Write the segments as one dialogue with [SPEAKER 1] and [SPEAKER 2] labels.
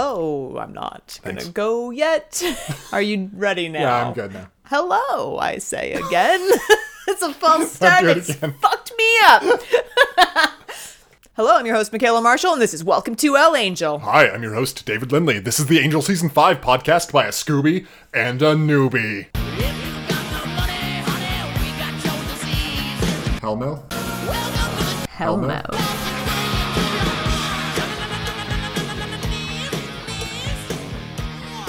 [SPEAKER 1] Hello, I'm not gonna
[SPEAKER 2] Thanks.
[SPEAKER 1] go yet. Are you ready now?
[SPEAKER 2] Yeah, I'm good now.
[SPEAKER 1] Hello, I say again. it's a false start.
[SPEAKER 2] do it
[SPEAKER 1] It's
[SPEAKER 2] again.
[SPEAKER 1] fucked me up. Hello, I'm your host, Michaela Marshall, and this is Welcome to El Angel.
[SPEAKER 2] Hi, I'm your host, David Lindley. This is the Angel Season 5 podcast by a Scooby and a newbie.
[SPEAKER 3] If you got no money, honey, we got your disease.
[SPEAKER 2] Hell no.
[SPEAKER 3] Welcome to the
[SPEAKER 1] Hell
[SPEAKER 2] no.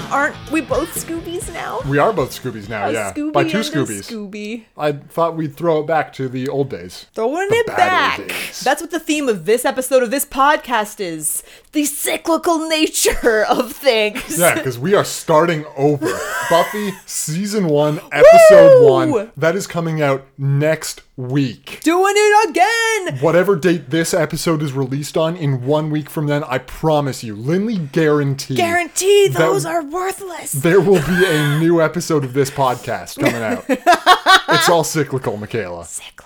[SPEAKER 1] Aren't we both Scoobies now?
[SPEAKER 2] We are both Scoobies now,
[SPEAKER 1] A
[SPEAKER 2] yeah.
[SPEAKER 1] Scooby
[SPEAKER 2] by two
[SPEAKER 1] and a
[SPEAKER 2] Scoobies.
[SPEAKER 1] Scooby.
[SPEAKER 2] I thought we'd throw it back to the old days.
[SPEAKER 1] Throwing
[SPEAKER 2] The
[SPEAKER 1] it back.
[SPEAKER 2] bad old days.
[SPEAKER 1] That's what the theme of this episode of this podcast is the cyclical nature of things.
[SPEAKER 2] Yeah, because we are starting over. Buffy Season 1, Episode
[SPEAKER 1] Woo!
[SPEAKER 2] 1. That is coming out next week.
[SPEAKER 1] Doing it again.
[SPEAKER 2] Whatever date this episode is released on, in one week from then, I promise you, Lindley guarantees.
[SPEAKER 1] Guarantee
[SPEAKER 2] That-
[SPEAKER 1] those are worthless.
[SPEAKER 2] There will be a new episode of this podcast coming out. it's all cyclical, Michaela.
[SPEAKER 1] cyclical.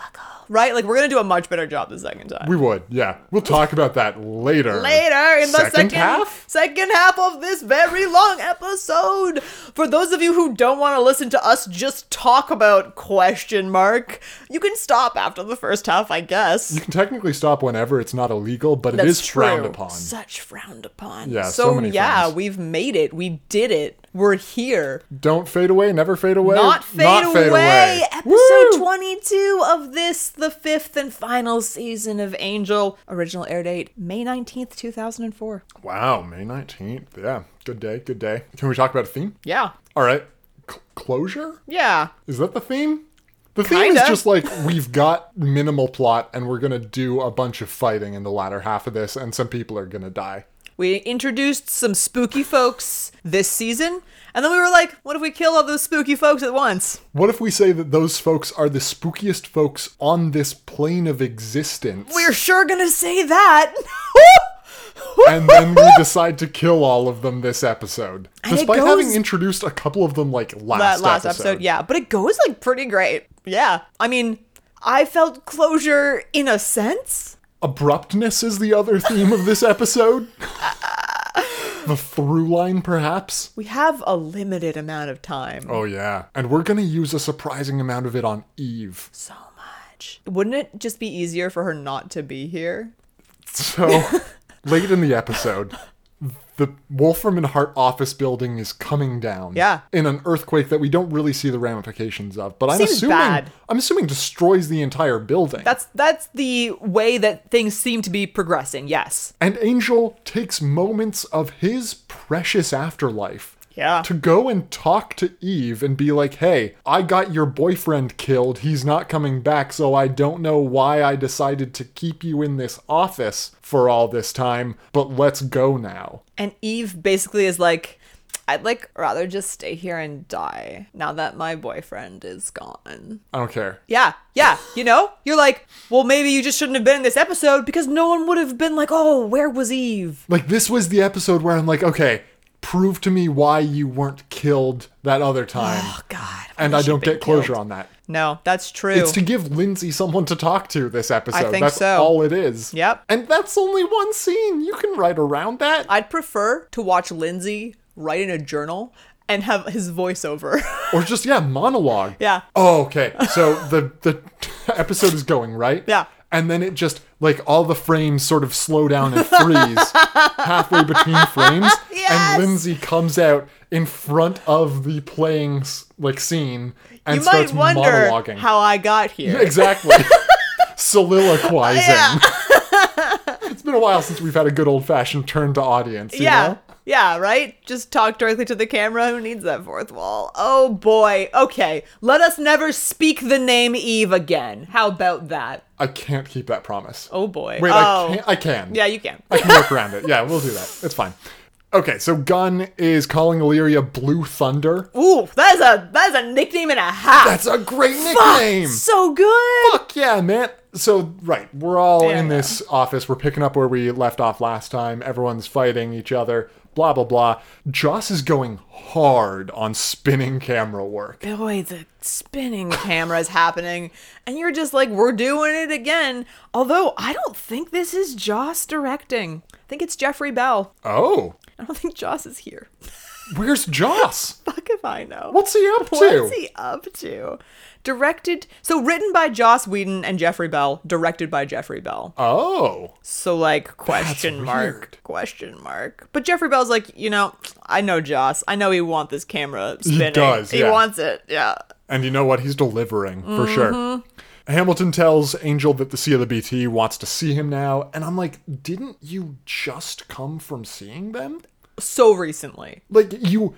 [SPEAKER 1] Right? Like, we're going to do a much better job the second time.
[SPEAKER 2] We would, yeah. We'll talk about that later.
[SPEAKER 1] later in the second,
[SPEAKER 2] half.
[SPEAKER 1] second half of this very long episode. For those of you who don't want to listen to us just talk about question mark, you can stop after the first half, I guess.
[SPEAKER 2] You can technically stop whenever it's not illegal, but it
[SPEAKER 1] That's
[SPEAKER 2] is frowned
[SPEAKER 1] true.
[SPEAKER 2] upon.
[SPEAKER 1] Such frowned upon.
[SPEAKER 2] Yeah,
[SPEAKER 1] So,
[SPEAKER 2] so many
[SPEAKER 1] yeah,
[SPEAKER 2] things.
[SPEAKER 1] we've made it. We did it. We're here.
[SPEAKER 2] Don't fade away, never fade away.
[SPEAKER 1] Not fade, away.
[SPEAKER 2] Woo!
[SPEAKER 1] Episode 22 of this, the fifth and final season of Angel. Original air date May 19th, 2004.
[SPEAKER 2] Wow, May 19th. Yeah, good day, good day. Can we talk about a theme?
[SPEAKER 1] Yeah.
[SPEAKER 2] All right. Cl- closure?
[SPEAKER 1] Yeah.
[SPEAKER 2] Is that the theme? The theme
[SPEAKER 1] Kinda.
[SPEAKER 2] is just like we've got minimal plot and we're going to do a bunch of fighting in the latter half of this and some people are going to die.
[SPEAKER 1] We introduced some spooky folks this season, and then we were like, what if we kill all those spooky folks at once?
[SPEAKER 2] What if we say that those folks are the spookiest folks on this plane of existence?
[SPEAKER 1] We're sure gonna say that.
[SPEAKER 2] and then we decide to kill all of them this episode.
[SPEAKER 1] it
[SPEAKER 2] Despite having
[SPEAKER 1] goes-
[SPEAKER 2] introduced a couple of them like
[SPEAKER 1] that
[SPEAKER 2] last,
[SPEAKER 1] last episode. yeah, but it goes like pretty great. Yeah. I mean, I felt closure in a sense.
[SPEAKER 2] Abruptness is the other theme of this episode. the through line, perhaps?
[SPEAKER 1] We have a limited amount of time.
[SPEAKER 2] Oh, yeah. And we're going to use a surprising amount of it on Eve.
[SPEAKER 1] So much. Wouldn't it just be easier for her not to be here?
[SPEAKER 2] So late in the episode, the Wolfram and Hart office building is coming down.
[SPEAKER 1] Yeah.
[SPEAKER 2] In an earthquake that we don't really see the ramifications of, but I'm
[SPEAKER 1] Seems
[SPEAKER 2] assuming
[SPEAKER 1] bad.
[SPEAKER 2] I'm assuming destroys the entire building.
[SPEAKER 1] That's that's the way that things seem to be progressing. Yes.
[SPEAKER 2] and Angel takes moments of his precious afterlife.
[SPEAKER 1] Yeah.
[SPEAKER 2] To go and talk to Eve and be like, hey, I got your boyfriend killed. He's not coming back, so I don't know why I decided to keep you in this office for all this time, but let's go now.
[SPEAKER 1] And Eve basically is like, I'd like rather just stay here and die now that my boyfriend is gone.
[SPEAKER 2] I don't care.
[SPEAKER 1] Yeah, yeah. You know? You're like, well, maybe you just shouldn't have been in this episode because no one would have been like, oh, where was Eve?
[SPEAKER 2] Like this was the episode where I'm like, okay, prove to me why you weren't killed that other time.
[SPEAKER 1] Oh, God.
[SPEAKER 2] and I
[SPEAKER 1] would've
[SPEAKER 2] don't
[SPEAKER 1] been
[SPEAKER 2] get closure
[SPEAKER 1] killed.
[SPEAKER 2] on that.
[SPEAKER 1] No, that's true.
[SPEAKER 2] It's to give Lindsay someone to talk to this episode.
[SPEAKER 1] think
[SPEAKER 2] that's
[SPEAKER 1] so.
[SPEAKER 2] all it is.
[SPEAKER 1] Yep.
[SPEAKER 2] And that's only one scene. You can write around that.
[SPEAKER 1] I'd prefer to watch Lindsay write in a journal and have his voiceover.
[SPEAKER 2] or just yeah, monologue.
[SPEAKER 1] Yeah.
[SPEAKER 2] Oh, okay. So the the episode is going, right?
[SPEAKER 1] Yeah.
[SPEAKER 2] And then it just like all the frames sort of slow down and freeze halfway between frames.
[SPEAKER 1] Yes!
[SPEAKER 2] And Lindsay comes out in front of the playing s- like scene and
[SPEAKER 1] you might
[SPEAKER 2] starts
[SPEAKER 1] wonder
[SPEAKER 2] monologuing.
[SPEAKER 1] how I got here.
[SPEAKER 2] exactly. Soliloquizing. it's been a while since we've had a good old fashioned turn to audience. You
[SPEAKER 1] yeah.
[SPEAKER 2] Know?
[SPEAKER 1] Yeah, right? Just talk directly to the camera. Who needs that fourth wall? Oh boy. Okay. Let us never speak the name Eve again. How about that?
[SPEAKER 2] I can't keep that promise.
[SPEAKER 1] Oh boy.
[SPEAKER 2] Wait,
[SPEAKER 1] oh.
[SPEAKER 2] I can. I can.
[SPEAKER 1] Yeah, you can.
[SPEAKER 2] I can work around it. Yeah, we'll do that. It's fine. Okay, so Gunn is calling Illyria Blue Thunder.
[SPEAKER 1] Ooh, that is a that is a nickname and a half.
[SPEAKER 2] That's a great
[SPEAKER 1] Fuck,
[SPEAKER 2] nickname.
[SPEAKER 1] So good.
[SPEAKER 2] Fuck yeah, man. So, right, we're all
[SPEAKER 1] Yeah,
[SPEAKER 2] in
[SPEAKER 1] yeah.
[SPEAKER 2] this office. We're picking up where we left off last time. Everyone's fighting each other, blah, blah, blah. Joss is going hard on spinning camera work.
[SPEAKER 1] boy, the spinning camera is happening. And you're just like, we're doing it again. Although, I don't think this is Joss directing. I think it's Jeffrey Bell.
[SPEAKER 2] Oh,
[SPEAKER 1] I don't think Joss is here.
[SPEAKER 2] where's Joss?
[SPEAKER 1] Fuck if I know.
[SPEAKER 2] What's he up to?
[SPEAKER 1] What's he up to? Directed, so written by Joss Whedon and Jeffrey Bell, directed by Jeffrey Bell.
[SPEAKER 2] Oh,
[SPEAKER 1] So like question mark,
[SPEAKER 2] weird.
[SPEAKER 1] question mark. But Jeffrey Bell's like, you know, I know Joss. I know he want this camera spinning.
[SPEAKER 2] does, yeah.
[SPEAKER 1] wants it. Yeah.
[SPEAKER 2] and you know what? He's delivering for sure.
[SPEAKER 1] Mm-hmm.
[SPEAKER 2] Hamilton tells Angel that the Sea of the BT wants to see him now. And I'm like, didn't you just come from seeing them?
[SPEAKER 1] So recently.
[SPEAKER 2] like you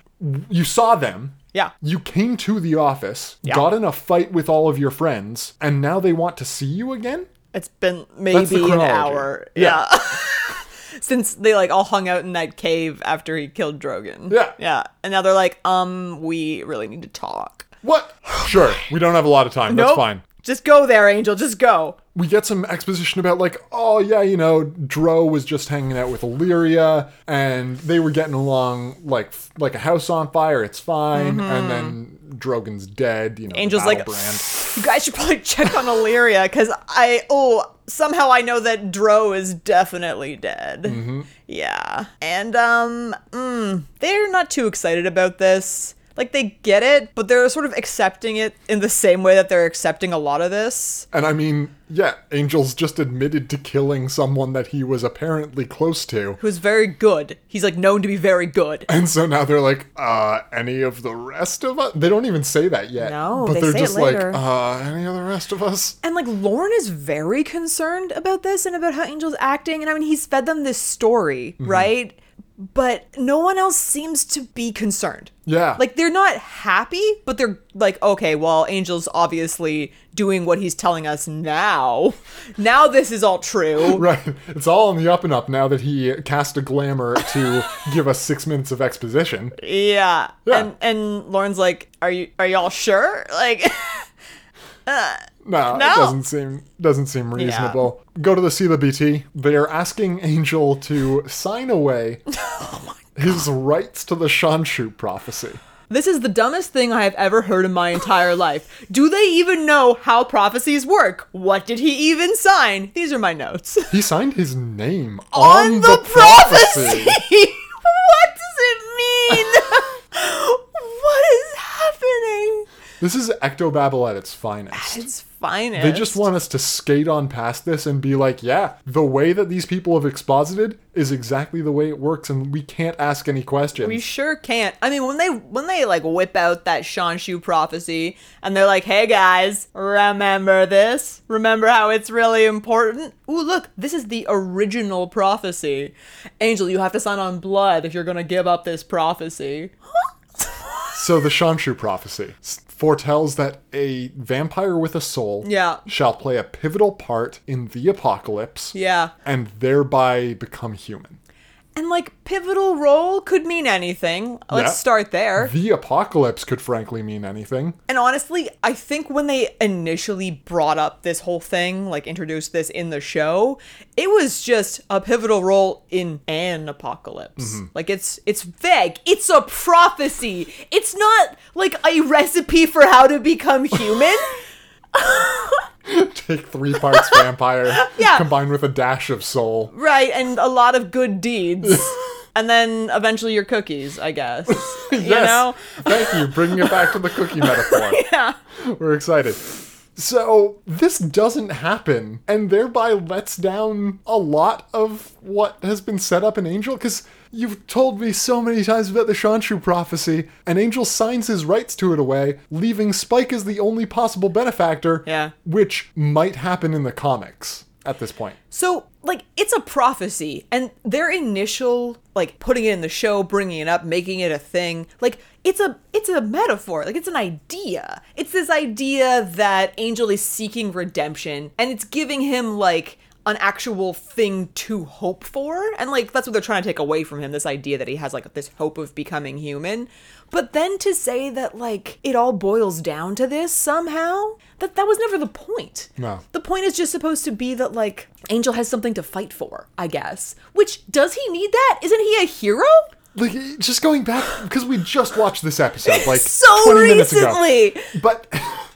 [SPEAKER 2] you saw them
[SPEAKER 1] Yeah.
[SPEAKER 2] you came to the office
[SPEAKER 1] Yeah.
[SPEAKER 2] got in a fight with all of your friends and now they want to see you again
[SPEAKER 1] It's been
[SPEAKER 2] the
[SPEAKER 1] maybe an
[SPEAKER 2] chronology.
[SPEAKER 1] hour.
[SPEAKER 2] Yeah.
[SPEAKER 1] Yeah. Since they like all hung out in that cave after he killed Drogon.
[SPEAKER 2] Yeah.
[SPEAKER 1] Yeah. And now they're like, um, we really need to talk.
[SPEAKER 2] what sure we don't have a lot of time that's
[SPEAKER 1] Nope.
[SPEAKER 2] fine
[SPEAKER 1] Just go there, Angel. Just go.
[SPEAKER 2] we get some exposition about like oh yeah you know dro was just hanging out with illyria and they were getting along like like a house on fire it's fine and then drogon's dead you know the
[SPEAKER 1] Mm-hmm. Angel's like,
[SPEAKER 2] Battle Brand.
[SPEAKER 1] you guys should probably check on Illyria because I, oh, somehow I know that Dro is definitely dead.
[SPEAKER 2] Mm-hmm.
[SPEAKER 1] Yeah. And, um, mm, they're not too excited about this. Like, they get it, but they're sort of accepting it in the same way that they're accepting a lot of this.
[SPEAKER 2] and i mean yeah angel's just admitted to killing someone that he was apparently close to
[SPEAKER 1] Who's very good. He's like known to be very good.
[SPEAKER 2] And so now they're like, uh, any of the rest of us? They don't even say that yet.
[SPEAKER 1] No,
[SPEAKER 2] but
[SPEAKER 1] they
[SPEAKER 2] are
[SPEAKER 1] say it
[SPEAKER 2] just
[SPEAKER 1] later.
[SPEAKER 2] like, uh, any of the rest of us?
[SPEAKER 1] And like Lauren is very concerned about this and about how Angel's acting. And I mean, he's fed them this story,
[SPEAKER 2] Mm-hmm.
[SPEAKER 1] right? But no one else seems to be concerned.
[SPEAKER 2] Yeah.
[SPEAKER 1] Like they're not happy, but they're like, okay, well, Angel's obviously doing what he's telling us now. Now this is all true.
[SPEAKER 2] Right. It's all on the up and up now that he cast a glamour to give us six minutes of exposition.
[SPEAKER 1] Yeah.
[SPEAKER 2] Yeah.
[SPEAKER 1] And and Lauren's like, are you are y'all sure? Like
[SPEAKER 2] No,
[SPEAKER 1] No.
[SPEAKER 2] it doesn't seem doesn't seem reasonable. Go to the Sela BT. They are asking Angel to sign away his rights to the Shanshu prophecy.
[SPEAKER 1] This is the dumbest thing I have ever heard in my entire life. Do they even know how prophecies work? What did he even sign? These are my notes.
[SPEAKER 2] He signed his name
[SPEAKER 1] On,
[SPEAKER 2] on,
[SPEAKER 1] the, prophecy! what does it mean? what is happening?
[SPEAKER 2] This is ectobabble at its finest.
[SPEAKER 1] It's finest.
[SPEAKER 2] They just want us to skate on past this and be like, yeah, the way that these people have exposited is exactly the way it works, and we can't ask any questions.
[SPEAKER 1] We sure can't. I mean, when they when they like whip out that Shanshu prophecy and they're like, "Hey guys, remember this? Remember how it's really important? Ooh, look, this is the original prophecy. Angel, you have to sign on blood if you're gonna give up this prophecy."
[SPEAKER 2] so the Shanshu prophecy s- foretells that a vampire with a soul
[SPEAKER 1] Yeah.
[SPEAKER 2] shall play a pivotal part in the apocalypse
[SPEAKER 1] yeah,
[SPEAKER 2] and thereby become human.
[SPEAKER 1] and like pivotal role could mean anything. Let's
[SPEAKER 2] Yeah.
[SPEAKER 1] start there.
[SPEAKER 2] The apocalypse could frankly mean anything.
[SPEAKER 1] And honestly, I think when they initially brought up this whole thing, like introduced this in the show, it was just a pivotal role in an apocalypse. Like it's it's vague. It's a prophecy. It's not like a recipe for how to become human.
[SPEAKER 2] Take three parts vampire
[SPEAKER 1] Yeah.
[SPEAKER 2] combined with a dash of soul.
[SPEAKER 1] right, and a lot of good deeds. and then eventually your cookies, I guess. You
[SPEAKER 2] Yes.
[SPEAKER 1] know?
[SPEAKER 2] Thank you. Bringing it back to the cookie metaphor. yeah. We're excited. So this doesn't happen, and thereby lets down a lot of what has been set up in Angel. Because you've told me so many times about the Shanshu prophecy, and Angel signs his rights to it away, leaving Spike as the only possible benefactor.
[SPEAKER 1] Yeah.
[SPEAKER 2] Which might happen in the comics at this point.
[SPEAKER 1] So, like, it's a prophecy, and their initial like putting it in the show, bringing it up, making it a thing, like it's a it's a metaphor, like it's an idea. It's this idea that Angel is seeking redemption, and it's giving him like an actual thing to hope for. And like that's what they're trying to take away from him this idea that he has like this hope of becoming human. But then to say that like it all boils down to this somehow, that that was never the point.
[SPEAKER 2] No.
[SPEAKER 1] The point is just supposed to be that like Angel has something to fight for, I guess. Which does he need that? Isn't he a hero?
[SPEAKER 2] Like just going back because we just watched this episode like
[SPEAKER 1] So
[SPEAKER 2] 20 minutes ago.
[SPEAKER 1] recently.
[SPEAKER 2] But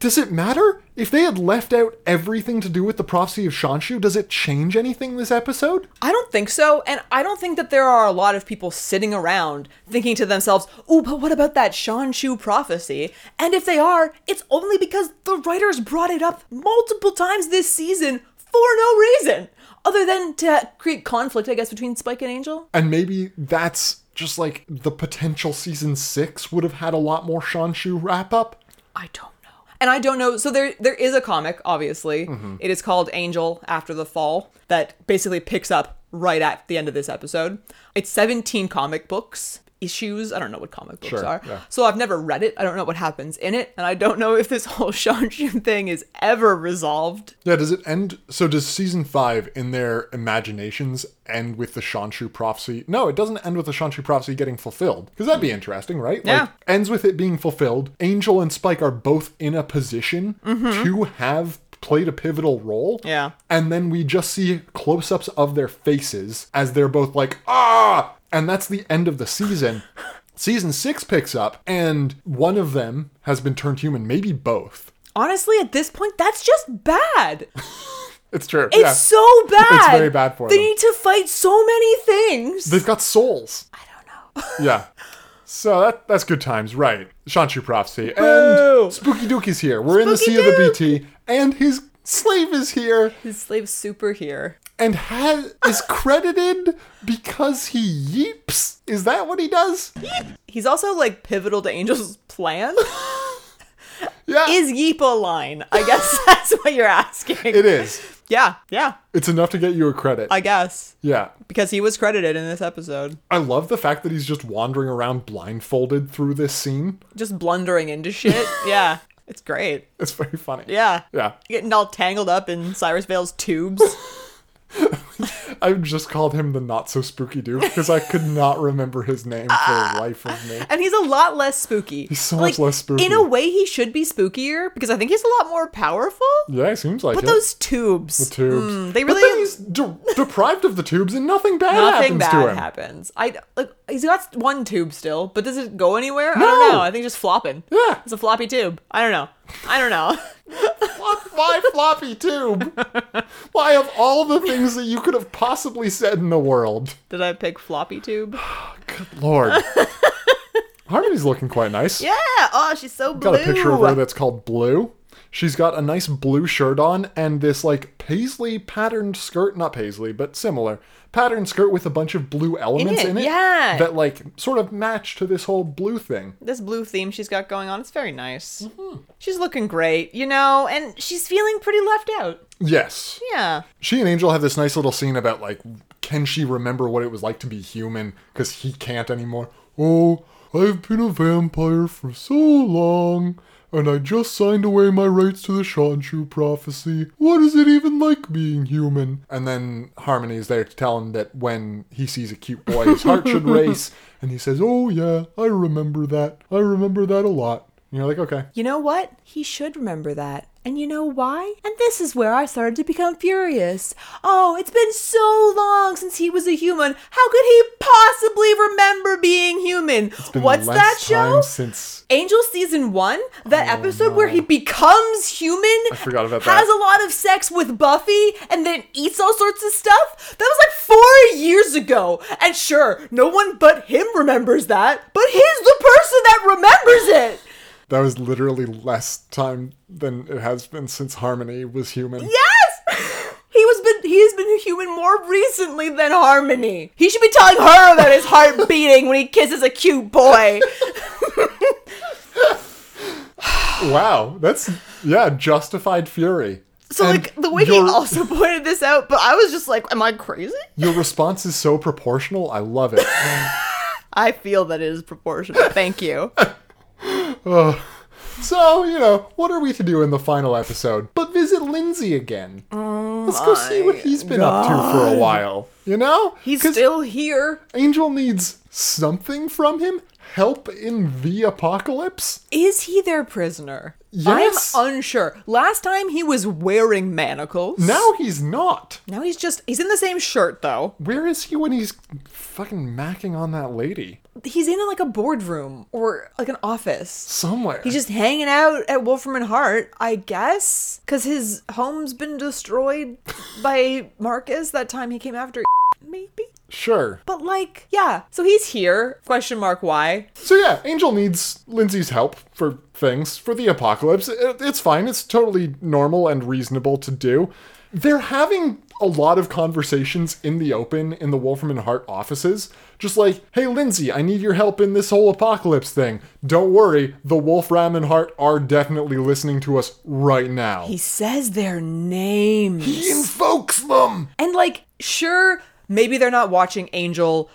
[SPEAKER 2] does it matter if they had left out everything to do with the prophecy of Shanshu? Does it change anything this episode?
[SPEAKER 1] I don't think so. And I don't think that there are a lot of people sitting around thinking to themselves, oh, but what about that Shan Shu prophecy? And if they are, it's only because the writers brought it up multiple times this season for no reason other than to create conflict, I guess, between Spike and Angel.
[SPEAKER 2] And maybe that's just like the potential season six would have had a lot more Shanshu wrap up.
[SPEAKER 1] I don't know. And I don't know. So there, there is a comic, obviously.
[SPEAKER 2] Mm-hmm.
[SPEAKER 1] It is called Angel After the Fall that basically picks up right at the end of this episode. It's 17 comic books issues. I don't know what comic books
[SPEAKER 2] Sure,
[SPEAKER 1] are.
[SPEAKER 2] yeah.
[SPEAKER 1] So I've never read it. I don't know what happens in it, and I don't know if this whole Shun thing is ever resolved.
[SPEAKER 2] Yeah, does it end? So does season five in their imaginations end with the Shanshu prophecy? No, it doesn't end with the Shanshu prophecy getting fulfilled because that'd be interesting, right?
[SPEAKER 1] Mm. Yeah.
[SPEAKER 2] Like, ends with it being fulfilled. Angel and Spike are both in a position to have played a pivotal role.
[SPEAKER 1] Mm-hmm. Yeah.
[SPEAKER 2] And then we just see close ups of their faces as they're both like, ah! And that's the end of the season. season six picks up, and one of them has been turned human, maybe both.
[SPEAKER 1] Honestly, at this point, that's just bad.
[SPEAKER 2] It's true.
[SPEAKER 1] It's so bad.
[SPEAKER 2] very bad for
[SPEAKER 1] They
[SPEAKER 2] them.
[SPEAKER 1] need to fight so many things.
[SPEAKER 2] They've got souls.
[SPEAKER 1] I don't know.
[SPEAKER 2] Yeah. So that that's good times, right? Shanshu prophecy
[SPEAKER 1] Boo.
[SPEAKER 2] and Spooky Dookie's here. We're in the sea
[SPEAKER 1] Spooky
[SPEAKER 2] of the
[SPEAKER 1] Duke.
[SPEAKER 2] BT, and his slave is here
[SPEAKER 1] His slave super here.
[SPEAKER 2] and has is credited because he yeeps. Is that what he does?
[SPEAKER 1] He's also like pivotal to Angel's plan.
[SPEAKER 2] Yeah,
[SPEAKER 1] Is Yeep a line? I guess that's what you're asking.
[SPEAKER 2] it is.
[SPEAKER 1] Yeah, yeah,
[SPEAKER 2] It's enough to get you a credit.
[SPEAKER 1] I guess.
[SPEAKER 2] yeah.
[SPEAKER 1] Because he was credited in this episode.
[SPEAKER 2] I love the fact that he's just wandering around blindfolded through this scene.
[SPEAKER 1] Just blundering into shit. yeah, it's great.
[SPEAKER 2] It's very funny.
[SPEAKER 1] Yeah.
[SPEAKER 2] Yeah.
[SPEAKER 1] Getting all tangled up in Cyrus Vale's tubes.
[SPEAKER 2] I just called him the not so spooky dude because I could not remember his name for
[SPEAKER 1] Ah!
[SPEAKER 2] the life of me.
[SPEAKER 1] and he's a lot less spooky. He's
[SPEAKER 2] so much less spooky.
[SPEAKER 1] In a way, he should be spookier because I think he's a lot more powerful.
[SPEAKER 2] Yeah, it seems like
[SPEAKER 1] But
[SPEAKER 2] it.
[SPEAKER 1] those tubes.
[SPEAKER 2] the tubes.
[SPEAKER 1] Mm, they
[SPEAKER 2] But then
[SPEAKER 1] really.
[SPEAKER 2] he's de- deprived of the tubes, and nothing bad
[SPEAKER 1] Nothing
[SPEAKER 2] happens
[SPEAKER 1] bad
[SPEAKER 2] to him.
[SPEAKER 1] happens. I like he's got one tube still, but does it go anywhere? I
[SPEAKER 2] No.
[SPEAKER 1] don't know. I think just flopping.
[SPEAKER 2] Yeah.
[SPEAKER 1] It's a floppy tube. I don't know. I don't know.
[SPEAKER 2] What? Why floppy tube? Why of all the things that you could have possibly said in the world?
[SPEAKER 1] Did I pick floppy tube?
[SPEAKER 2] Good lord. Harmony's looking quite nice.
[SPEAKER 1] Yeah. Oh, she's so blue.
[SPEAKER 2] Got a picture of her that's called blue. She's got a nice blue shirt on and this like paisley patterned skirt, not paisley, but similar patterned skirt with a bunch of blue elements
[SPEAKER 1] it,
[SPEAKER 2] in it,
[SPEAKER 1] yeah.
[SPEAKER 2] that like sort of match to this whole blue thing.
[SPEAKER 1] this blue theme she's got going on. It's very nice.
[SPEAKER 2] Mm-hmm.
[SPEAKER 1] She's looking great, you know, and she's feeling pretty left out.
[SPEAKER 2] Yes.
[SPEAKER 1] Yeah.
[SPEAKER 2] she and Angel have this nice little scene about like, can she remember what it was like to be human? Because he can't anymore. Oh, I've been a vampire for so long, and I just signed away my rights to the Shanshu prophecy. What is it even like being human? And then Harmony is there to tell him that when he sees a cute boy, his heart should race. And he says, Oh, yeah, I remember that. I remember that a lot. And you're like, okay.
[SPEAKER 1] You know what? He should remember that. And you know why? And this is where I started to become furious. Oh, it's been so long since he was a human. How could he possibly remember being human?
[SPEAKER 2] Been
[SPEAKER 1] What's
[SPEAKER 2] less
[SPEAKER 1] that
[SPEAKER 2] time
[SPEAKER 1] show?
[SPEAKER 2] Since
[SPEAKER 1] Angel season one, that episode where he becomes human,
[SPEAKER 2] Oh, I forgot about
[SPEAKER 1] has
[SPEAKER 2] that.
[SPEAKER 1] a lot of sex with Buffy, and then eats all sorts of stuff. That was like four years ago, and sure, no one but him remembers that, but he's the person that remembers it.
[SPEAKER 2] That was literally less time than it has been since Harmony was human.
[SPEAKER 1] Yes, he was been he has been human more recently than Harmony. He should be telling her about his heart beating when he kisses a cute boy.
[SPEAKER 2] Wow, that's yeah, justified fury.
[SPEAKER 1] So
[SPEAKER 2] And
[SPEAKER 1] like the way he
[SPEAKER 2] your-
[SPEAKER 1] also pointed this out, but I was just like, am I crazy?
[SPEAKER 2] your response is so proportional. I love it.
[SPEAKER 1] I feel that it is proportional. Thank you. Oh
[SPEAKER 2] so you know, what are we to do in the final episode? But visit Lindsay again. Let's go see what he's been up to for a while. You know?
[SPEAKER 1] He's
[SPEAKER 2] 'Cause
[SPEAKER 1] still here.
[SPEAKER 2] Angel needs something from him. Help in the apocalypse.
[SPEAKER 1] Is he their prisoner?
[SPEAKER 2] Yes.
[SPEAKER 1] I'm unsure. Last time he was wearing manacles.
[SPEAKER 2] Now he's not.
[SPEAKER 1] Now he's just he's in the same shirt though.
[SPEAKER 2] Where is he when he's fucking macking on that lady?
[SPEAKER 1] He's in like a boardroom or like an office.
[SPEAKER 2] Somewhere.
[SPEAKER 1] He's just hanging out at Wolfram and Hart, I guess, because his home's been destroyed by Marcus that time he came after. Maybe,
[SPEAKER 2] sure.
[SPEAKER 1] but like, yeah. So he's here? Question mark? Why?
[SPEAKER 2] So yeah, Angel needs Lindsay's help for things for the apocalypse. It- It's fine. It's totally normal and reasonable to do. They're having a lot of conversations in the open in the Wolfram and Hart offices. Just like, hey, Lindsay, I need your help in this whole apocalypse thing. Don't worry, the Wolfram and Hart are definitely listening to us right now.
[SPEAKER 1] He says their names.
[SPEAKER 2] He invokes them!
[SPEAKER 1] And like, sure, maybe they're not watching Angel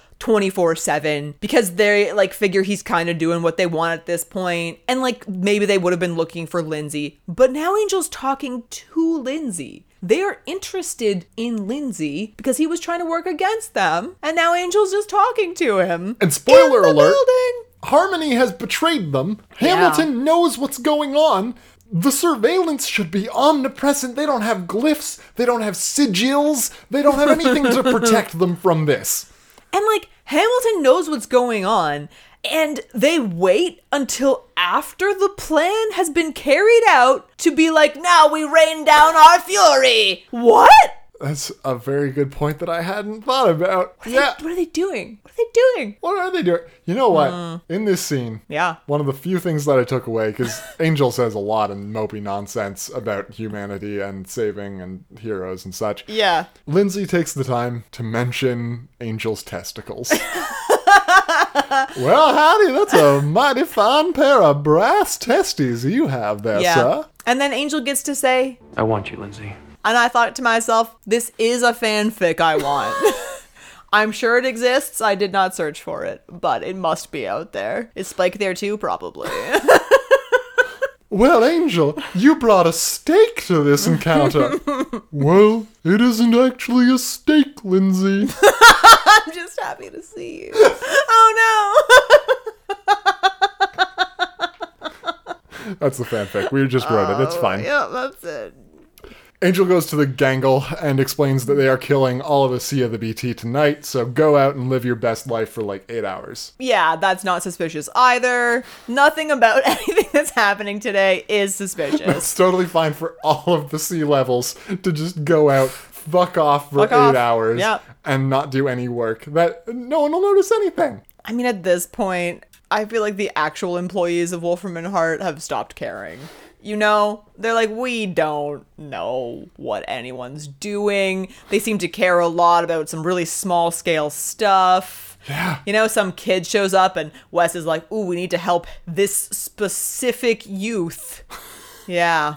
[SPEAKER 1] 24/7 because they like figure he's kind of doing what they want at this point. And like maybe they would have been looking for Lindsay, but now Angel's talking to Lindsay. They are interested in Lindsay because he was trying to work against them, and now Angel's just talking to him.
[SPEAKER 2] And spoiler
[SPEAKER 1] In the
[SPEAKER 2] alert.
[SPEAKER 1] building.
[SPEAKER 2] Harmony has betrayed them. Hamilton knows what's going on. The surveillance should be omnipresent. They don't have glyphs. They don't have sigils. They don't have anything to protect them from this.
[SPEAKER 1] And like Hamilton knows what's going on, and they wait until after the plan has been carried out to be like, now we rain down our fury. What?
[SPEAKER 2] That's a very good point that I hadn't thought about. Yeah.
[SPEAKER 1] What are they doing? What are they doing?
[SPEAKER 2] What are they doing? You know what? In this scene,
[SPEAKER 1] Hmm. Yeah.
[SPEAKER 2] one of the few things that I took away, because Angel says a lot of mopey nonsense about humanity and saving and heroes and such.
[SPEAKER 1] Yeah.
[SPEAKER 2] Lindsay takes the time to mention Angel's testicles. well, howdy, that's a mighty fine pair of brass testes you have there,
[SPEAKER 1] Yeah.
[SPEAKER 2] sir.
[SPEAKER 1] And then Angel gets to say,
[SPEAKER 4] I want you, Lindsay.
[SPEAKER 1] and I thought to myself, this is a fanfic I want. I'm sure it exists. I did not search for it, but it must be out there. Is Spike there too? Probably.
[SPEAKER 2] Well, Angel, you brought a steak to this encounter. well, it isn't actually a steak, Lindsay.
[SPEAKER 1] I'm just happy to see you. Oh no.
[SPEAKER 2] That's the fanfic. We just wrote it. It's fine.
[SPEAKER 1] Oh, Yeah, that's it.
[SPEAKER 2] Angel goes to the gangle and explains that they are killing all of Asia the BT tonight, so go out and live your best life for like eight hours.
[SPEAKER 1] Yeah, that's not suspicious either. Nothing about anything that's happening today is suspicious.
[SPEAKER 2] It's totally fine for all of the sea levels to just go out, fuck off for
[SPEAKER 1] Fuck
[SPEAKER 2] eight
[SPEAKER 1] off.
[SPEAKER 2] hours,
[SPEAKER 1] Yep.
[SPEAKER 2] and not do any work. That no one will notice anything.
[SPEAKER 1] I mean, at this point, I feel like the actual employees of Wolfram and Hart have stopped caring. You know, they're like, we don't know what anyone's doing. They seem to care a lot about some really small scale stuff.
[SPEAKER 2] Yeah.
[SPEAKER 1] You know, some kid shows up and Wes is like, ooh, we need to help this specific youth. Yeah.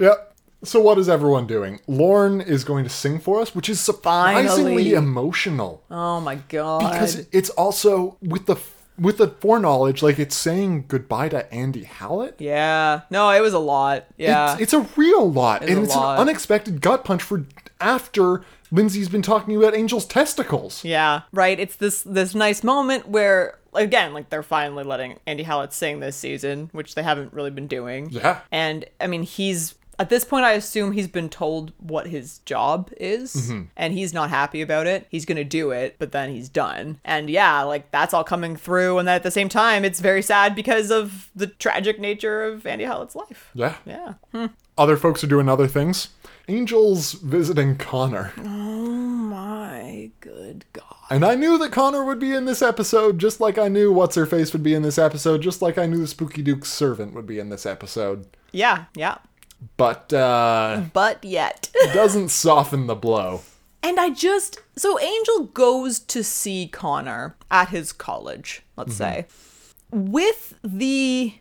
[SPEAKER 2] Yep. So what is everyone doing? Lorne is going to sing for us, which is surprisingly
[SPEAKER 1] Finally.
[SPEAKER 2] emotional
[SPEAKER 1] Oh my god.
[SPEAKER 2] because it's also with the with the foreknowledge, like it's saying goodbye to Andy Hallett.
[SPEAKER 1] Yeah. No, it was a lot. Yeah.
[SPEAKER 2] It's, it's a real lot,
[SPEAKER 1] is
[SPEAKER 2] and
[SPEAKER 1] a
[SPEAKER 2] it's
[SPEAKER 1] lot.
[SPEAKER 2] an unexpected gut punch for after Lindsay's been talking about Angel's testicles.
[SPEAKER 1] yeah. Right. It's this this nice moment where again, like they're finally letting Andy Hallett sing this season, which they haven't really been doing.
[SPEAKER 2] Yeah.
[SPEAKER 1] And I mean, he's at this point I assume he's been told what his job is
[SPEAKER 2] Mm-hmm.
[SPEAKER 1] and he's not happy about it. He's going to do it, but then he's done. And yeah, like that's all coming through and then at the same time it's very sad because of the tragic nature of Andy Hallett's life.
[SPEAKER 2] Yeah.
[SPEAKER 1] Yeah. Hmm.
[SPEAKER 2] Other folks are doing other things. Angel's visiting Connor.
[SPEAKER 1] My good god.
[SPEAKER 2] And I knew that Connor would be in this episode, just like I knew What's Her Face would be in this episode, just like I knew the Spooky Duke's servant would be in this episode.
[SPEAKER 1] Yeah, yeah.
[SPEAKER 2] But uh
[SPEAKER 1] But yet.
[SPEAKER 2] doesn't soften the blow.
[SPEAKER 1] And I just so Angel goes to see Connor at his college, let's say. With the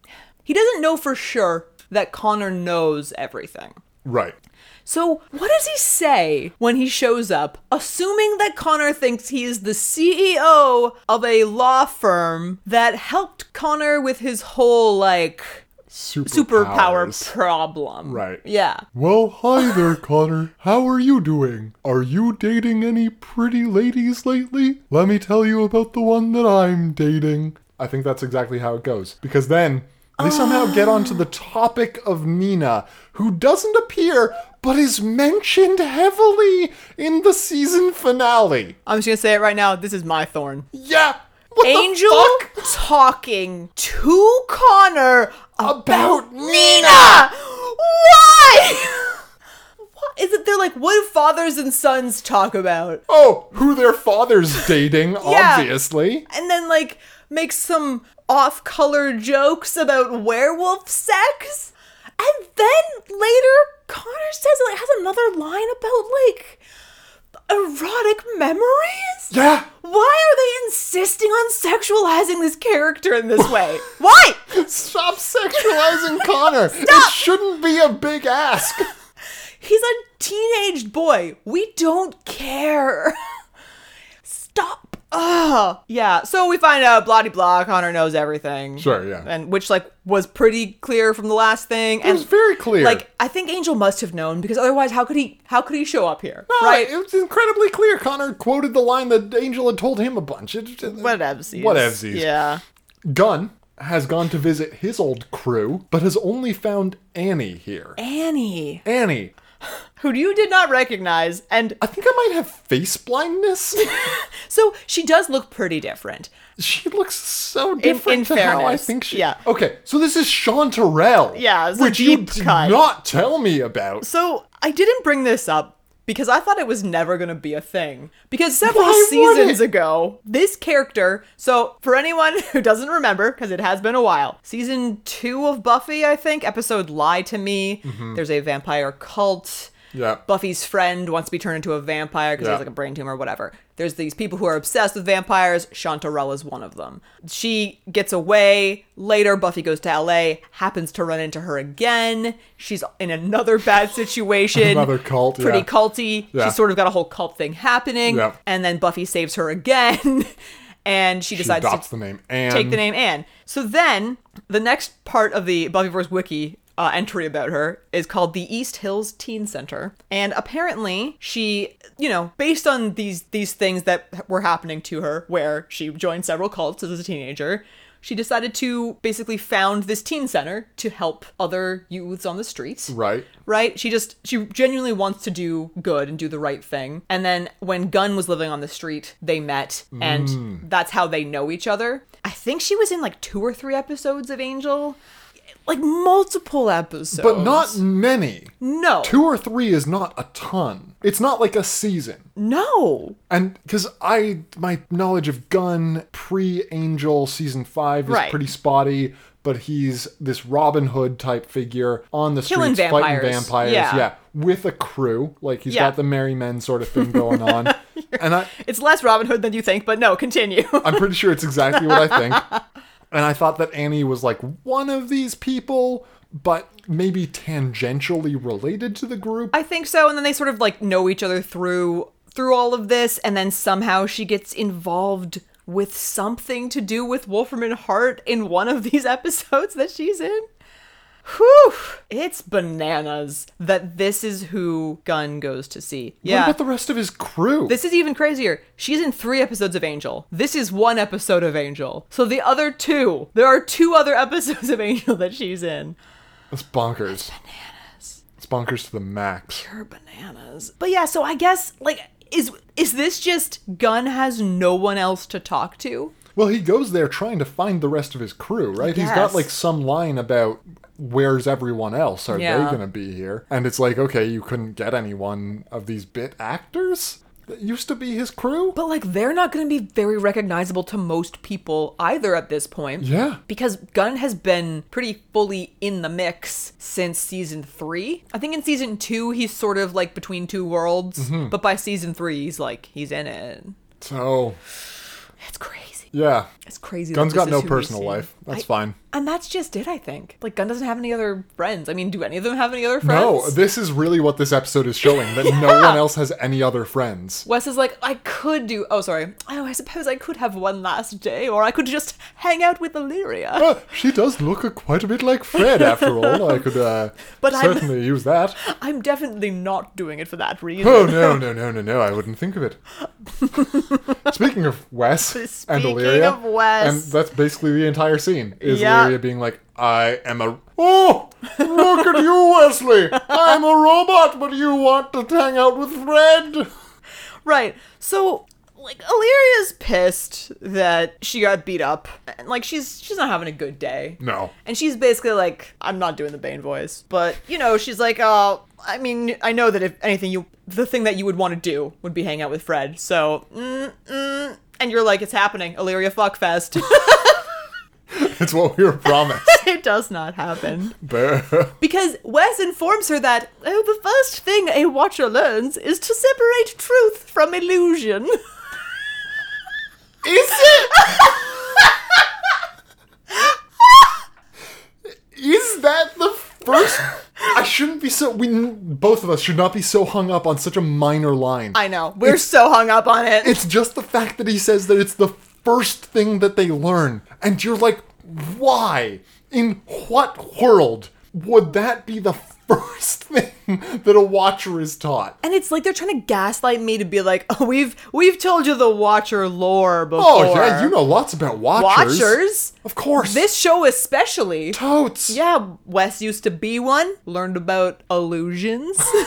[SPEAKER 1] he doesn't know for sure that Connor knows everything.
[SPEAKER 2] Right.
[SPEAKER 1] So, what does he say when he shows up, assuming that Connor thinks he is the E CEO of a law firm that helped Connor with his whole like superpower
[SPEAKER 2] superpowers.
[SPEAKER 1] problem.
[SPEAKER 2] Right.
[SPEAKER 1] Yeah.
[SPEAKER 2] Well, hi there, Connor. How are you doing? Are you dating any pretty ladies lately? Let me tell you about the one that I'm dating. I think that's exactly how it goes. Because then they somehow
[SPEAKER 1] Ah.
[SPEAKER 2] get onto the topic of Nina, who doesn't appear but is mentioned heavily in the season finale.
[SPEAKER 1] I'm just gonna say it right now. This is my thorn.
[SPEAKER 2] Yeah! What the
[SPEAKER 1] Angel
[SPEAKER 2] fuck?
[SPEAKER 1] talking to Connor about
[SPEAKER 2] About
[SPEAKER 1] Nina. Why? What is it? They're like, what do fathers and sons talk about?
[SPEAKER 2] Oh, who their father's dating,
[SPEAKER 1] Yeah.
[SPEAKER 2] obviously.
[SPEAKER 1] And then like make some off-color jokes about werewolf sex. And then later, Connor says like has another line about like erotic memories.
[SPEAKER 2] Yeah!
[SPEAKER 1] Why are they insisting on sexualizing this character in this way? Why?
[SPEAKER 2] Stop sexualizing Connor. It shouldn't be a big ask.
[SPEAKER 1] He's a teenage boy. We don't care. Stop. Ugh. Yeah. So we find out blah de blah. Connor knows everything.
[SPEAKER 2] Sure, yeah.
[SPEAKER 1] And which like was pretty clear from the last thing.
[SPEAKER 2] It
[SPEAKER 1] and
[SPEAKER 2] was very clear.
[SPEAKER 1] like I think Angel must have known because otherwise how could he how could he show up here?
[SPEAKER 2] Ah,
[SPEAKER 1] right.
[SPEAKER 2] It was incredibly clear. Connor quoted the line that Angel had told him a bunch. It, it-
[SPEAKER 1] Whatevsies.
[SPEAKER 2] Whatevsies.
[SPEAKER 1] Yeah.
[SPEAKER 2] Gunn has gone to visit his old crew, but has only found Annie here.
[SPEAKER 1] Annie,
[SPEAKER 2] Annie.
[SPEAKER 1] who you did not recognize, and
[SPEAKER 2] I think I might have face blindness.
[SPEAKER 1] so she does look pretty different.
[SPEAKER 2] she looks so different
[SPEAKER 1] in
[SPEAKER 2] to how I
[SPEAKER 1] fairness,
[SPEAKER 2] think she.
[SPEAKER 1] yeah.
[SPEAKER 2] Okay, so this is Sean Terrell.
[SPEAKER 1] Yeah, it's a
[SPEAKER 2] which you
[SPEAKER 1] deep
[SPEAKER 2] did
[SPEAKER 1] cut.
[SPEAKER 2] not tell me about.
[SPEAKER 1] So I didn't bring this up because I thought it was never going to be a thing. Because several
[SPEAKER 2] Why would
[SPEAKER 1] seasons
[SPEAKER 2] it?
[SPEAKER 1] ago, this character. So for anyone who doesn't remember, because it has been a while, season two of Buffy, I think, episode "Lie to Me."
[SPEAKER 2] Mm-hmm.
[SPEAKER 1] There's a vampire cult.
[SPEAKER 2] Yeah.
[SPEAKER 1] Buffy's friend wants to be turned into a vampire because he
[SPEAKER 2] Yeah.
[SPEAKER 1] has like a brain tumor or whatever. There's these people who are obsessed with vampires. Chantarelle is one of them. She gets away. Later, Buffy goes to LA, happens to run into her again. She's in another bad situation.
[SPEAKER 2] Another cult,
[SPEAKER 1] Pretty
[SPEAKER 2] yeah.
[SPEAKER 1] culty.
[SPEAKER 2] Yeah.
[SPEAKER 1] She's sort of got a whole cult thing happening.
[SPEAKER 2] Yeah.
[SPEAKER 1] And then Buffy saves her again. and she
[SPEAKER 2] She
[SPEAKER 1] decides to
[SPEAKER 2] adopts the name Anne.
[SPEAKER 1] take the name Anne. So then the next part of the Buffyverse wiki uh, entry about her is called the East Hills Teen Center, and apparently she, you know, based on these these things that were happening to her, where she joined several cults as a teenager. She decided to basically found this teen center to help other youths on the streets
[SPEAKER 2] Right.
[SPEAKER 1] right? She just she genuinely wants to do good and do the right thing. And then when Gunn was living on the street, they met and
[SPEAKER 2] Mm.
[SPEAKER 1] that's how they know each other. I think she was in like two or three episodes of Angel. Like multiple episodes.
[SPEAKER 2] But not many.
[SPEAKER 1] No.
[SPEAKER 2] Two or three is not a ton. It's not like a season.
[SPEAKER 1] No.
[SPEAKER 2] And because I, my knowledge of Gunn pre Angel season five is
[SPEAKER 1] Right.
[SPEAKER 2] pretty spotty, but he's this Robin Hood type figure on the
[SPEAKER 1] Killing
[SPEAKER 2] streets fighting
[SPEAKER 1] vampires.
[SPEAKER 2] vampires.
[SPEAKER 1] Yeah.
[SPEAKER 2] With a crew. Like he's
[SPEAKER 1] Yeah.
[SPEAKER 2] got the merry men sort of thing going on. and I,
[SPEAKER 1] It's less Robin Hood than you think, but no, continue.
[SPEAKER 2] I'm pretty sure it's exactly what I think. And I thought that Annie was like one of these people, but maybe tangentially related to the group.
[SPEAKER 1] I think so. And then they sort of like know each other through through all of this, and then somehow she gets involved with something to do with Wolfram and Hart in one of these episodes that she's in. Whew! It's bananas that this is who Gunn goes to see.
[SPEAKER 2] What
[SPEAKER 1] Yeah.
[SPEAKER 2] about the rest of his crew?
[SPEAKER 1] This is even crazier. She's in three episodes of Angel. This is one episode of Angel. So the other two, there are two other episodes of Angel that she's in.
[SPEAKER 2] It's bonkers. bananas. It's bonkers to the max.
[SPEAKER 1] her bananas. But yeah, so I guess like is is this just Gunn has no one else to talk to?
[SPEAKER 2] Well, he goes there trying to find the rest of his crew, right? He's
[SPEAKER 1] Yes.
[SPEAKER 2] got like some line about where's everyone else? Are
[SPEAKER 1] Yeah.
[SPEAKER 2] they going to be here? And it's like, okay, you couldn't get anyone of these bit actors that used to be his crew?
[SPEAKER 1] But like they're not going to be very recognizable to most people either at this point.
[SPEAKER 2] Yeah.
[SPEAKER 1] Because Gunn has been pretty fully in the mix since season 3. I think in season 2 he's sort of like between two worlds,
[SPEAKER 2] Mm-hmm.
[SPEAKER 1] but by season 3 he's like he's in it.
[SPEAKER 2] So,
[SPEAKER 1] It's crazy.
[SPEAKER 2] yeah.
[SPEAKER 1] It's crazy. that
[SPEAKER 2] Gun's
[SPEAKER 1] this
[SPEAKER 2] got
[SPEAKER 1] is
[SPEAKER 2] no
[SPEAKER 1] who we
[SPEAKER 2] personal
[SPEAKER 1] see.
[SPEAKER 2] life. That's
[SPEAKER 1] I-
[SPEAKER 2] fine.
[SPEAKER 1] And that's just it, I think. Like, Gun doesn't have any other friends. I mean, do any of them have any other friends?
[SPEAKER 2] No, this is really what this episode is showing that no one else has any other friends.
[SPEAKER 1] Wes is like, I could do. Oh, sorry. Oh, I suppose I could have one last day, or I could just hang out with Illyria.
[SPEAKER 2] Uh, she does look a, quite a bit like Fred, after all. I could uh,
[SPEAKER 1] But I'm-
[SPEAKER 2] certainly use that.
[SPEAKER 1] I'm definitely not doing it for that reason.
[SPEAKER 2] Oh, no, no, no, no, no. I wouldn't think of it. Speaking of Wes and
[SPEAKER 1] Speaking
[SPEAKER 2] Illyria.
[SPEAKER 1] of Wes.
[SPEAKER 2] And that's basically the entire scene is
[SPEAKER 1] Yeah.
[SPEAKER 2] Illyria being like, I am a. Oh, look at you, Wesley. I'm a robot, but you want to hang out with Fred.
[SPEAKER 1] Right. So like Illyria's pissed that she got beat up. And like she's she's not having a good day.
[SPEAKER 2] No.
[SPEAKER 1] And she's basically like, I'm not doing the Bane voice. But, you know, she's like, uh, I mean, I know that if anything you the thing that you would want to do would be hang out with Fred. So mm, mm. and you're like, it's happening, Illyria fuckfest.
[SPEAKER 2] It's what we were promised.
[SPEAKER 1] it does not happen.
[SPEAKER 2] Boo.
[SPEAKER 1] Because Wes informs her that, oh, the first thing a watcher learns is to separate truth from illusion.
[SPEAKER 2] Is it? Is that the first? I shouldn't be so. We both of us should not be so hung up on such a minor line.
[SPEAKER 1] I know. We're so hung up on it.
[SPEAKER 2] It's just the fact that he says that it's the first thing that they learn, and you're like, why? In what world would that be the first thing that a watcher is taught?
[SPEAKER 1] And it's like they're trying to gaslight me to be like, "Oh, we've we've told you the Watcher lore before."
[SPEAKER 2] Oh yeah, you know lots about watchers.
[SPEAKER 1] Watchers.
[SPEAKER 2] of course.
[SPEAKER 1] This show especially.
[SPEAKER 2] totes.
[SPEAKER 1] Yeah, Wes used to be one. Learned about illusions. mm.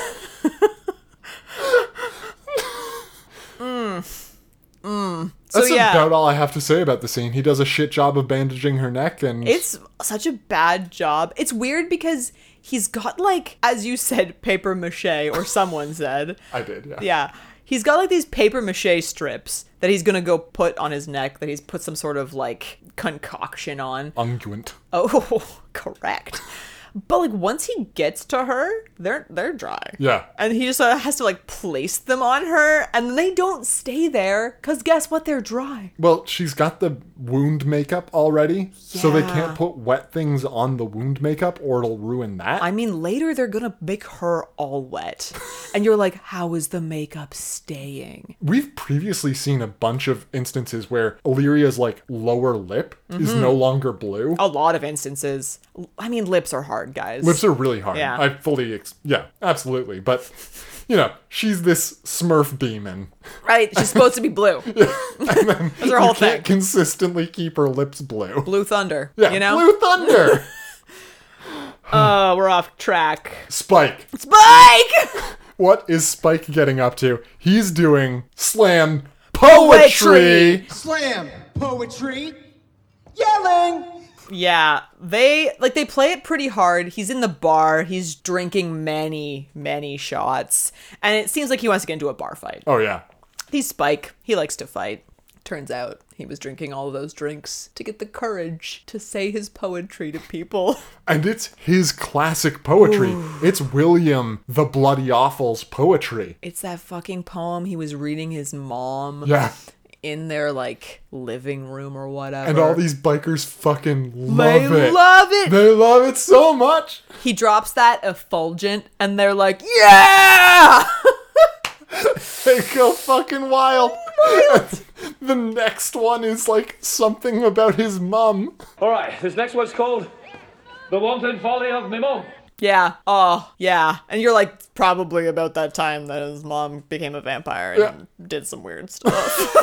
[SPEAKER 1] Mm. So
[SPEAKER 2] That's
[SPEAKER 1] yeah,
[SPEAKER 2] about all I have to say about the scene. He does a shit job of bandaging her neck, and
[SPEAKER 1] it's such a bad job. It's weird because he's got like, as you said, paper mache, or someone said.
[SPEAKER 2] I did, yeah.
[SPEAKER 1] Yeah. He's got like these paper mache strips that he's gonna go put on his neck that he's put some sort of like concoction on.
[SPEAKER 2] unguent.
[SPEAKER 1] Oh, correct. But like once he gets to her, they're they're dry.
[SPEAKER 2] Yeah,
[SPEAKER 1] And he just uh, has to like place them on her and they don't stay there cuz guess what? They're dry.
[SPEAKER 2] well, she's got the wound makeup already, so they
[SPEAKER 1] Yeah.
[SPEAKER 2] can't put wet things on the wound makeup, or it'll ruin that.
[SPEAKER 1] I mean, later they're gonna make her all wet. And you're like, how is the makeup staying?
[SPEAKER 2] We've previously seen a bunch of instances where Illyria's like lower lip is
[SPEAKER 1] Mm-hmm.
[SPEAKER 2] no longer blue.
[SPEAKER 1] A lot of instances. I mean, lips are hard, guys.
[SPEAKER 2] Lips are really hard.
[SPEAKER 1] Yeah.
[SPEAKER 2] I fully, ex- yeah, absolutely. But you know, she's this Smurf demon.
[SPEAKER 1] Right, she's supposed to be blue. That's her
[SPEAKER 2] You
[SPEAKER 1] whole
[SPEAKER 2] can't
[SPEAKER 1] thing.
[SPEAKER 2] consistently keep her lips blue.
[SPEAKER 1] Blue Thunder.
[SPEAKER 2] Yeah,
[SPEAKER 1] you know?
[SPEAKER 2] blue thunder.
[SPEAKER 1] Oh, we're off track.
[SPEAKER 2] Spike.
[SPEAKER 1] Spike!
[SPEAKER 2] What is Spike getting up to? He's doing slam poetry.
[SPEAKER 5] slam, poetry, yelling.
[SPEAKER 1] yeah, they like they play it pretty hard. He's in the bar, he's drinking many, many shots, and it seems like he wants to get into a bar fight.
[SPEAKER 2] Oh yeah.
[SPEAKER 1] He's Spike, he likes to fight. Turns out he was drinking all of those drinks to get the courage to say his poetry to people.
[SPEAKER 2] And it's his classic poetry. It's William the Bloody Awful's poetry.
[SPEAKER 1] It's that fucking poem he was reading his mom
[SPEAKER 2] Yeah.
[SPEAKER 1] in their like living room or whatever.
[SPEAKER 2] And all these bikers fucking
[SPEAKER 1] They
[SPEAKER 2] love it.
[SPEAKER 1] love it.
[SPEAKER 2] They love it so much.
[SPEAKER 1] He drops that effulgent, and they're like, "Yeah!"
[SPEAKER 2] They go fucking wild. the next one is like something about his mum.
[SPEAKER 4] All right, this next one's called The Wanton Folly of Mimo.
[SPEAKER 1] yeah. Oh, yeah. And you're like, "It's probably about that time that his mom became a vampire and did some weird stuff,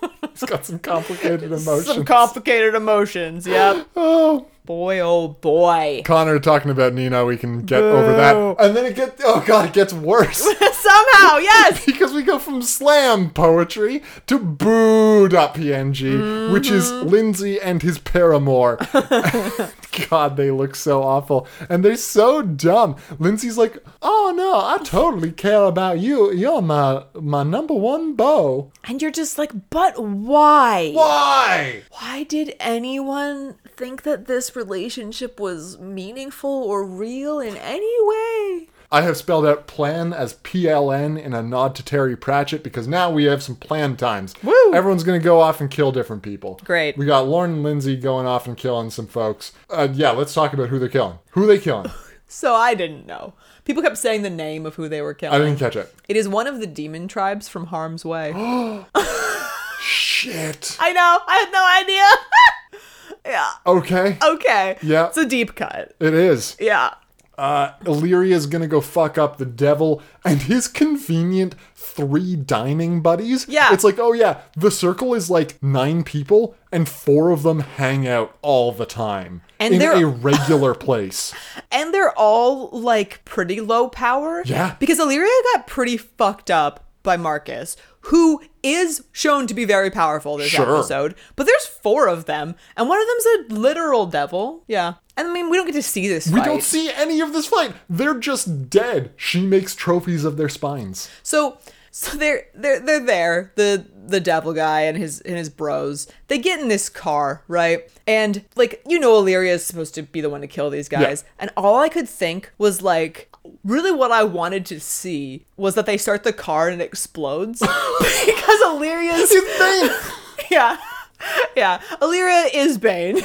[SPEAKER 2] He's got some complicated emotions.
[SPEAKER 1] some complicated emotions. Yep.
[SPEAKER 2] oh.
[SPEAKER 1] Boy, oh boy.
[SPEAKER 2] Connor talking about Nina, we can get over
[SPEAKER 1] Boo.
[SPEAKER 2] that. And then it gets oh god, it gets worse.
[SPEAKER 1] Somehow, yes.
[SPEAKER 2] because we go from slam poetry to boo.png, which is Lindsay and his paramour. God, they look so awful. And they're so dumb. Lindsay's like, oh no, I totally care about you. You're my my number one beau.
[SPEAKER 1] And you're just like, but why?
[SPEAKER 2] Why?
[SPEAKER 1] Why did anyone think that this relationship was meaningful or real in any way?
[SPEAKER 2] I have spelled out plan as PLN in a nod to Terry Pratchett because now we have some plan times.
[SPEAKER 1] Woo!
[SPEAKER 2] Everyone's going to go off and kill different people.
[SPEAKER 1] Great.
[SPEAKER 2] We got Lauren and Lindsay going off and killing some folks. Uh, yeah, let's talk about who they're killing. Who they killing?
[SPEAKER 1] So I didn't know. People kept saying the name of who they were
[SPEAKER 2] I
[SPEAKER 1] killing.
[SPEAKER 2] didn't catch it.
[SPEAKER 1] It is one of the demon tribes from Harm's Way.
[SPEAKER 2] Shit.
[SPEAKER 1] I know. I had no idea. yeah.
[SPEAKER 2] Okay.
[SPEAKER 1] Okay.
[SPEAKER 2] Yeah.
[SPEAKER 1] It's a deep cut.
[SPEAKER 2] It is.
[SPEAKER 1] Yeah.
[SPEAKER 2] Uh, Illyria's gonna go fuck up the devil and his convenient three dining buddies.
[SPEAKER 1] Yeah.
[SPEAKER 2] It's like, oh yeah, the circle is like nine people and four of them hang out all the time
[SPEAKER 1] And
[SPEAKER 2] in
[SPEAKER 1] they're-
[SPEAKER 2] a regular place.
[SPEAKER 1] And they're all like pretty low power.
[SPEAKER 2] Yeah.
[SPEAKER 1] Because Illyria got pretty fucked up by Marcus, who is shown to be very powerful this
[SPEAKER 2] Sure.
[SPEAKER 1] episode. But there's four of them, and one of them's a literal devil. Yeah. And I mean, we don't get to see this
[SPEAKER 2] We
[SPEAKER 1] fight.
[SPEAKER 2] don't see any of this fight. They're just dead. She makes trophies of their spines.
[SPEAKER 1] So so they're they're they're there. The the devil guy and his and his bros. They get in this car, right? And like you know, Illyria is supposed to be the one to kill these guys. And all I could think was like, really, what I wanted to see was that they start the car and it explodes because Illyria's
[SPEAKER 2] It's Bane.
[SPEAKER 1] yeah yeah Illyria is Bane.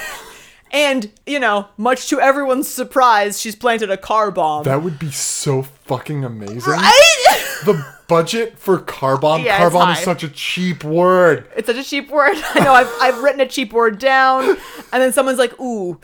[SPEAKER 1] And, you know, much to everyone's surprise, she's planted a car bomb.
[SPEAKER 2] that would be so fucking amazing.
[SPEAKER 1] Right?
[SPEAKER 2] The budget for car bomb.
[SPEAKER 1] Yeah,
[SPEAKER 2] car
[SPEAKER 1] it's
[SPEAKER 2] bomb is
[SPEAKER 1] high.
[SPEAKER 2] such a cheap word.
[SPEAKER 1] It's such a cheap word. I know I've, I've written a cheap word down, and then someone's like, ooh,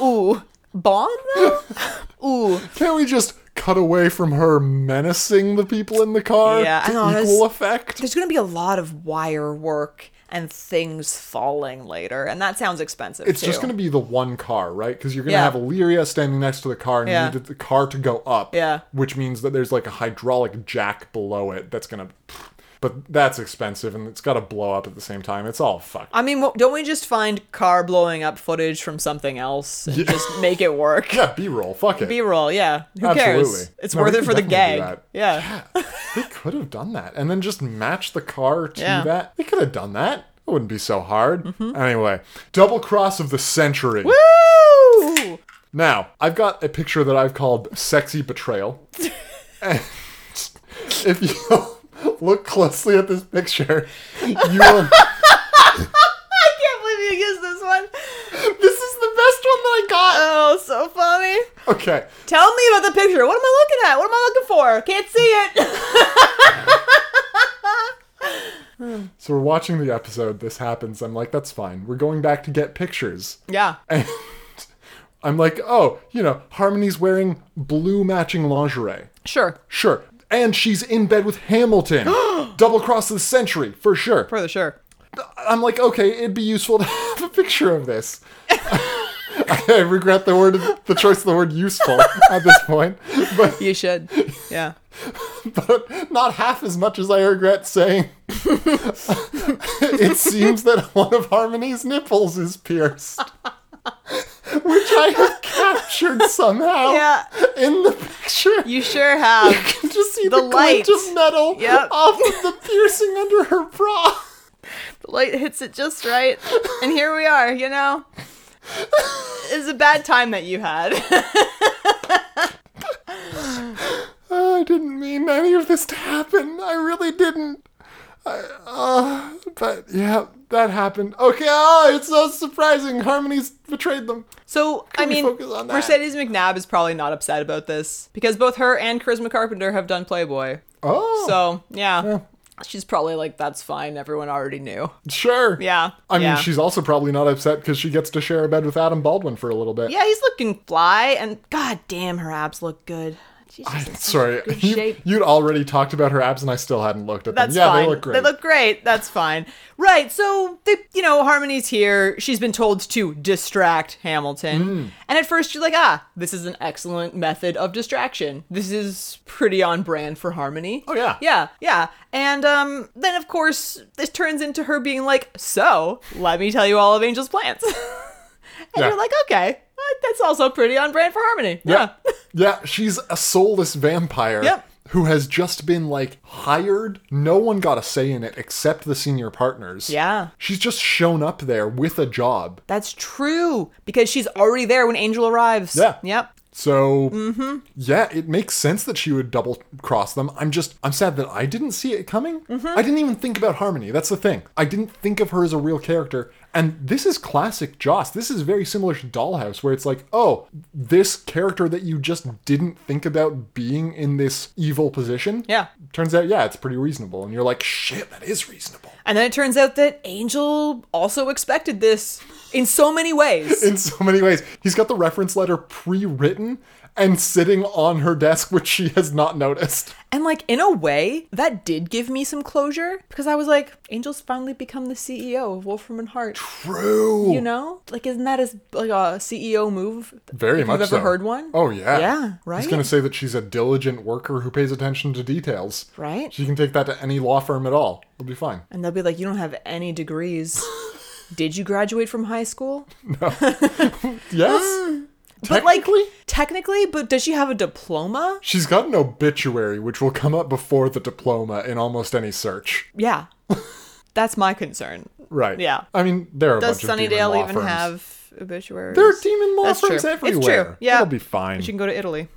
[SPEAKER 1] ooh, bomb though? Ooh.
[SPEAKER 2] Can't we just cut away from her menacing the people in the car
[SPEAKER 1] Yeah, I
[SPEAKER 2] to
[SPEAKER 1] know,
[SPEAKER 2] equal
[SPEAKER 1] that's-
[SPEAKER 2] effect?
[SPEAKER 1] There's gonna be a lot of wire work and things falling later, and that sounds expensive
[SPEAKER 2] It's
[SPEAKER 1] too.
[SPEAKER 2] just going to be the one car, right? Because you're going to
[SPEAKER 1] Yeah.
[SPEAKER 2] have Illyria standing next to the car and
[SPEAKER 1] Yeah.
[SPEAKER 2] you need the car to go up.
[SPEAKER 1] Yeah.
[SPEAKER 2] Which means that there's like a hydraulic jack below it that's going to. But that's expensive and it's got to blow up at the same time. It's all fucked.
[SPEAKER 1] I mean, wh- don't we just find car blowing up footage from something else and just make it work?
[SPEAKER 2] yeah, B roll. Fuck it.
[SPEAKER 1] B roll, yeah. Who
[SPEAKER 2] Absolutely.
[SPEAKER 1] cares? It's
[SPEAKER 2] No, we
[SPEAKER 1] worth it
[SPEAKER 2] could
[SPEAKER 1] for the
[SPEAKER 2] definitely
[SPEAKER 1] gag.
[SPEAKER 2] do that.
[SPEAKER 1] Yeah.
[SPEAKER 2] Yeah, they could have done that and then just match the car to
[SPEAKER 1] Yeah. Mm-hmm.
[SPEAKER 2] that. They could have done that. It wouldn't be so hard. Anyway, double cross of the century.
[SPEAKER 1] Woo!
[SPEAKER 2] Now, I've got a picture that I've called Sexy Betrayal. and if you look closely at this picture, you will.
[SPEAKER 1] I can't believe you used this one.
[SPEAKER 2] this is the best one that I got!
[SPEAKER 1] Oh, so funny.
[SPEAKER 2] Okay.
[SPEAKER 1] Tell me about the picture. What am I looking at? What am I looking for? Can't see it.
[SPEAKER 2] So we're watching the episode, this happens. I'm like, that's fine. We're going back to get pictures.
[SPEAKER 1] Yeah.
[SPEAKER 2] And I'm like, oh, you know, Harmony's wearing blue matching lingerie.
[SPEAKER 1] Sure.
[SPEAKER 2] Sure. And she's in bed with Hamilton. Double cross of the century, for sure.
[SPEAKER 1] For the sure.
[SPEAKER 2] I'm like, okay, it'd be useful to have a picture of this. I regret the word, the choice of the word "useful" at this point, but
[SPEAKER 1] You should. Yeah.
[SPEAKER 2] but not half as much as I regret saying. it seems that one of Harmony's nipples is pierced, which I have captured somehow
[SPEAKER 1] Yeah.
[SPEAKER 2] in the picture.
[SPEAKER 1] You sure have.
[SPEAKER 2] can just see
[SPEAKER 1] The
[SPEAKER 2] the, glint
[SPEAKER 1] lights.
[SPEAKER 2] of metal
[SPEAKER 1] Yep.
[SPEAKER 2] off of the piercing under her bra.
[SPEAKER 1] The light hits it just right. And here we are, you know? It's a bad time that you had.
[SPEAKER 2] Oh, I didn't mean any of this to happen. I really didn't. I, uh, but yeah, that happened. Okay, oh, it's so surprising. Harmony's betrayed them.
[SPEAKER 1] So, I
[SPEAKER 2] we
[SPEAKER 1] mean,
[SPEAKER 2] focus on that?
[SPEAKER 1] Mercedes McNabb is probably not upset about this because both her and Charisma Carpenter have done Playboy.
[SPEAKER 2] Oh,
[SPEAKER 1] So, yeah. She's probably like, that's fine. Everyone already knew.
[SPEAKER 2] sure.
[SPEAKER 1] Yeah.
[SPEAKER 2] I mean,
[SPEAKER 1] yeah.
[SPEAKER 2] she's also probably not upset because she gets to share a bed with Adam Baldwin for a little bit.
[SPEAKER 1] Yeah, he's looking fly, and god damn, her abs look good. She's just in such
[SPEAKER 2] Sorry,
[SPEAKER 1] good
[SPEAKER 2] you,
[SPEAKER 1] shape.
[SPEAKER 2] would already talked about her abs, and I still hadn't looked at
[SPEAKER 1] That's
[SPEAKER 2] them. Yeah,
[SPEAKER 1] fine.
[SPEAKER 2] they look great.
[SPEAKER 1] great. That's fine. Right. So they, you know, Harmony's here. She's been told to distract Hamilton,
[SPEAKER 2] Hmm.
[SPEAKER 1] and at first you're like, ah, this is an excellent method of distraction. This is pretty on brand for Harmony.
[SPEAKER 2] Oh, yeah.
[SPEAKER 1] Yeah. Yeah. And um, then of course this turns into her being like, so let me tell you all of Angel's plans, and
[SPEAKER 2] Yeah.
[SPEAKER 1] you're like, okay. uh, That's also pretty on brand for Harmony. yeah.
[SPEAKER 2] Yeah, she's a soulless vampire
[SPEAKER 1] Yep.
[SPEAKER 2] who has just been like hired. No one got a say in it except the senior partners.
[SPEAKER 1] Yeah.
[SPEAKER 2] She's just shown up there with a job.
[SPEAKER 1] That's true because she's already there when Angel arrives.
[SPEAKER 2] Yeah.
[SPEAKER 1] Yep.
[SPEAKER 2] So yeah, it makes sense that she would double cross them. I'm just I'm sad that I didn't see it coming. I didn't even think about Harmony. That's the thing. I didn't think of her as a real character. And this is classic Joss. This is very similar to Dollhouse, where it's like, oh, this character that you just didn't think about being in this evil position.
[SPEAKER 6] Yeah.
[SPEAKER 2] Turns out, yeah, it's pretty reasonable. And you're like, shit, that is reasonable.
[SPEAKER 6] And then it turns out that Angel also expected this in so many ways.
[SPEAKER 2] in so many ways. He's got the reference letter pre written and sitting on her desk, which she has not noticed.
[SPEAKER 6] And like in a way, that did give me some closure because I was like, Angel's finally become the CEO of Wolfram and Hart.
[SPEAKER 2] True.
[SPEAKER 6] You know? Like isn't that as like a CEO move?
[SPEAKER 2] Very
[SPEAKER 6] if
[SPEAKER 2] much
[SPEAKER 6] You've
[SPEAKER 2] so.
[SPEAKER 6] ever heard one?
[SPEAKER 2] Oh, yeah.
[SPEAKER 6] Yeah, right?
[SPEAKER 2] He's going to say that she's a diligent worker who pays attention to details.
[SPEAKER 6] Right?
[SPEAKER 2] She can take that to any law firm at all. It'll be fine.
[SPEAKER 6] And they'll be like, You don't have any degrees. Did you graduate from high school?
[SPEAKER 2] Yes?
[SPEAKER 6] But like
[SPEAKER 2] Technically?
[SPEAKER 6] technically, but does she have a diploma?
[SPEAKER 2] She's got an obituary, which will come up before the diploma in almost any search.
[SPEAKER 6] Yeah. That's my concern.
[SPEAKER 2] Right.
[SPEAKER 6] Yeah.
[SPEAKER 2] I mean, there are a
[SPEAKER 6] Does
[SPEAKER 2] bunch of demon
[SPEAKER 6] Sunnydale
[SPEAKER 2] law
[SPEAKER 6] even
[SPEAKER 2] firms.
[SPEAKER 6] have obituaries?
[SPEAKER 2] There are demon law
[SPEAKER 6] That's true.
[SPEAKER 2] firms everywhere.
[SPEAKER 6] It's true. Yeah.
[SPEAKER 2] It'll be fine.
[SPEAKER 6] But you can go to Italy.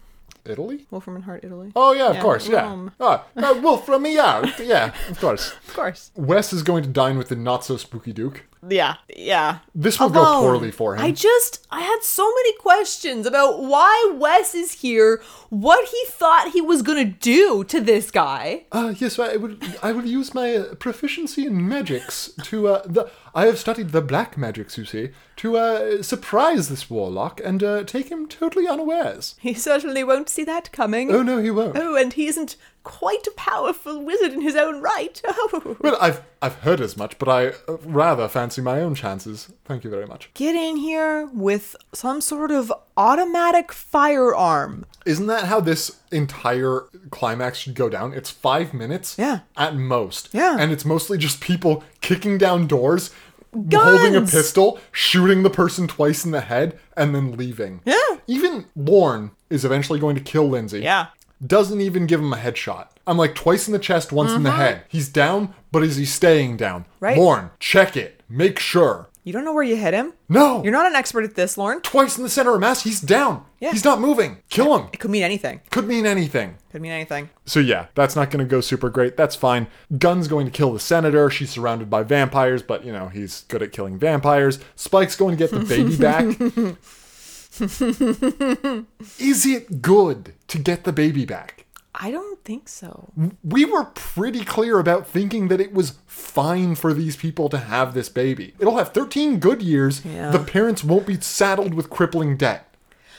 [SPEAKER 2] Italy?
[SPEAKER 6] Wolfram and Hart, Italy.
[SPEAKER 2] Oh yeah, of course,
[SPEAKER 6] Rome.
[SPEAKER 2] yeah. Oh, uh, Wolf from me out. Yeah, of course.
[SPEAKER 6] Of course.
[SPEAKER 2] Wes is going to dine with the not so spooky Duke.
[SPEAKER 6] Yeah. Yeah.
[SPEAKER 2] This will go
[SPEAKER 6] Alone.
[SPEAKER 2] poorly for him.
[SPEAKER 6] I just I had so many questions about why Wes is here, what he thought he was gonna do to this guy.
[SPEAKER 2] uh, yes, I would. I would use my uh, proficiency in magics to. Uh, the, I have studied the black magics, you see, to uh, surprise this warlock and uh, take him totally unawares.
[SPEAKER 6] He certainly won't see that coming.
[SPEAKER 2] Oh no, he won't.
[SPEAKER 6] Oh, and he isn't quite a powerful wizard in his own right. Oh.
[SPEAKER 2] Well, I've I've heard as much, but I uh, rather fancy my own chances. Thank you very much.
[SPEAKER 6] Get in here with some sort of automatic firearm.
[SPEAKER 2] Isn't that how this entire climax should go down? It's five minutes
[SPEAKER 6] Yeah.
[SPEAKER 2] at most.
[SPEAKER 6] Yeah.
[SPEAKER 2] And it's mostly just people kicking down doors, holding a
[SPEAKER 6] Guns!
[SPEAKER 2] pistol, shooting the person twice in the head, and then leaving. Yeah. Even Lorne is eventually going to kill Lindsay.
[SPEAKER 6] Yeah.
[SPEAKER 2] Doesn't even give him a headshot. I'm like twice in the chest, once in the head. He's down, but is he staying down?
[SPEAKER 6] Mm-hmm. Right.
[SPEAKER 2] Lorne, check it. Make sure.
[SPEAKER 6] You don't know where you hit him?
[SPEAKER 2] No.
[SPEAKER 6] You're not an expert at this, Lauren.
[SPEAKER 2] twice in the center of mass. He's down.
[SPEAKER 6] Yeah.
[SPEAKER 2] He's not moving. Kill him.
[SPEAKER 6] It could mean anything.
[SPEAKER 2] Could mean anything.
[SPEAKER 6] Could mean anything.
[SPEAKER 2] So yeah, that's not going to go super great. That's fine. Gun's going to kill the senator. She's surrounded by vampires, but you know, he's good at killing vampires. Spike's going to get the baby back. Is it good to get the baby back?
[SPEAKER 6] I don't think so.
[SPEAKER 2] We were pretty clear about thinking that it was fine for these people to have this baby. It'll have 13 good years.
[SPEAKER 6] Yeah.
[SPEAKER 2] The parents won't be saddled with crippling debt.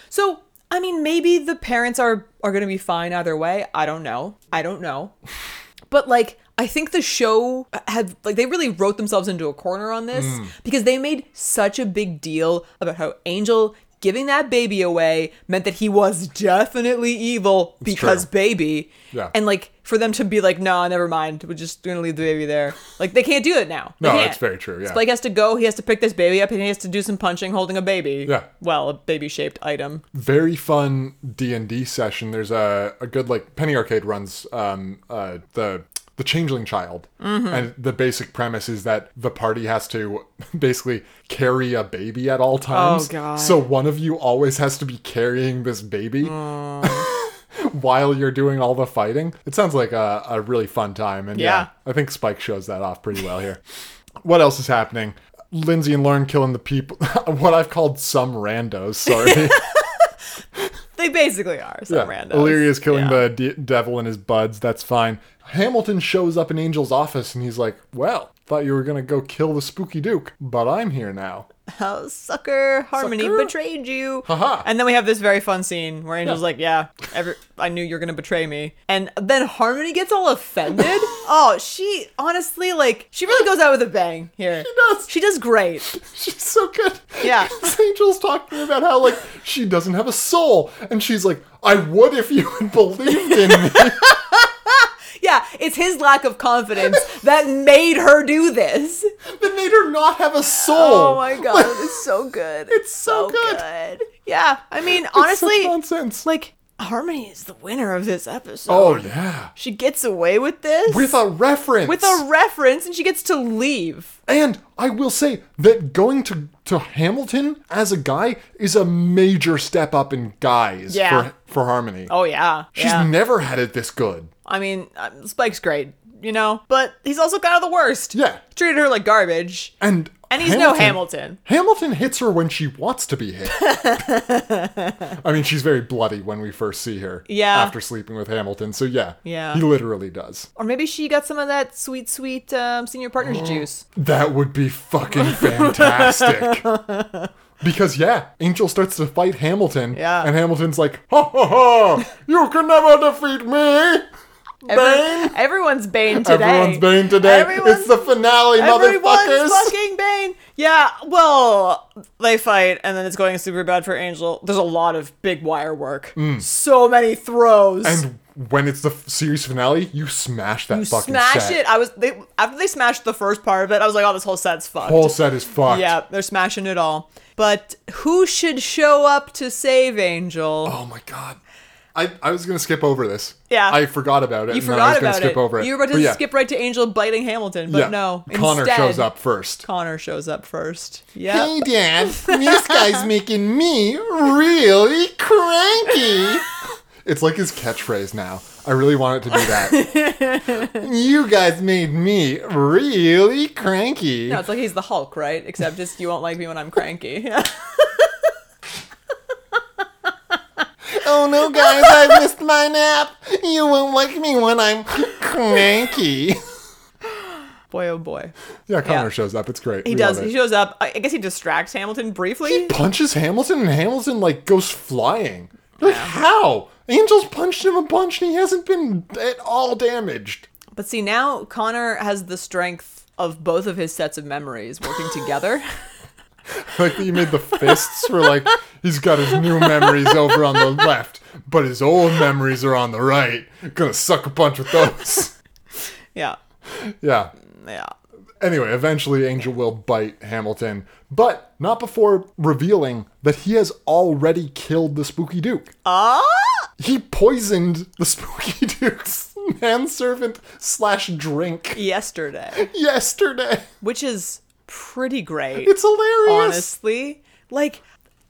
[SPEAKER 6] So, I mean, maybe the parents are are going to be fine either way. I don't know. I don't know. But like I think the show had like they really wrote themselves into a corner on this
[SPEAKER 2] Hmm.
[SPEAKER 6] because they made such a big deal about how Angel giving that baby away meant that he was definitely evil because
[SPEAKER 2] true.
[SPEAKER 6] baby.
[SPEAKER 2] Yeah.
[SPEAKER 6] And like for them to be like, no, never mind. We're just gonna leave the baby there. Like they can't do it now. They
[SPEAKER 2] No,
[SPEAKER 6] can't.
[SPEAKER 2] it's very true, yeah.
[SPEAKER 6] Spike has to go. He has to pick this baby up, and he has to do some punching holding a baby.
[SPEAKER 2] Yeah.
[SPEAKER 6] Well, a baby-shaped item.
[SPEAKER 2] very fun d&d session there's a, a good like penny arcade runs um, uh, the the changeling child and the basic premise is that the party has to basically carry a baby at all times
[SPEAKER 6] God.
[SPEAKER 2] so one of you always has to be carrying this baby while you're doing all the fighting it sounds like a, a really fun time and yeah.
[SPEAKER 6] Yeah.
[SPEAKER 2] i think spike shows that off pretty well here what else is happening lindsay and lauren killing the people what i've called some randos sorry
[SPEAKER 6] They basically are some random.
[SPEAKER 2] Illyria's killing the de- devil and his buds. That's fine. Hamilton shows up in Angel's office and he's like, Well, thought you were going to go kill the spooky Duke, but I'm here now.
[SPEAKER 6] oh, sucker Harmony
[SPEAKER 2] Sucker.
[SPEAKER 6] betrayed you.
[SPEAKER 2] Haha.
[SPEAKER 6] And then we have this very fun scene where Angel's
[SPEAKER 2] Yeah.
[SPEAKER 6] like, "Yeah, every, I knew you're gonna betray me." And then Harmony gets all offended. oh, she honestly like she really goes out with a bang here. She
[SPEAKER 2] does.
[SPEAKER 6] She does great.
[SPEAKER 2] She's so good.
[SPEAKER 6] Yeah.
[SPEAKER 2] 'Cause Angel's talking about how, like, she doesn't have a soul. And she's like, I would if you had believed in me.
[SPEAKER 6] Yeah, it's his lack of confidence that made her do this.
[SPEAKER 2] that made her not have a soul.
[SPEAKER 6] Oh my god, it's so good. It's
[SPEAKER 2] so good.
[SPEAKER 6] Yeah, I mean,
[SPEAKER 2] It's such
[SPEAKER 6] honestly,
[SPEAKER 2] nonsense.
[SPEAKER 6] like Harmony is the winner of this episode.
[SPEAKER 2] oh, yeah.
[SPEAKER 6] She gets away with this
[SPEAKER 2] With a reference.
[SPEAKER 6] with a reference, and she gets to leave.
[SPEAKER 2] And I will say that going to to Hamilton as a guy is a major step up in guys
[SPEAKER 6] Yeah.
[SPEAKER 2] for for Harmony.
[SPEAKER 6] Oh yeah.
[SPEAKER 2] She's
[SPEAKER 6] yeah.
[SPEAKER 2] never had it this good.
[SPEAKER 6] I mean, uh, Spike's great, you know, but he's also kind of the worst.
[SPEAKER 2] Yeah.
[SPEAKER 6] Treated her like garbage.
[SPEAKER 2] And
[SPEAKER 6] And he's no Hamilton.
[SPEAKER 2] Hamilton hits her when she wants to be hit. I mean, she's very bloody when we first see her.
[SPEAKER 6] Yeah.
[SPEAKER 2] After sleeping with Hamilton, so yeah.
[SPEAKER 6] Yeah.
[SPEAKER 2] He literally does.
[SPEAKER 6] Or maybe she got some of that sweet, sweet um, senior partners juice.
[SPEAKER 2] That would be fucking fantastic. because yeah, Angel starts to fight Hamilton.
[SPEAKER 6] Yeah.
[SPEAKER 2] And Hamilton's like, ha ha ha! You can never defeat me.
[SPEAKER 6] Every- everyone's Bane today.
[SPEAKER 2] Everyone's Bane today.
[SPEAKER 6] Everyone's,
[SPEAKER 2] it's the finale, motherfuckers.
[SPEAKER 6] everyone's fucking Bane. Yeah, well, they fight, and then it's going super bad for Angel. There's a lot of big wire work. So many throws.
[SPEAKER 2] Mm. and when it's the f- series finale, you smash that
[SPEAKER 6] you
[SPEAKER 2] fucking
[SPEAKER 6] smash
[SPEAKER 2] set.
[SPEAKER 6] it. I was they after they smashed the first part of it. I was like, oh, this whole set's fucked.
[SPEAKER 2] Whole set is fucked.
[SPEAKER 6] Yeah, they're smashing it all. But who should show up to save Angel?
[SPEAKER 2] Oh my god. I, I was gonna skip over this.
[SPEAKER 6] Yeah.
[SPEAKER 2] I forgot about it.
[SPEAKER 6] you
[SPEAKER 2] and then I was
[SPEAKER 6] forgot
[SPEAKER 2] gonna
[SPEAKER 6] about
[SPEAKER 2] skip
[SPEAKER 6] it.
[SPEAKER 2] over it.
[SPEAKER 6] You were about
[SPEAKER 2] But
[SPEAKER 6] to
[SPEAKER 2] yeah,
[SPEAKER 6] skip right to Angel biting Hamilton, but
[SPEAKER 2] yeah.
[SPEAKER 6] no.
[SPEAKER 2] Connor
[SPEAKER 6] instead,
[SPEAKER 2] shows up first.
[SPEAKER 6] Connor shows up first. Yeah.
[SPEAKER 2] Hey, Dad, this guy's making me really cranky. It's like his catchphrase now. I really want it to be that. you guys made me really cranky.
[SPEAKER 6] No, it's like he's the Hulk, right? Except just you won't like me when I'm cranky.
[SPEAKER 2] Oh no, guys, I missed my nap. You won't like me when I'm cranky.
[SPEAKER 6] boy, oh boy.
[SPEAKER 2] Yeah, Connor
[SPEAKER 6] Yeah.
[SPEAKER 2] shows up. It's great.
[SPEAKER 6] He does. He shows up. I I guess he distracts Hamilton briefly.
[SPEAKER 2] punches Hamilton, and Hamilton like goes flying. Like how? Angel's punched him a bunch, and he hasn't been at all damaged.
[SPEAKER 6] But see, now Connor has the strength of both of his sets of memories working together.
[SPEAKER 2] Like that you made the fists for like he's got his new memories over on the left, but his old memories are on the right. Gonna suck a bunch with those.
[SPEAKER 6] yeah.
[SPEAKER 2] Yeah.
[SPEAKER 6] Yeah.
[SPEAKER 2] Anyway, eventually Angel will bite Hamilton, but not before revealing that he has already killed the Spooky Duke.
[SPEAKER 6] Ah!
[SPEAKER 2] He poisoned the Spooky Duke's manservant slash drink.
[SPEAKER 6] Yesterday.
[SPEAKER 2] yesterday.
[SPEAKER 6] Which is pretty great.
[SPEAKER 2] It's hilarious.
[SPEAKER 6] honestly. Like,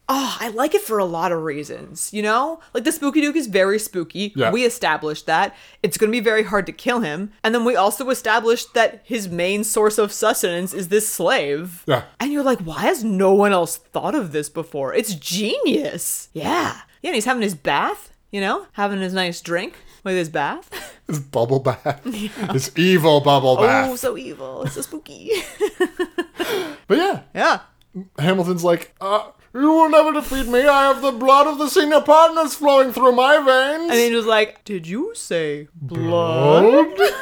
[SPEAKER 6] oh, I like it for a lot of reasons, you know? Like, the Spooky Duke is very spooky.
[SPEAKER 2] Yeah.
[SPEAKER 6] We established that. It's going to be very hard to kill him. And then we also established that his main source of sustenance is this slave.
[SPEAKER 2] Yeah.
[SPEAKER 6] And you're like, why has no one else thought of this before? It's genius. Yeah. Yeah, and he's having his bath, you know? Having his nice drink with his bath.
[SPEAKER 2] His bubble bath. His evil bubble
[SPEAKER 6] oh,
[SPEAKER 2] bath.
[SPEAKER 6] so evil. It's so spooky.
[SPEAKER 2] But yeah,
[SPEAKER 6] yeah.
[SPEAKER 2] Hamilton's like, uh, you will never defeat me. I have the blood of the senior partners flowing through my veins.
[SPEAKER 6] And then he was like, did you say blood?
[SPEAKER 2] Blood?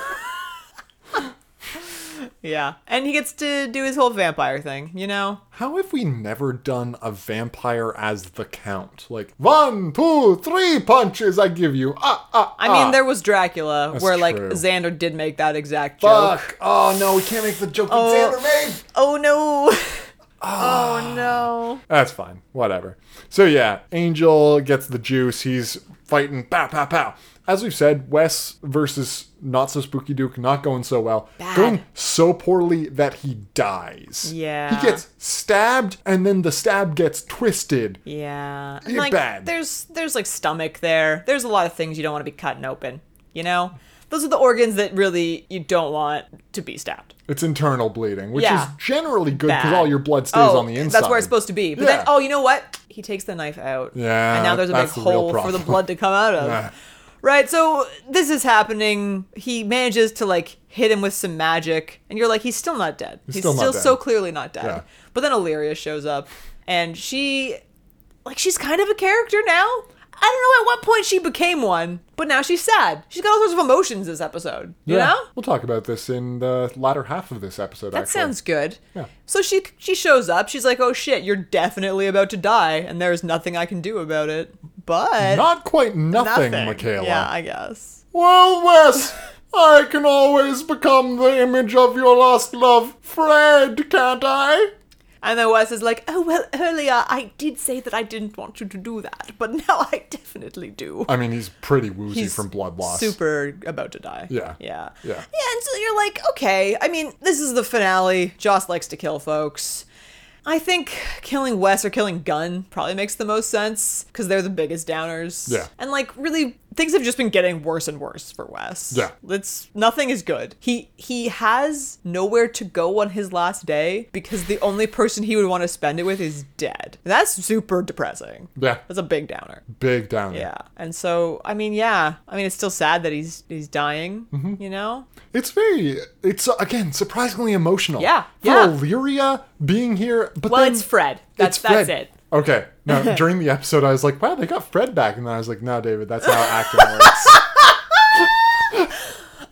[SPEAKER 6] Yeah. And he gets to do his whole vampire thing, you know?
[SPEAKER 2] How have we never done a vampire as the count? Like, one, two, three punches I give you. Ah, ah,
[SPEAKER 6] I
[SPEAKER 2] ah.
[SPEAKER 6] mean, there was Dracula, where, like,
[SPEAKER 2] true.
[SPEAKER 6] Xander did make that exact joke.
[SPEAKER 2] Fuck. Oh, no, we can't make the joke that Xander made.
[SPEAKER 6] Oh, no.
[SPEAKER 2] Ah.
[SPEAKER 6] oh, no.
[SPEAKER 2] That's fine. Whatever. So yeah, Angel gets the juice. He's fighting. Pow pow pow. As we've said, Wes versus not so spooky Duke not going so well.
[SPEAKER 6] Bad.
[SPEAKER 2] Going so poorly that he dies.
[SPEAKER 6] Yeah.
[SPEAKER 2] He gets stabbed and then the stab gets twisted.
[SPEAKER 6] Yeah. And,
[SPEAKER 2] You're
[SPEAKER 6] like,
[SPEAKER 2] bad.
[SPEAKER 6] There's, there's, like, stomach there. There's a lot of things you don't want to be cutting open, you know? Those are the organs that really you don't want to be stabbed.
[SPEAKER 2] It's internal bleeding, which
[SPEAKER 6] Yeah.
[SPEAKER 2] is generally good because
[SPEAKER 6] Bad.
[SPEAKER 2] all your blood stays
[SPEAKER 6] Oh,
[SPEAKER 2] on the inside.
[SPEAKER 6] That's where it's supposed to be. But
[SPEAKER 2] Yeah.
[SPEAKER 6] then, oh, you know what? He takes the knife out.
[SPEAKER 2] Yeah,
[SPEAKER 6] And now there's a big
[SPEAKER 2] that's the real
[SPEAKER 6] hole for the
[SPEAKER 2] problem.
[SPEAKER 6] blood to come out of.
[SPEAKER 2] Yeah.
[SPEAKER 6] Right, so this is happening. He manages to like hit him with some magic, and you're like, he's still not dead. He's,
[SPEAKER 2] still
[SPEAKER 6] still,
[SPEAKER 2] not dead.
[SPEAKER 6] so clearly not dead.
[SPEAKER 2] Yeah.
[SPEAKER 6] But then Illyria shows up, and she, like, she's kind of a character now. I don't know at what point she became one, but now she's sad. She's got all sorts of emotions this episode. You
[SPEAKER 2] Yeah.
[SPEAKER 6] know?
[SPEAKER 2] We'll talk about this in the latter half of this episode.
[SPEAKER 6] That sounds good.
[SPEAKER 2] Yeah.
[SPEAKER 6] So she she shows up. She's like, "Oh shit, you're definitely about to die, and there's nothing I can do about it." But
[SPEAKER 2] not quite nothing,
[SPEAKER 6] nothing,
[SPEAKER 2] Michaela.
[SPEAKER 6] Yeah, I guess.
[SPEAKER 2] Well, Wes, I can always become the image of your lost love, Fred, can't I?
[SPEAKER 6] And then Wes is like, "Oh well, earlier I did say that I didn't want you to do that, but now I definitely do."
[SPEAKER 2] I mean, he's pretty woozy
[SPEAKER 6] He's
[SPEAKER 2] from blood loss.
[SPEAKER 6] Super about to die.
[SPEAKER 2] Yeah.
[SPEAKER 6] Yeah.
[SPEAKER 2] Yeah.
[SPEAKER 6] Yeah, and so you're like, okay, I mean, this is the finale. Joss likes to kill folks. I think killing Wes or killing Gunn probably makes the most sense because they're the biggest downers.
[SPEAKER 2] Yeah.
[SPEAKER 6] And like really things have just been getting worse and worse for Wes.
[SPEAKER 2] Yeah.
[SPEAKER 6] It's nothing is good. He he has nowhere to go on his last day because the only person he would want to spend it with is dead. That's super depressing.
[SPEAKER 2] Yeah.
[SPEAKER 6] That's a big downer.
[SPEAKER 2] Big down.
[SPEAKER 6] Yeah. And so I mean, yeah. I mean it's still sad that he's he's dying,
[SPEAKER 2] Mm-hmm.
[SPEAKER 6] you know?
[SPEAKER 2] It's very, it's uh, again, surprisingly emotional.
[SPEAKER 6] Yeah,
[SPEAKER 2] For
[SPEAKER 6] yeah.
[SPEAKER 2] Illyria being here, but
[SPEAKER 6] Well,
[SPEAKER 2] then
[SPEAKER 6] it's Fred. That's
[SPEAKER 2] it's Fred.
[SPEAKER 6] that's it.
[SPEAKER 2] Okay. No, during the episode, I was like, wow, they got Fred back. And then I was like, no, David, that's how acting works.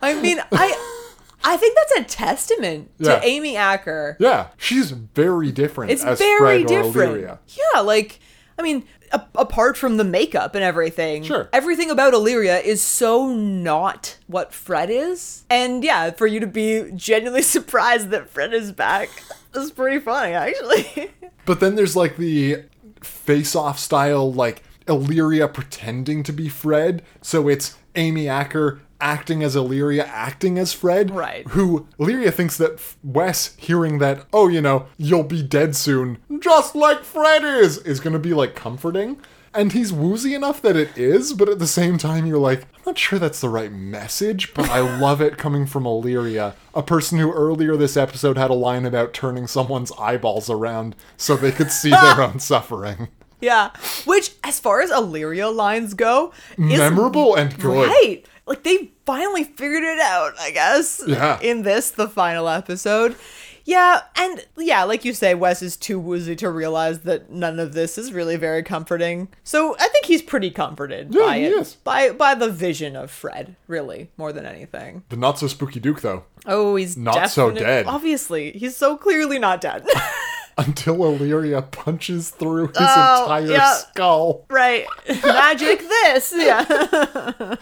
[SPEAKER 6] I mean, I I think that's a testament
[SPEAKER 2] Yeah.
[SPEAKER 6] to Amy Acker.
[SPEAKER 2] Yeah. She's very different
[SPEAKER 6] It's
[SPEAKER 2] as
[SPEAKER 6] very
[SPEAKER 2] Fred or Illyria.
[SPEAKER 6] different. Yeah, like I mean, a- apart from the makeup and everything,
[SPEAKER 2] Sure.
[SPEAKER 6] everything about Illyria is so not what Fred is. And yeah, for you to be genuinely surprised that Fred is back is pretty funny, actually.
[SPEAKER 2] But then there's like the face off style, like Illyria pretending to be Fred. So it's Amy Acker acting as Illyria, acting as Fred.
[SPEAKER 6] Right.
[SPEAKER 2] Who Illyria thinks that F- Wes, hearing that, oh, you know, you'll be dead soon, just like Fred is, is going to be like comforting. And he's woozy enough that it is, but at the same time, you're like, I'm not sure that's the right message, but I love it coming from Illyria, a person who earlier this episode had a line about turning someone's eyeballs around so they could see their own suffering.
[SPEAKER 6] yeah, which as far as Illyria lines go, is
[SPEAKER 2] Memorable and good.
[SPEAKER 6] Right. Like they finally figured it out, I guess.
[SPEAKER 2] Yeah.
[SPEAKER 6] In this, the final episode. Yeah, and yeah, like you say, Wes is too woozy to realize that none of this is really very comforting. So I think he's pretty comforted
[SPEAKER 2] Yeah,
[SPEAKER 6] by
[SPEAKER 2] he
[SPEAKER 6] it.
[SPEAKER 2] is.
[SPEAKER 6] By by the vision of Fred, really, more than anything.
[SPEAKER 2] The not so spooky Duke, though,
[SPEAKER 6] Oh, he's
[SPEAKER 2] Not so
[SPEAKER 6] definite-
[SPEAKER 2] dead.
[SPEAKER 6] Obviously. He's so clearly not dead.
[SPEAKER 2] until Illyria punches through his
[SPEAKER 6] Oh,
[SPEAKER 2] entire
[SPEAKER 6] yeah.
[SPEAKER 2] skull.
[SPEAKER 6] right. Magic this. Yeah.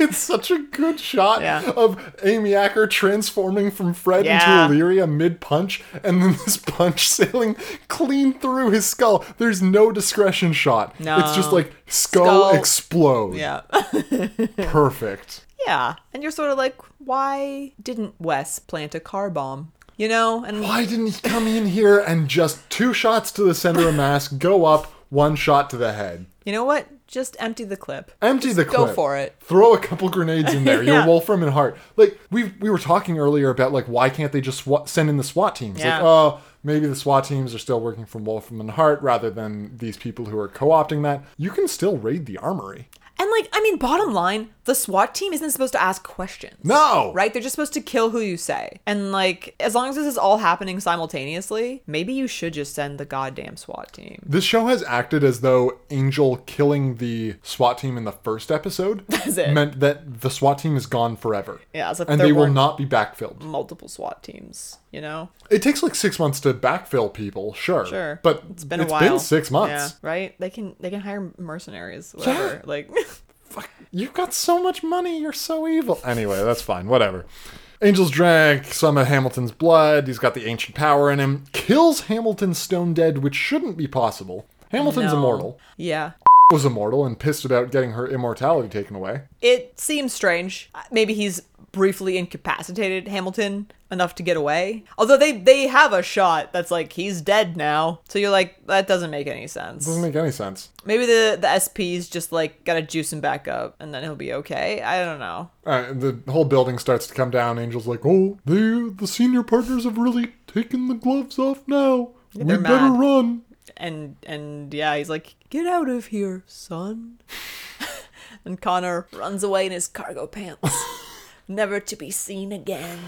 [SPEAKER 2] It's such a good shot
[SPEAKER 6] Yeah.
[SPEAKER 2] of Amy Acker transforming from Fred
[SPEAKER 6] Yeah.
[SPEAKER 2] into Illyria mid punch, and then this punch sailing clean through his skull. There's no discretion shot.
[SPEAKER 6] No.
[SPEAKER 2] It's just like skull,
[SPEAKER 6] Skull.
[SPEAKER 2] explode.
[SPEAKER 6] Yeah.
[SPEAKER 2] Perfect.
[SPEAKER 6] Yeah. And you're sort of like, why didn't Wes plant a car bomb? You know? And
[SPEAKER 2] Why didn't he come in here and just two shots to the center of mass, go up, one shot to the head?
[SPEAKER 6] you know what? Just empty the clip.
[SPEAKER 2] Empty the clip.
[SPEAKER 6] go for it.
[SPEAKER 2] Throw a couple grenades in there.
[SPEAKER 6] Yeah.
[SPEAKER 2] You're Wolfram and Hart. Like we we were talking earlier about like why can't they just SWAT, send in the SWAT teams?
[SPEAKER 6] Yeah.
[SPEAKER 2] Like oh maybe the SWAT teams are still working from Wolfram and Hart rather than these people who are co-opting that. You can still raid the armory.
[SPEAKER 6] And like, I mean, bottom line, the SWAT team isn't supposed to ask questions.
[SPEAKER 2] No.
[SPEAKER 6] Right? They're just supposed to kill who you say. And like, as long as this is all happening simultaneously, maybe you should just send the goddamn SWAT team.
[SPEAKER 2] This show has acted as though Angel killing the SWAT team in the first episode
[SPEAKER 6] it.
[SPEAKER 2] meant that the SWAT team is gone forever.
[SPEAKER 6] Yeah, as if
[SPEAKER 2] and
[SPEAKER 6] there
[SPEAKER 2] they will
[SPEAKER 6] weren't-
[SPEAKER 2] not be backfilled.
[SPEAKER 6] Multiple SWAT teams, you know?
[SPEAKER 2] It takes like six months to backfill people, sure.
[SPEAKER 6] Sure.
[SPEAKER 2] But
[SPEAKER 6] it's been a while.
[SPEAKER 2] six months.
[SPEAKER 6] Yeah, right? They can they can hire mercenaries, whatever. Like
[SPEAKER 2] You've got so much money, you're so evil. Anyway, that's fine, whatever. Angel's drank some of Hamilton's blood, he's got the ancient power in him, kills Hamilton stone dead, which shouldn't be possible. Hamilton's
[SPEAKER 6] No.
[SPEAKER 2] immortal,
[SPEAKER 6] Yeah.
[SPEAKER 2] was immortal, and pissed about getting her immortality taken away.
[SPEAKER 6] It seems strange. Maybe he's briefly incapacitated Hamilton enough to get away. Although they they have a shot that's like he's dead now. So you're like that doesn't make any sense.
[SPEAKER 2] Doesn't make any sense.
[SPEAKER 6] Maybe the the SP's just like got to juice him back up and then he'll be okay. I don't know.
[SPEAKER 2] Uh, the whole building starts to come down. Angel's like, "Oh, they, the senior partners have really taken the gloves off now. we
[SPEAKER 6] they're
[SPEAKER 2] better
[SPEAKER 6] mad."
[SPEAKER 2] run."
[SPEAKER 6] And and yeah, he's like get out of here, son. and Connor runs away in his cargo pants. Never to be seen again.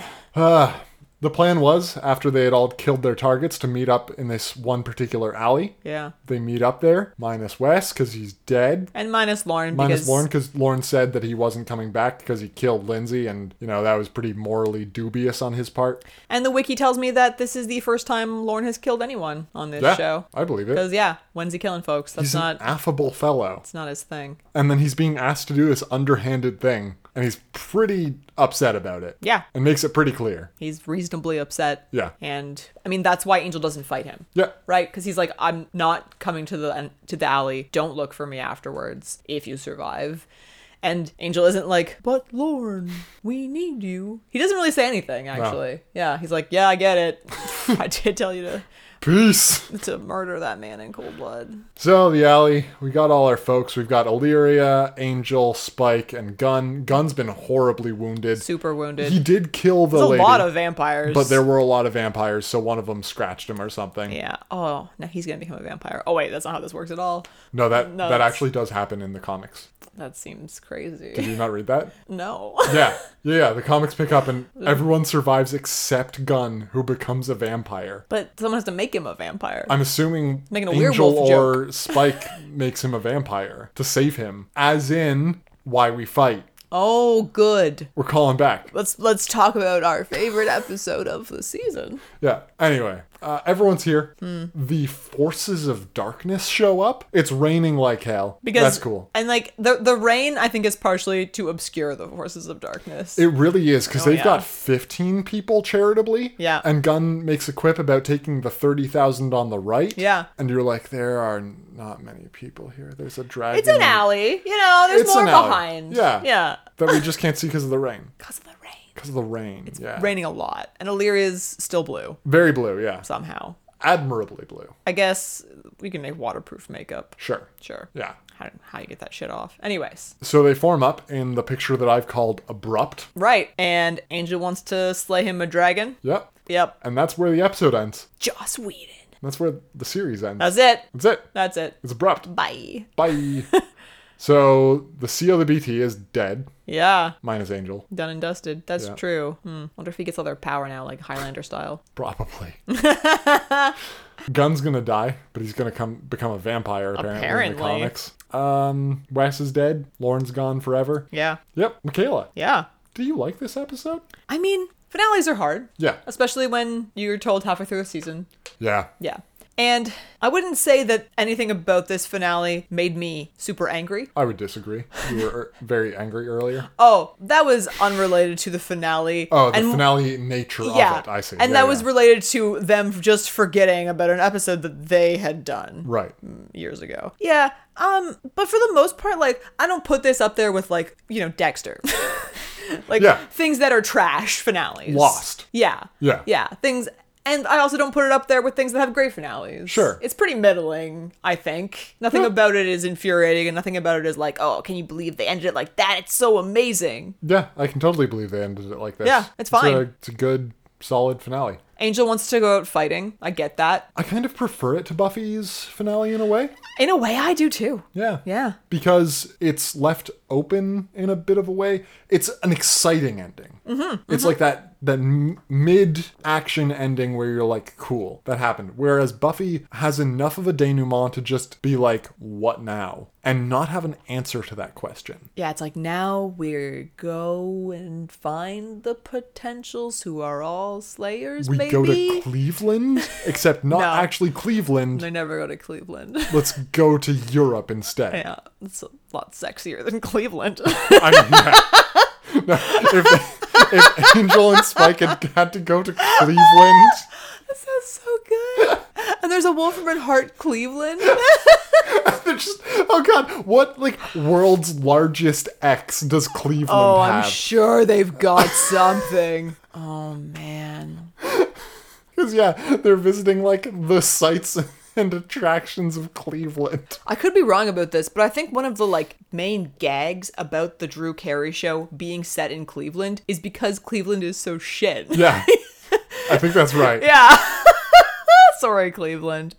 [SPEAKER 2] The plan was, after they had all killed their targets, to meet up in this one particular alley.
[SPEAKER 6] Yeah.
[SPEAKER 2] They meet up there, minus Wes, because he's dead.
[SPEAKER 6] And minus Lauren
[SPEAKER 2] Minus
[SPEAKER 6] because
[SPEAKER 2] Lauren, because Lauren said that he wasn't coming back because he killed Lindsay, and, you know, that was pretty morally dubious on his part.
[SPEAKER 6] And the wiki tells me that this is the first time Lorne has killed anyone on this
[SPEAKER 2] Yeah,
[SPEAKER 6] show.
[SPEAKER 2] I believe
[SPEAKER 6] Because
[SPEAKER 2] it.
[SPEAKER 6] yeah, when's he killing folks? That's
[SPEAKER 2] He's
[SPEAKER 6] not
[SPEAKER 2] an affable fellow.
[SPEAKER 6] it's not his thing.
[SPEAKER 2] And then he's being asked to do this underhanded thing, and he's pretty upset about it.
[SPEAKER 6] Yeah.
[SPEAKER 2] And makes it pretty clear.
[SPEAKER 6] He's reasonably upset.
[SPEAKER 2] Yeah.
[SPEAKER 6] And I mean that's why Angel doesn't fight him.
[SPEAKER 2] Yeah.
[SPEAKER 6] Right? Because he's like, I'm not coming to the to the alley. Don't look for me afterwards if you survive. And Angel isn't like, but Lorne, we need you. He doesn't really say anything, actually. Yeah, he's like, yeah, I get it. I did tell you to
[SPEAKER 2] Peace.
[SPEAKER 6] to murder that man in cold blood.
[SPEAKER 2] So the alley, we got all our folks. We've got Illyria, Angel, Spike, and Gun. Gun's been horribly wounded.
[SPEAKER 6] Super wounded.
[SPEAKER 2] He did kill the
[SPEAKER 6] There's a
[SPEAKER 2] lady,
[SPEAKER 6] lot of vampires.
[SPEAKER 2] but there were a lot of vampires, so one of them scratched him or something.
[SPEAKER 6] Yeah. Oh, now he's gonna become a vampire. Oh wait, that's not how this works at all.
[SPEAKER 2] No, that
[SPEAKER 6] No,
[SPEAKER 2] that
[SPEAKER 6] that's-
[SPEAKER 2] actually does happen in the comics.
[SPEAKER 6] That seems
[SPEAKER 2] Did
[SPEAKER 6] crazy.
[SPEAKER 2] you not read that?
[SPEAKER 6] no.
[SPEAKER 2] Yeah, yeah, yeah. The comics pick up, and everyone survives except Gun, who becomes a vampire.
[SPEAKER 6] But someone has to make him a vampire.
[SPEAKER 2] I'm assuming
[SPEAKER 6] Making a
[SPEAKER 2] Angel
[SPEAKER 6] werewolf
[SPEAKER 2] or Spike makes him a vampire to save him, as in why we fight.
[SPEAKER 6] oh, good.
[SPEAKER 2] We're calling back.
[SPEAKER 6] Let's let's talk about our favorite episode of the season.
[SPEAKER 2] Yeah. Anyway, uh, everyone's here.
[SPEAKER 6] Hmm.
[SPEAKER 2] The forces of darkness show up. It's raining like hell.
[SPEAKER 6] Because
[SPEAKER 2] that's cool.
[SPEAKER 6] And like the the rain, I think is partially to obscure the forces of darkness.
[SPEAKER 2] It really is because
[SPEAKER 6] Oh,
[SPEAKER 2] they've
[SPEAKER 6] yeah.
[SPEAKER 2] got 15 people charitably.
[SPEAKER 6] Yeah.
[SPEAKER 2] And Gunn makes a quip about taking the 30,000 on the right.
[SPEAKER 6] Yeah.
[SPEAKER 2] And you're like, there are not many people here. There's a dragon.
[SPEAKER 6] it's an alley, you know. There's
[SPEAKER 2] It's
[SPEAKER 6] more
[SPEAKER 2] an alley.
[SPEAKER 6] behind.
[SPEAKER 2] Yeah.
[SPEAKER 6] Yeah.
[SPEAKER 2] That we just can't see because of the rain.
[SPEAKER 6] Because of the rain.
[SPEAKER 2] Because of the rain. yeah.
[SPEAKER 6] Raining a lot, and Illyria's still blue
[SPEAKER 2] Very blue. Yeah.
[SPEAKER 6] somehow.
[SPEAKER 2] Admirably blue.
[SPEAKER 6] I guess we can make waterproof makeup.
[SPEAKER 2] Sure.
[SPEAKER 6] Sure.
[SPEAKER 2] Yeah.
[SPEAKER 6] How, how you get that shit off? Anyways.
[SPEAKER 2] So they form up in the picture that I've called abrupt.
[SPEAKER 6] Right. And Angel wants to slay him a dragon.
[SPEAKER 2] Yep.
[SPEAKER 6] Yep.
[SPEAKER 2] And that's where the episode ends.
[SPEAKER 6] Joss Whedon.
[SPEAKER 2] That's where the series ends.
[SPEAKER 6] That's it.
[SPEAKER 2] That's it.
[SPEAKER 6] That's it.
[SPEAKER 2] It's abrupt.
[SPEAKER 6] Bye.
[SPEAKER 2] Bye. so the CEO of the BT is dead,
[SPEAKER 6] Yeah.
[SPEAKER 2] minus Angel.
[SPEAKER 6] Done and dusted. That's
[SPEAKER 2] Yeah.
[SPEAKER 6] true. Hmm. Wonder if he gets all their power now, like Highlander style.
[SPEAKER 2] Probably. Gun's gonna die, but he's gonna come become a vampire apparently, in
[SPEAKER 6] Apparently.
[SPEAKER 2] the comics. Um, Wes is dead. Lauren's gone forever.
[SPEAKER 6] Yeah.
[SPEAKER 2] Yep. Michaela,
[SPEAKER 6] Yeah.
[SPEAKER 2] do you like this episode?
[SPEAKER 6] I mean, finales are hard,
[SPEAKER 2] Yeah.
[SPEAKER 6] especially when you're told halfway through a season.
[SPEAKER 2] Yeah.
[SPEAKER 6] Yeah. And I wouldn't say that anything about this finale made me super angry.
[SPEAKER 2] I would disagree. You were er, very angry earlier.
[SPEAKER 6] Oh, that was unrelated to the finale.
[SPEAKER 2] Oh, the
[SPEAKER 6] and
[SPEAKER 2] finale nature
[SPEAKER 6] yeah,
[SPEAKER 2] of it. I see.
[SPEAKER 6] And
[SPEAKER 2] Yeah,
[SPEAKER 6] that was
[SPEAKER 2] yeah.
[SPEAKER 6] related to them just forgetting about an episode that they had done
[SPEAKER 2] right.
[SPEAKER 6] years ago. Yeah. Um, but for the most part, like I don't put this up there with like, you know, Dexter. like
[SPEAKER 2] Yeah.
[SPEAKER 6] things that are trash finales.
[SPEAKER 2] Lost.
[SPEAKER 6] Yeah.
[SPEAKER 2] Yeah.
[SPEAKER 6] Yeah. Things and I also don't put it up there with things that have great finales.
[SPEAKER 2] Sure.
[SPEAKER 6] It's pretty middling, I think. Nothing
[SPEAKER 2] Yeah.
[SPEAKER 6] about it is infuriating and nothing about it is like, oh, can you believe they ended it like that? It's so amazing.
[SPEAKER 2] Yeah, I can totally believe they ended it like this.
[SPEAKER 6] Yeah, it's fine.
[SPEAKER 2] a, it's a good, solid finale.
[SPEAKER 6] Angel wants to go out fighting. I get that.
[SPEAKER 2] I kind of prefer it to Buffy's finale in a way.
[SPEAKER 6] In a way I do too.
[SPEAKER 2] Yeah.
[SPEAKER 6] Yeah.
[SPEAKER 2] Because it's left open in a bit of a way. It's an exciting ending. Mm-hmm, it's like that that m- mid action ending where you're like, cool, that happened. Whereas Buffy has enough of a denouement to just be like, what now? And not have an answer to that question.
[SPEAKER 6] Yeah, it's like now we go and find the potentials who are all slayers,
[SPEAKER 2] We
[SPEAKER 6] maybe.
[SPEAKER 2] go to Cleveland, except not
[SPEAKER 6] No.
[SPEAKER 2] actually Cleveland.
[SPEAKER 6] they never go to Cleveland.
[SPEAKER 2] Let's go to Europe instead.
[SPEAKER 6] yeah, it's a lot sexier than Cleveland.
[SPEAKER 2] I mean, yeah. No, if, if Angel and Spike had had to go to Cleveland,
[SPEAKER 6] That's so good. And there's a Wolfram and Hart Cleveland.
[SPEAKER 2] they're just oh god, what like world's largest X does Cleveland
[SPEAKER 6] oh, I'm
[SPEAKER 2] have?
[SPEAKER 6] sure they've got something. oh man.
[SPEAKER 2] 'Cause, yeah, they're visiting like the sights and attractions of Cleveland.
[SPEAKER 6] I could be wrong about this, but I think one of the like main gags about the Drew Carey show being set in Cleveland is because Cleveland is so shit.
[SPEAKER 2] Yeah, I think that's right.
[SPEAKER 6] Yeah. Sorry, Cleveland.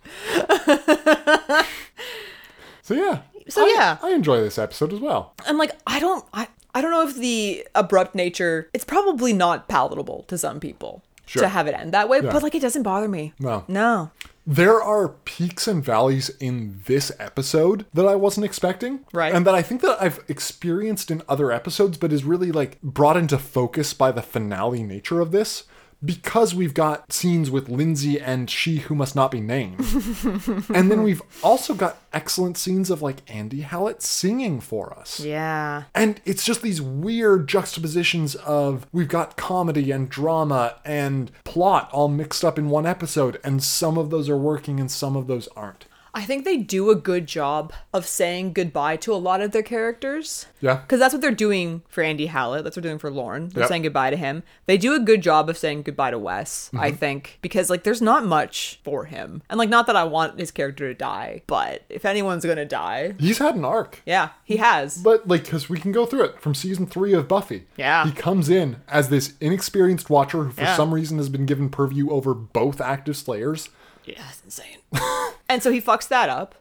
[SPEAKER 2] So yeah,
[SPEAKER 6] So,
[SPEAKER 2] I-
[SPEAKER 6] yeah.
[SPEAKER 2] I enjoy this episode as well.
[SPEAKER 6] I'm like, I don't, I, I don't know if the abrupt nature, it's probably not palatable to some people
[SPEAKER 2] Sure.
[SPEAKER 6] to have it end that way,
[SPEAKER 2] Yeah.
[SPEAKER 6] but like it doesn't bother me.
[SPEAKER 2] No.
[SPEAKER 6] No.
[SPEAKER 2] There are peaks and valleys in this episode that I wasn't expecting.
[SPEAKER 6] Right.
[SPEAKER 2] And that I think that I've experienced in other episodes, but is really like brought into focus by the finale nature of this. Because we've got scenes with Lindsay and she who must not be named. and then we've also got excellent scenes of like Andy Hallett singing for us.
[SPEAKER 6] Yeah.
[SPEAKER 2] And it's just these weird juxtapositions of we've got comedy and drama and plot all mixed up in one episode, and some of those are working and some of those aren't.
[SPEAKER 6] I think they do a good job of saying goodbye to a lot of their characters.
[SPEAKER 2] Yeah.
[SPEAKER 6] Because that's what they're doing for Andy Hallett. That's what they're doing for Lauren. They're
[SPEAKER 2] Yep.
[SPEAKER 6] saying goodbye to him. They do a good job of saying goodbye to Wes,
[SPEAKER 2] Mm-hmm.
[SPEAKER 6] I think, because, like, there's not much for him. And, like, not that I want his character to die, but if anyone's going to die,
[SPEAKER 2] He's had an arc.
[SPEAKER 6] yeah, he has.
[SPEAKER 2] But like, because we can go through it from season three of Buffy.
[SPEAKER 6] Yeah.
[SPEAKER 2] He comes in as this inexperienced watcher who, for
[SPEAKER 6] Yeah.
[SPEAKER 2] some reason, has been given purview over both active slayers.
[SPEAKER 6] yeah, that's insane. and so he fucks that up.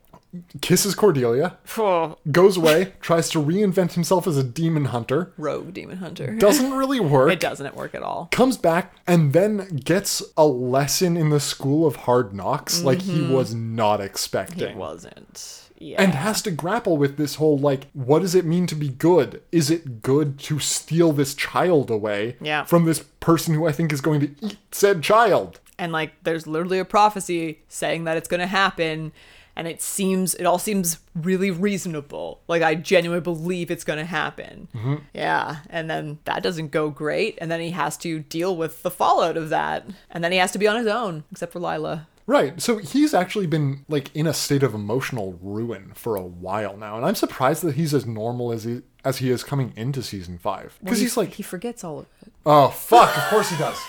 [SPEAKER 2] Kisses Cordelia,
[SPEAKER 6] Oh.
[SPEAKER 2] goes away, tries to reinvent himself as a demon hunter.
[SPEAKER 6] Rogue Demon Hunter.
[SPEAKER 2] Doesn't really work.
[SPEAKER 6] it doesn't work at all.
[SPEAKER 2] Comes back and then gets a lesson in the school of hard knocks, like he
[SPEAKER 6] Mm-hmm.
[SPEAKER 2] was not expecting.
[SPEAKER 6] It wasn't. Yeah.
[SPEAKER 2] and has to grapple with this whole like what does it mean to be good is it good to steal this child away
[SPEAKER 6] Yeah.
[SPEAKER 2] from this person who i think is going to eat said child
[SPEAKER 6] and like there's literally a prophecy saying that it's going to happen and it seems it all seems really reasonable like i genuinely believe it's going to happen yeah and then that doesn't go great and then he has to deal with the fallout of that and then he has to be on his own except for lila
[SPEAKER 2] right so he's actually been like in a state of emotional ruin for a while now and i'm surprised that he's as normal as he as he is coming into season five because he's like
[SPEAKER 6] he forgets all of it
[SPEAKER 2] oh fuck of course he does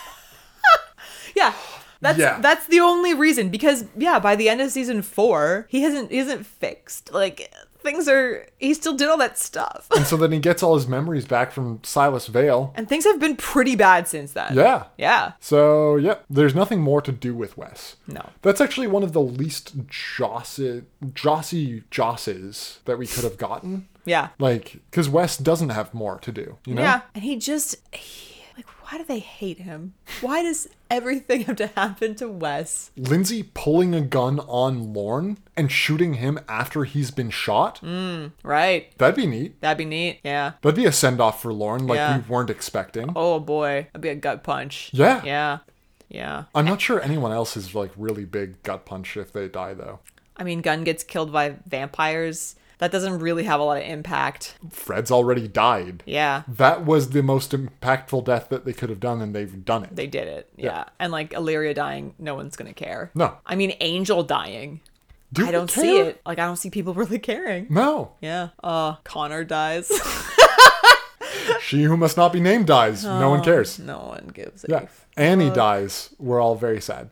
[SPEAKER 6] yeah that's
[SPEAKER 2] Yeah.
[SPEAKER 6] that's the only reason because yeah by the end of season four he hasn't he isn't fixed like things are he still did all that stuff
[SPEAKER 2] and so then he gets all his memories back from silas vale
[SPEAKER 6] and things have been pretty bad since then
[SPEAKER 2] yeah
[SPEAKER 6] yeah
[SPEAKER 2] So, yeah, there's nothing more to do with Wes.
[SPEAKER 6] No.
[SPEAKER 2] That's actually one of the least jossi, jossy josses that we could have gotten.
[SPEAKER 6] yeah
[SPEAKER 2] Like, because Wes doesn't have more to do, you know?
[SPEAKER 6] Yeah. And he just, he, like, why do they hate him? Why does everything have to happen to Wes?
[SPEAKER 2] Lindsay pulling a gun on Lorne and shooting him after he's been shot.
[SPEAKER 6] Mm. Right.
[SPEAKER 2] That'd be neat.
[SPEAKER 6] That'd be neat. Yeah.
[SPEAKER 2] That'd be a send off for Lorne, like
[SPEAKER 6] Yeah.
[SPEAKER 2] we weren't expecting.
[SPEAKER 6] Oh boy. That'd be a gut punch.
[SPEAKER 2] Yeah.
[SPEAKER 6] Yeah. Yeah.
[SPEAKER 2] I'm not sure anyone else is like really big gut punch if they die, though.
[SPEAKER 6] I mean, Gunn gets killed by vampires. That doesn't really have a lot of impact.
[SPEAKER 2] Fred's already died.
[SPEAKER 6] Yeah.
[SPEAKER 2] That was the most impactful death that they could have done, and they've done it.
[SPEAKER 6] They did it. Yeah. And like Illyria dying, no one's going to care.
[SPEAKER 2] No.
[SPEAKER 6] I mean, Angel dying.
[SPEAKER 2] Do
[SPEAKER 6] I
[SPEAKER 2] we
[SPEAKER 6] don't see
[SPEAKER 2] care?
[SPEAKER 6] it. Like, I don't see people really caring.
[SPEAKER 2] No.
[SPEAKER 6] Yeah. Uh, Connor dies.
[SPEAKER 2] She who must not be named dies. No
[SPEAKER 6] Oh,
[SPEAKER 2] one cares.
[SPEAKER 6] no one gives a
[SPEAKER 2] Yeah. Annie dies. We're all very sad.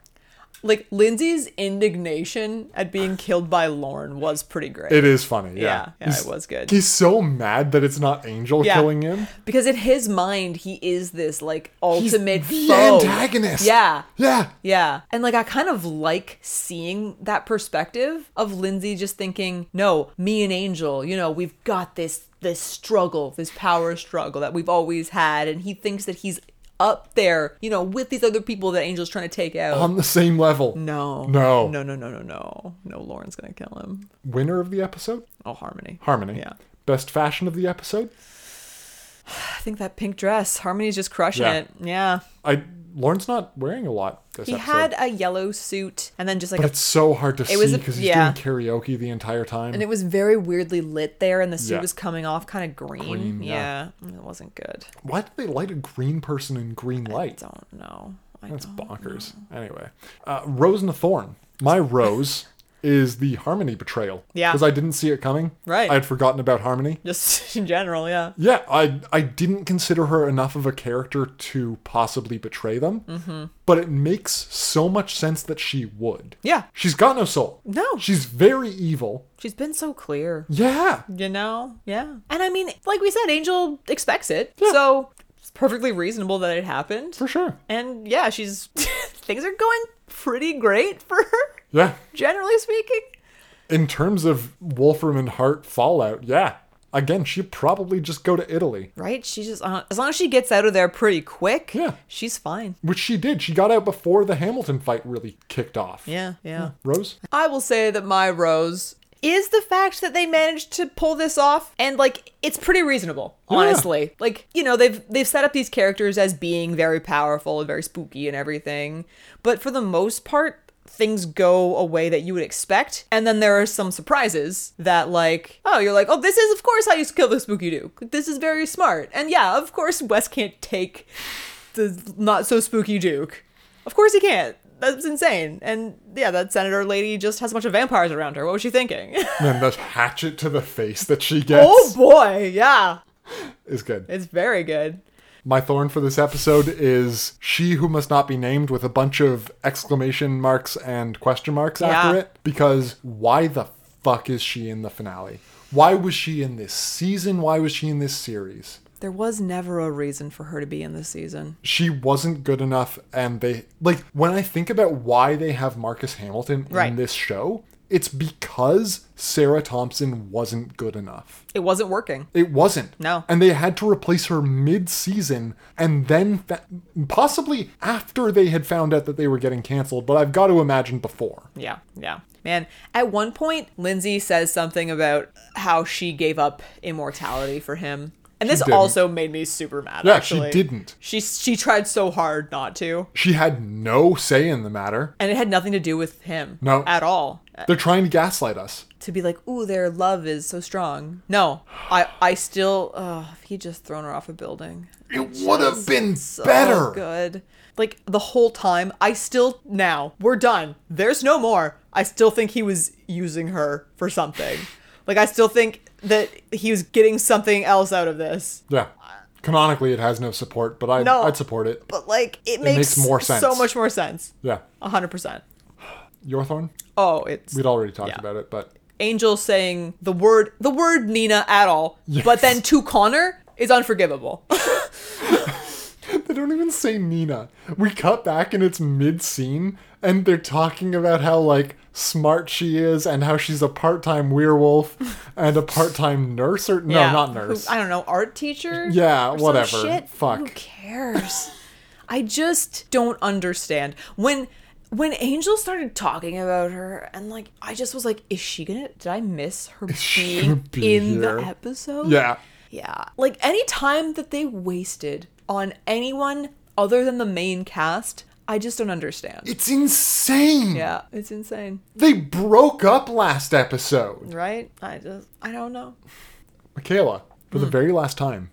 [SPEAKER 6] like Lindsay's indignation at being killed by Lorne was pretty great.
[SPEAKER 2] It is funny.
[SPEAKER 6] yeah,
[SPEAKER 2] Yeah.
[SPEAKER 6] yeah,
[SPEAKER 2] He's-
[SPEAKER 6] it was good.
[SPEAKER 2] He's so mad that it's not Angel
[SPEAKER 6] Yeah.
[SPEAKER 2] killing him.
[SPEAKER 6] because in his mind, he is this like
[SPEAKER 2] He's
[SPEAKER 6] ultimate
[SPEAKER 2] the
[SPEAKER 6] foe.
[SPEAKER 2] antagonist.
[SPEAKER 6] Yeah.
[SPEAKER 2] Yeah.
[SPEAKER 6] Yeah. And like I kind of like seeing that perspective of Lindsay just thinking, "No, me and Angel, you know, we've got this this struggle, this power struggle that we've always had and he thinks that he's up there, you know, with these other people that Angel's trying to take out."
[SPEAKER 2] On the same level.
[SPEAKER 6] no.
[SPEAKER 2] Um, No.
[SPEAKER 6] No, no, no, no, no. No, Lauren's going to kill him.
[SPEAKER 2] Winner of the episode?
[SPEAKER 6] Oh, Harmony.
[SPEAKER 2] Harmony.
[SPEAKER 6] Yeah.
[SPEAKER 2] Best fashion of the episode?
[SPEAKER 6] I think that pink dress, Harmony's just crushing
[SPEAKER 2] Yeah.
[SPEAKER 6] it. Yeah.
[SPEAKER 2] I Lauren's not wearing a lot this
[SPEAKER 6] He
[SPEAKER 2] episode.
[SPEAKER 6] had a yellow suit and then just like
[SPEAKER 2] but
[SPEAKER 6] a,
[SPEAKER 2] it's so hard to see
[SPEAKER 6] was a-
[SPEAKER 2] because he's
[SPEAKER 6] yeah.
[SPEAKER 2] doing karaoke the entire time.
[SPEAKER 6] and it was very weirdly lit there and the suit
[SPEAKER 2] Yeah.
[SPEAKER 6] was coming off kind of green.
[SPEAKER 2] Green,
[SPEAKER 6] yeah. It wasn't good.
[SPEAKER 2] Why did they light a green person in green light?
[SPEAKER 6] Don't know. I
[SPEAKER 2] That's
[SPEAKER 6] don't.
[SPEAKER 2] bonkers. Anyway, uh, Rose and the Thorn. My rose is the Harmony betrayal.
[SPEAKER 6] Yeah.
[SPEAKER 2] Because I didn't see it coming.
[SPEAKER 6] Right.
[SPEAKER 2] I had forgotten about Harmony.
[SPEAKER 6] Just in general, yeah.
[SPEAKER 2] Yeah, I I didn't consider her enough of a character to possibly betray them. Mm-hmm. But it makes so much sense that she would.
[SPEAKER 6] Yeah.
[SPEAKER 2] She's got no soul.
[SPEAKER 6] No.
[SPEAKER 2] She's very evil.
[SPEAKER 6] She's been so clear.
[SPEAKER 2] Yeah.
[SPEAKER 6] You know? Yeah. And I mean, like we said, Angel expects it. So it's perfectly reasonable that it happened.
[SPEAKER 2] For sure.
[SPEAKER 6] And yeah, she's things are going pretty great for her,
[SPEAKER 2] Yeah.
[SPEAKER 6] generally speaking.
[SPEAKER 2] In terms of Wolfram and Hart fallout, yeah. Again, she'd probably just go to Italy.
[SPEAKER 6] Right? She just uh, as long as she gets out of there pretty quick,
[SPEAKER 2] Yeah.
[SPEAKER 6] she's fine.
[SPEAKER 2] Which she did. She got out before the Hamilton fight really kicked off.
[SPEAKER 6] Yeah, yeah.
[SPEAKER 2] Rose?
[SPEAKER 6] I will say that my rose is the fact that they managed to pull this off and like it's pretty reasonable honestly like you know they've they've set up these characters as being very powerful and very spooky and everything but for the most part things go a way that you would expect and then there are some surprises that like oh you're like oh this is of course how you kill the spooky duke this is very smart and yeah of course wes can't take the not so spooky Duke. Of course he can't. that's insane. And yeah, that senator lady just has a bunch of vampires around her. What was she thinking?
[SPEAKER 2] And the hatchet to the face that she gets
[SPEAKER 6] oh boy, yeah.
[SPEAKER 2] is good.
[SPEAKER 6] It's very good.
[SPEAKER 2] My thorn for this episode is she who must not be named with a bunch of exclamation marks and question marks after
[SPEAKER 6] Yeah.
[SPEAKER 2] it. Because why the fuck is she in the finale? Why was she in this season? Why was she in this series?
[SPEAKER 6] There was never a reason for her to be in this season.
[SPEAKER 2] she wasn't good enough and they like when i think about why they have marcus hamilton in
[SPEAKER 6] Right.
[SPEAKER 2] this show it's because sarah thompson wasn't good enough
[SPEAKER 6] It wasn't working.
[SPEAKER 2] it wasn't
[SPEAKER 6] No.
[SPEAKER 2] and they had to replace her mid-season and then fa- possibly after they had found out that they were getting canceled but i've got to imagine before
[SPEAKER 6] Yeah, yeah. Man, at one point, Lindsay says something about how she gave up immortality for him. And this
[SPEAKER 2] didn't.
[SPEAKER 6] also made me super mad.
[SPEAKER 2] Yeah, she
[SPEAKER 6] actually.
[SPEAKER 2] didn't.
[SPEAKER 6] She she tried so hard not to,
[SPEAKER 2] she had no say in the matter
[SPEAKER 6] and it had nothing to do with him.
[SPEAKER 2] No.
[SPEAKER 6] at all.
[SPEAKER 2] they're trying to gaslight us
[SPEAKER 6] To be like, ooh, their love is so strong. No, I I still. Oh, he just thrown her off a building.
[SPEAKER 2] it would have been
[SPEAKER 6] so
[SPEAKER 2] better
[SPEAKER 6] good. Like the whole time, I still now we're done. There's no more. I still think he was using her for something. Like I still think that he was getting something else out of this.
[SPEAKER 2] yeah canonically it has no support but I,
[SPEAKER 6] No.
[SPEAKER 2] i'd support it
[SPEAKER 6] But like it, makes,
[SPEAKER 2] makes more
[SPEAKER 6] so
[SPEAKER 2] sense.
[SPEAKER 6] much more sense.
[SPEAKER 2] yeah
[SPEAKER 6] A hundred percent.
[SPEAKER 2] your thorn
[SPEAKER 6] Oh, it's
[SPEAKER 2] We'd already talked
[SPEAKER 6] Yeah.
[SPEAKER 2] about it, but
[SPEAKER 6] Angel saying the word the word Nina at all, but then to Connor is unforgivable.
[SPEAKER 2] they don't even say Nina. We cut back and it's mid scene, and they're talking about how like smart she is and how she's a part time werewolf and a part time nurse or no,
[SPEAKER 6] Yeah.
[SPEAKER 2] Oh, not nurse.
[SPEAKER 6] Who- I don't know, art teacher?
[SPEAKER 2] Yeah,
[SPEAKER 6] Or some
[SPEAKER 2] whatever.
[SPEAKER 6] shit?
[SPEAKER 2] Fuck.
[SPEAKER 6] Who cares? I just don't understand. When when Angel started talking about her and like I just was like, is she gonna did I miss her
[SPEAKER 2] she
[SPEAKER 6] being
[SPEAKER 2] gonna be
[SPEAKER 6] in
[SPEAKER 2] here?
[SPEAKER 6] the episode?
[SPEAKER 2] yeah,
[SPEAKER 6] Yeah. Like any time that they wasted on anyone other than the main cast, I just don't understand.
[SPEAKER 2] it's insane.
[SPEAKER 6] yeah, it's insane,
[SPEAKER 2] They broke up last episode.
[SPEAKER 6] right? I just I don't know.
[SPEAKER 2] Michaela, for the very last time,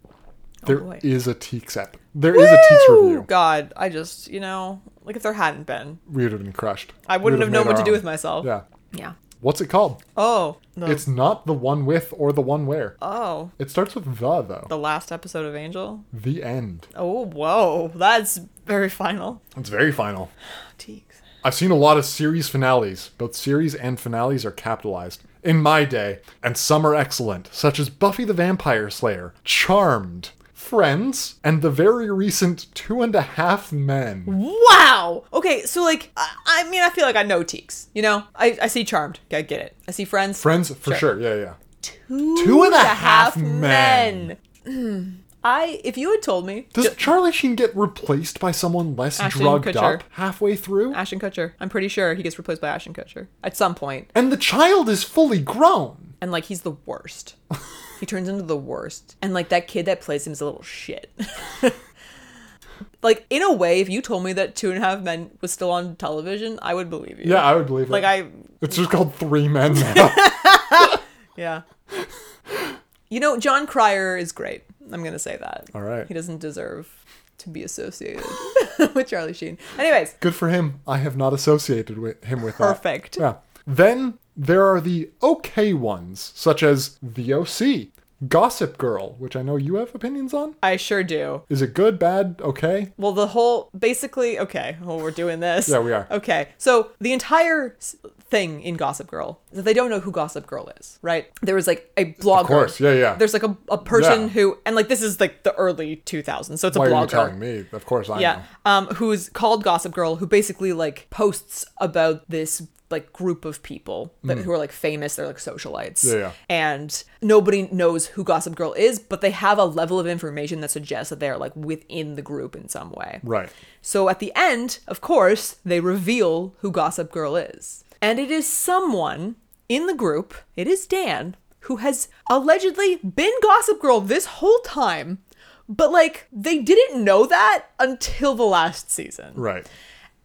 [SPEAKER 2] there
[SPEAKER 6] Hmm. Oh, boy.
[SPEAKER 2] is a Teeks app. There is a Teeks review.
[SPEAKER 6] God, I just, you know, like if there hadn't been,
[SPEAKER 2] We would have been crushed.
[SPEAKER 6] I wouldn't
[SPEAKER 2] We would
[SPEAKER 6] have known
[SPEAKER 2] made
[SPEAKER 6] what to
[SPEAKER 2] our
[SPEAKER 6] do
[SPEAKER 2] own.
[SPEAKER 6] with myself.
[SPEAKER 2] Yeah.
[SPEAKER 6] Yeah.
[SPEAKER 2] What's it called?
[SPEAKER 6] Oh, the,
[SPEAKER 2] It's not the one with or the one where.
[SPEAKER 6] oh,
[SPEAKER 2] It starts with the though.
[SPEAKER 6] the last episode of Angel.
[SPEAKER 2] The end.
[SPEAKER 6] Oh, whoa, that's very final.
[SPEAKER 2] It's very final.
[SPEAKER 6] Teeks.
[SPEAKER 2] I've seen a lot of series finales. Both series and finales are capitalized. In my day, and some are excellent, such as Buffy the Vampire Slayer, Charmed, Friends, and the very recent Two and a Half Men.
[SPEAKER 6] Wow. Okay, so like, I, I mean, I feel like I know Teeks. You know, I, I see Charmed. I get it. I see Friends.
[SPEAKER 2] Friends, for sure. Yeah, yeah.
[SPEAKER 6] Two,
[SPEAKER 2] Two and a Half Men.
[SPEAKER 6] Mm. I, if you had told me,
[SPEAKER 2] Does
[SPEAKER 6] Ju-
[SPEAKER 2] Charlie Sheen get replaced by someone less
[SPEAKER 6] Ashton
[SPEAKER 2] drugged
[SPEAKER 6] Kutcher.
[SPEAKER 2] up halfway through?
[SPEAKER 6] Ashton Kutcher, I'm pretty sure he gets replaced by Ashton Kutcher at some point.
[SPEAKER 2] and the child is fully grown.
[SPEAKER 6] and like he's the worst. he turns into the worst, and like that kid that plays him is a little shit. like in a way, if you told me that Two and a Half Men was still on television, I would believe you.
[SPEAKER 2] Yeah, I would believe
[SPEAKER 6] like
[SPEAKER 2] it.
[SPEAKER 6] I,
[SPEAKER 2] It's just called Three Men now.
[SPEAKER 6] yeah. you know, John Cryer is great. I'm gonna say that.
[SPEAKER 2] All right.
[SPEAKER 6] He doesn't deserve to be associated with Charlie Sheen. Anyways,
[SPEAKER 2] Good for him. I have not associated with him with
[SPEAKER 6] Perfect.
[SPEAKER 2] that. Yeah. Then there are the okay ones, such as The OC, Gossip Girl, which I know you have opinions on.
[SPEAKER 6] I sure do.
[SPEAKER 2] Is it good, bad, okay?
[SPEAKER 6] Well, the whole basically okay. Well, we're doing this.
[SPEAKER 2] Yeah, we are.
[SPEAKER 6] Okay, so the entire s- thing in Gossip Girl is that they don't know who Gossip Girl is, right? There was like a blogger.
[SPEAKER 2] course, yeah, yeah.
[SPEAKER 6] There's like a, a person
[SPEAKER 2] Yeah.
[SPEAKER 6] who, and like this is like the early 2000s, so it's
[SPEAKER 2] Why
[SPEAKER 6] a blogger.
[SPEAKER 2] are you telling me? Of course I
[SPEAKER 6] Yeah,
[SPEAKER 2] know.
[SPEAKER 6] um, who's called Gossip Girl, who basically like posts about this like group of people that, who are like famous. They're like socialites,
[SPEAKER 2] Hmm. Yeah, yeah.
[SPEAKER 6] and nobody knows who Gossip Girl is, but they have a level of information that suggests that they are like within the group in some way.
[SPEAKER 2] Right.
[SPEAKER 6] So at the end, of course, they reveal who Gossip Girl is. And it is someone in the group, it is Dan, who has allegedly been Gossip Girl this whole time, but like they didn't know that until the last season.
[SPEAKER 2] Right.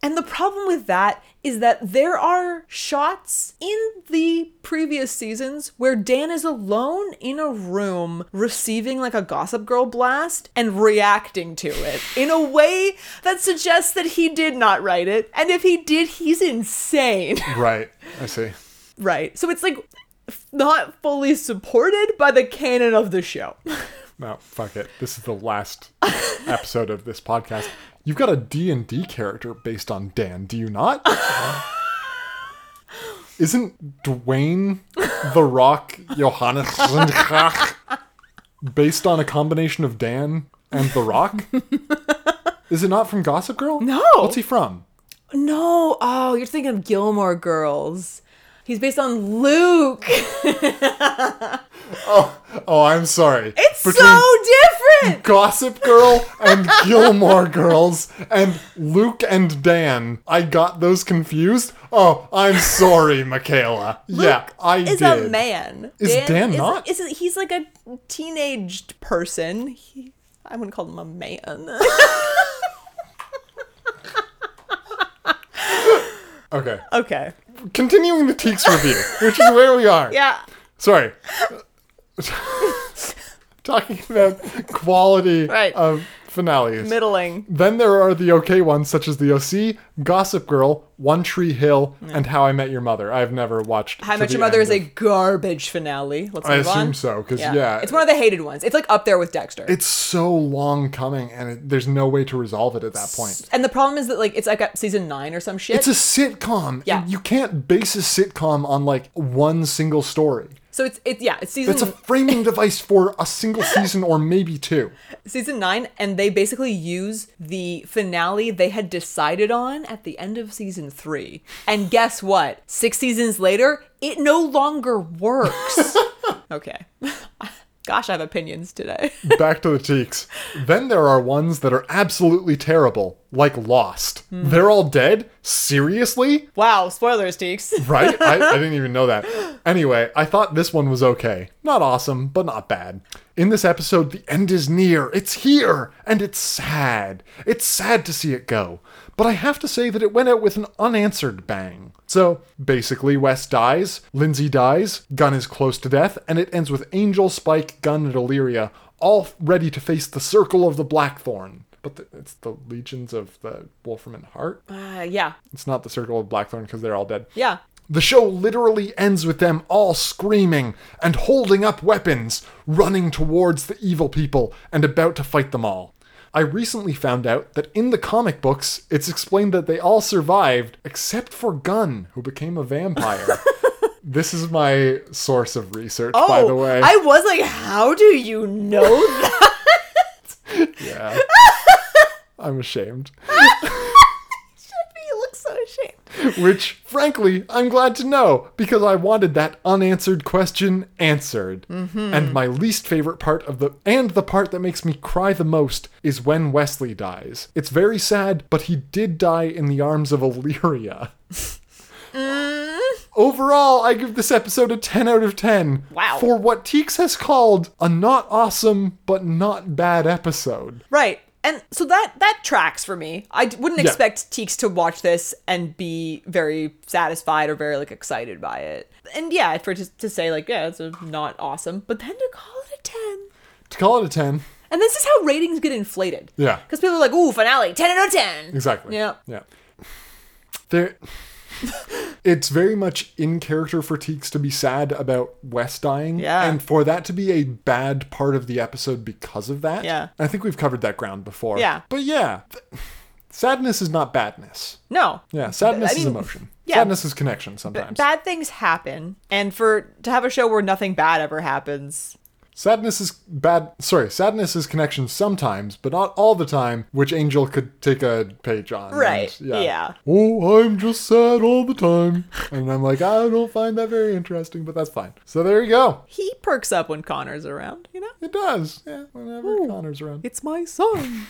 [SPEAKER 6] And the problem with that is that there are shots in the previous seasons where Dan is alone in a room receiving like a Gossip Girl blast and reacting to it in a way that suggests that he did not write it. And if he did, he's insane.
[SPEAKER 2] Right. I see.
[SPEAKER 6] right. So it's like f- not fully supported by the canon of the show.
[SPEAKER 2] No, fuck it. This is the last episode of this podcast. You've got a D&D character based on Dan, do you not? Isn't Dwayne The Rock Johannes based on a combination of Dan and The Rock? Is it not from Gossip Girl? No. What's he from?
[SPEAKER 6] No, oh, you're thinking of Gilmore Girls. He's based on Luke.
[SPEAKER 2] Oh, I'm sorry.
[SPEAKER 6] It's
[SPEAKER 2] Between
[SPEAKER 6] so different.
[SPEAKER 2] Gossip Girl and Gilmore Girls and Luke and Dan. I got those confused. Oh, I'm sorry, Michaela. yeah, I
[SPEAKER 6] Is
[SPEAKER 2] did.
[SPEAKER 6] a man.
[SPEAKER 2] Is Dan
[SPEAKER 6] is,
[SPEAKER 2] not?
[SPEAKER 6] Is, he's like a teenaged person. He, I wouldn't call him a man.
[SPEAKER 2] Okay.
[SPEAKER 6] okay.
[SPEAKER 2] Continuing the Teeks review, which is where we are.
[SPEAKER 6] Yeah.
[SPEAKER 2] Sorry. Talking about quality
[SPEAKER 6] Right.
[SPEAKER 2] of finales.
[SPEAKER 6] Middling.
[SPEAKER 2] Then there are the okay ones, such as The OC, Gossip Girl, One Tree Hill, and How I Met Your Mother. I've never watched.
[SPEAKER 6] How
[SPEAKER 2] to
[SPEAKER 6] Much
[SPEAKER 2] the
[SPEAKER 6] Your Mother
[SPEAKER 2] end
[SPEAKER 6] is a
[SPEAKER 2] of-
[SPEAKER 6] garbage finale. Let's
[SPEAKER 2] I
[SPEAKER 6] move on.
[SPEAKER 2] assume so, 'cause, yeah.
[SPEAKER 6] It's one of the hated ones. It's like up there with Dexter.
[SPEAKER 2] It's so long coming, and it, there's no way to resolve it at that point.
[SPEAKER 6] and the problem is that like it's like at season nine or some shit.
[SPEAKER 2] It's a sitcom.
[SPEAKER 6] Yeah.
[SPEAKER 2] You can't base a sitcom on like one single story.
[SPEAKER 6] so it's it's yeah it's season
[SPEAKER 2] That's a framing device for a single season or maybe two.
[SPEAKER 6] season nine, and they basically use the finale they had decided on at the end of season three. And guess what? Six seasons later, it no longer works. okay. Gosh, I have opinions today.
[SPEAKER 2] Back to the cheeks. Then there are ones that are absolutely terrible, like Lost. They're all dead? Seriously?
[SPEAKER 6] wow, spoilers, Teeks.
[SPEAKER 2] Right? I, I didn't even know that. Anyway, I thought this one was okay. Not awesome, but not bad. In this episode, the end is near. It's here, and it's sad. It's sad to see it go. But I have to say that it went out with an unanswered bang. So basically, Wes dies, Lindsay dies, Gunn is close to death, and it ends with Angel, Spike, Gunn, and Illyria all ready to face the circle of the Blackthorn. But the, it's the legions of the Wolfram and Heart.
[SPEAKER 6] Uh, yeah,
[SPEAKER 2] It's not the circle of Blackthorn because they're all dead.
[SPEAKER 6] yeah.
[SPEAKER 2] The show literally ends with them all screaming and holding up weapons, running towards the evil people and about to fight them all. I recently found out that in the comic books, it's explained that they all survived except for Gunn, who became a vampire. this is my source of research, by the way.
[SPEAKER 6] Oh, I was like, how do you know that?
[SPEAKER 2] Yeah. I'm ashamed.
[SPEAKER 6] you look so ashamed.
[SPEAKER 2] Which, frankly, I'm glad to know because I wanted that unanswered question answered. And my least favorite part of the, and the part that makes me cry the most, is when Wesley dies. It's very sad, but he did die in the arms of Illyria. Overall, I give this episode a 10 out of 10
[SPEAKER 6] Wow.
[SPEAKER 2] for what Teeks has called a not awesome but not bad episode.
[SPEAKER 6] Right. And so that that tracks for me. I d- wouldn't
[SPEAKER 2] Yeah.
[SPEAKER 6] expect Teeks to watch this and be very satisfied or very like excited by it. And yeah, for to, to say like yeah, it's a not awesome, but then to call it a ten.
[SPEAKER 2] To call it a 10,
[SPEAKER 6] And this is how ratings get inflated.
[SPEAKER 2] Yeah.
[SPEAKER 6] Because people are like, ooh, finale, ten out of ten.
[SPEAKER 2] Exactly.
[SPEAKER 6] Yeah.
[SPEAKER 2] Yeah. There. it's very much in character for Teeks to be sad about Wes dying.
[SPEAKER 6] Yeah.
[SPEAKER 2] And for that to be a bad part of the episode because of that.
[SPEAKER 6] Yeah.
[SPEAKER 2] I think we've covered that ground before.
[SPEAKER 6] Yeah.
[SPEAKER 2] But yeah. th- Sadness is not badness.
[SPEAKER 6] No.
[SPEAKER 2] Yeah. Sadness
[SPEAKER 6] I mean,
[SPEAKER 2] is emotion.
[SPEAKER 6] yeah.
[SPEAKER 2] Sadness is connection sometimes.
[SPEAKER 6] Bad things happen, and for to have a show where nothing bad ever happens,
[SPEAKER 2] sadness is bad. Sorry. Sadness is connection sometimes, but not all the time, which Angel could take a page on. and
[SPEAKER 6] Right, yeah.
[SPEAKER 2] oh, I'm just sad all the time. And I'm like, I don't find that very interesting, but that's fine. So there you go.
[SPEAKER 6] he perks up when Connor's around. You know,
[SPEAKER 2] It does. Yeah, whenever Connor's around.
[SPEAKER 6] it's my son.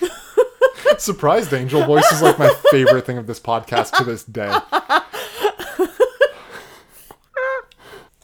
[SPEAKER 2] Surprised Angel voice is like my favorite thing of this podcast to this day.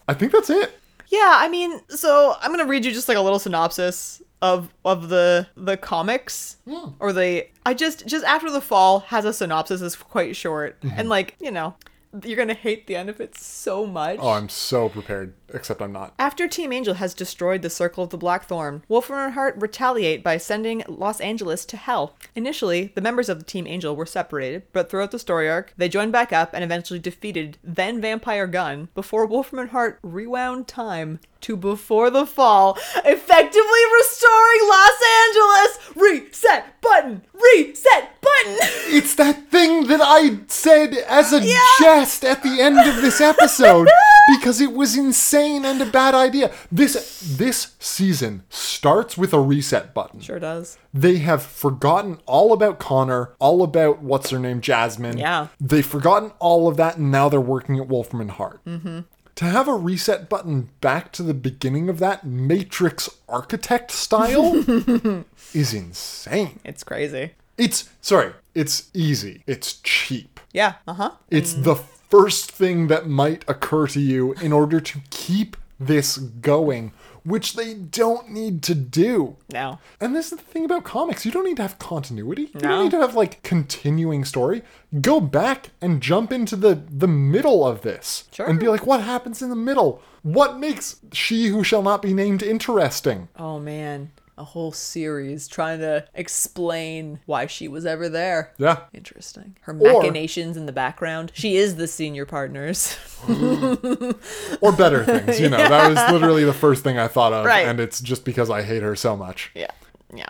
[SPEAKER 2] I think that's it.
[SPEAKER 6] Yeah, I mean, so I'm going to read you just like a little synopsis of of the the comics or the I just just after the fall has a synopsis that's quite short and like you know you're gonna hate the end of it so much.
[SPEAKER 2] Oh, I'm so prepared, except I'm not.
[SPEAKER 6] After Team Angel has destroyed the Circle of the Blackthorn, Wolf and Hart retaliate by sending Los Angeles to hell. Initially, the members of the Team Angel were separated, but throughout the story arc, they joined back up and eventually defeated then Vampire Gun before Wolfram and Hart rewound time to before the fall, effectively restoring Los Angeles. Reset button. Reset button.
[SPEAKER 2] It's that thing that I said as a
[SPEAKER 6] Yeah.
[SPEAKER 2] jest at the end of this episode because it was insane and a bad idea. This this season starts with a reset button.
[SPEAKER 6] sure does.
[SPEAKER 2] They have forgotten all about Connor, all about what's her name, Jasmine.
[SPEAKER 6] Yeah.
[SPEAKER 2] They've forgotten all of that, and now they're working at Wolfram and Hart. Mm-hmm. To have a reset button back to the beginning of that Matrix architect style is insane.
[SPEAKER 6] It's crazy.
[SPEAKER 2] It's, sorry, it's easy, it's cheap.
[SPEAKER 6] Yeah. Uh huh.
[SPEAKER 2] It's the first thing that might occur to you in order to keep this going, which they don't need to do.
[SPEAKER 6] Now.
[SPEAKER 2] And this is the thing about comics. You don't need to have continuity. You
[SPEAKER 6] No.
[SPEAKER 2] don't need to have like continuing story. Go back and jump into the the middle of this
[SPEAKER 6] Sure.
[SPEAKER 2] and be like what happens in the middle? What makes she who shall not be named interesting?
[SPEAKER 6] Oh man, a whole series trying to explain why she was ever there.
[SPEAKER 2] Yeah.
[SPEAKER 6] Interesting. Her machinations in the background. She is the senior partners.
[SPEAKER 2] Or better things, you know. That was literally the first thing I thought of
[SPEAKER 6] Right.
[SPEAKER 2] and it's just because I hate her so much.
[SPEAKER 6] yeah. Yeah.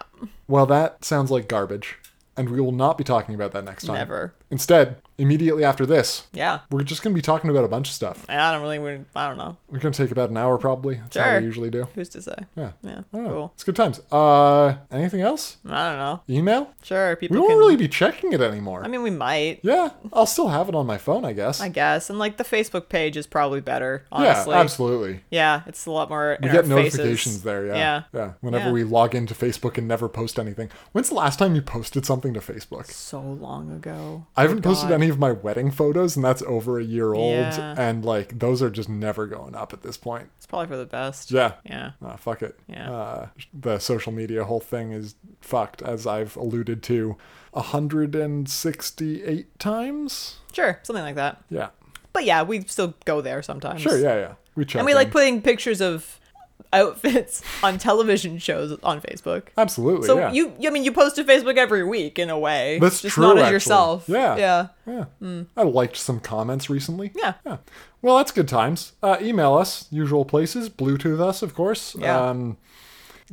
[SPEAKER 2] Well, that sounds like garbage and we will not be talking about that next time.
[SPEAKER 6] Never.
[SPEAKER 2] Instead, immediately after this,
[SPEAKER 6] Yeah.
[SPEAKER 2] we're just going to be talking about a bunch of stuff.
[SPEAKER 6] I don't really wanna- I don't know.
[SPEAKER 2] We're going to take about an hour probably. That's how
[SPEAKER 6] Sure.
[SPEAKER 2] we usually do.
[SPEAKER 6] Who's to say?
[SPEAKER 2] Yeah.
[SPEAKER 6] Yeah.
[SPEAKER 2] I don't know.
[SPEAKER 6] Cool.
[SPEAKER 2] It's good times. Uh, anything else?
[SPEAKER 6] I don't know.
[SPEAKER 2] Email?
[SPEAKER 6] Sure,
[SPEAKER 2] We
[SPEAKER 6] people
[SPEAKER 2] won't
[SPEAKER 6] can
[SPEAKER 2] really be checking it anymore.
[SPEAKER 6] I mean we might.
[SPEAKER 2] yeah, I'll still have it on my phone, I guess.
[SPEAKER 6] I guess. And like the Facebook page is probably better,
[SPEAKER 2] yeah,
[SPEAKER 6] honestly.
[SPEAKER 2] absolutely.
[SPEAKER 6] Yeah, it's a lot more
[SPEAKER 2] We
[SPEAKER 6] in
[SPEAKER 2] get
[SPEAKER 6] our faces.
[SPEAKER 2] notifications there. Yeah,
[SPEAKER 6] Yeah.
[SPEAKER 2] Whenever
[SPEAKER 6] Yeah.
[SPEAKER 2] we log into Facebook and never post anything. When's the last time you posted something to Facebook?
[SPEAKER 6] So long ago.
[SPEAKER 2] I haven't posted
[SPEAKER 6] Oh, God.
[SPEAKER 2] any of my wedding photos, and that's over a year old.
[SPEAKER 6] Yeah.
[SPEAKER 2] And like, those are just never going up at this point.
[SPEAKER 6] It's probably for the best.
[SPEAKER 2] Yeah.
[SPEAKER 6] Yeah.
[SPEAKER 2] Ah, fuck it.
[SPEAKER 6] Yeah.
[SPEAKER 2] Uh, the social media whole thing is fucked, as I've alluded to 168 times.
[SPEAKER 6] Sure, something like that.
[SPEAKER 2] Yeah.
[SPEAKER 6] But yeah, we still go there sometimes.
[SPEAKER 2] Sure. Yeah. Yeah. We check.
[SPEAKER 6] And we like
[SPEAKER 2] in.
[SPEAKER 6] putting pictures of outfits on television shows on Facebook.
[SPEAKER 2] Absolutely.
[SPEAKER 6] So
[SPEAKER 2] Oh, yeah.
[SPEAKER 6] you, I mean, you post to Facebook every week in a way.
[SPEAKER 2] That's
[SPEAKER 6] just
[SPEAKER 2] true,
[SPEAKER 6] Not as
[SPEAKER 2] actually.
[SPEAKER 6] yourself.
[SPEAKER 2] Yeah.
[SPEAKER 6] Yeah.
[SPEAKER 2] Yeah. I liked some comments recently.
[SPEAKER 6] Hmm. Yeah.
[SPEAKER 2] Yeah. Well, that's good times. Uh, email us, usual places, Bluetooth us, of course.
[SPEAKER 6] Yeah.
[SPEAKER 2] Um,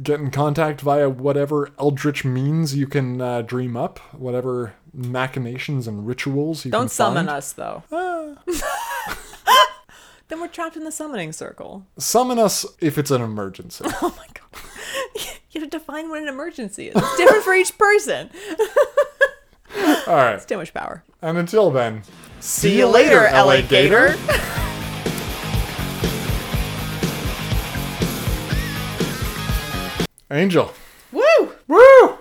[SPEAKER 2] get in contact via whatever eldritch means you can uh, dream up, whatever machinations and rituals you can
[SPEAKER 6] Don't summon
[SPEAKER 2] find. Ah.
[SPEAKER 6] us though. then we're trapped in the summoning circle.
[SPEAKER 2] Summon us if it's an emergency.
[SPEAKER 6] Oh my god. you have to define what an emergency is. It's different for each person.
[SPEAKER 2] All right.
[SPEAKER 6] It's too much power.
[SPEAKER 2] And until then,
[SPEAKER 6] See
[SPEAKER 2] you later, LA Gator. Angel.
[SPEAKER 6] Woo!
[SPEAKER 2] Woo!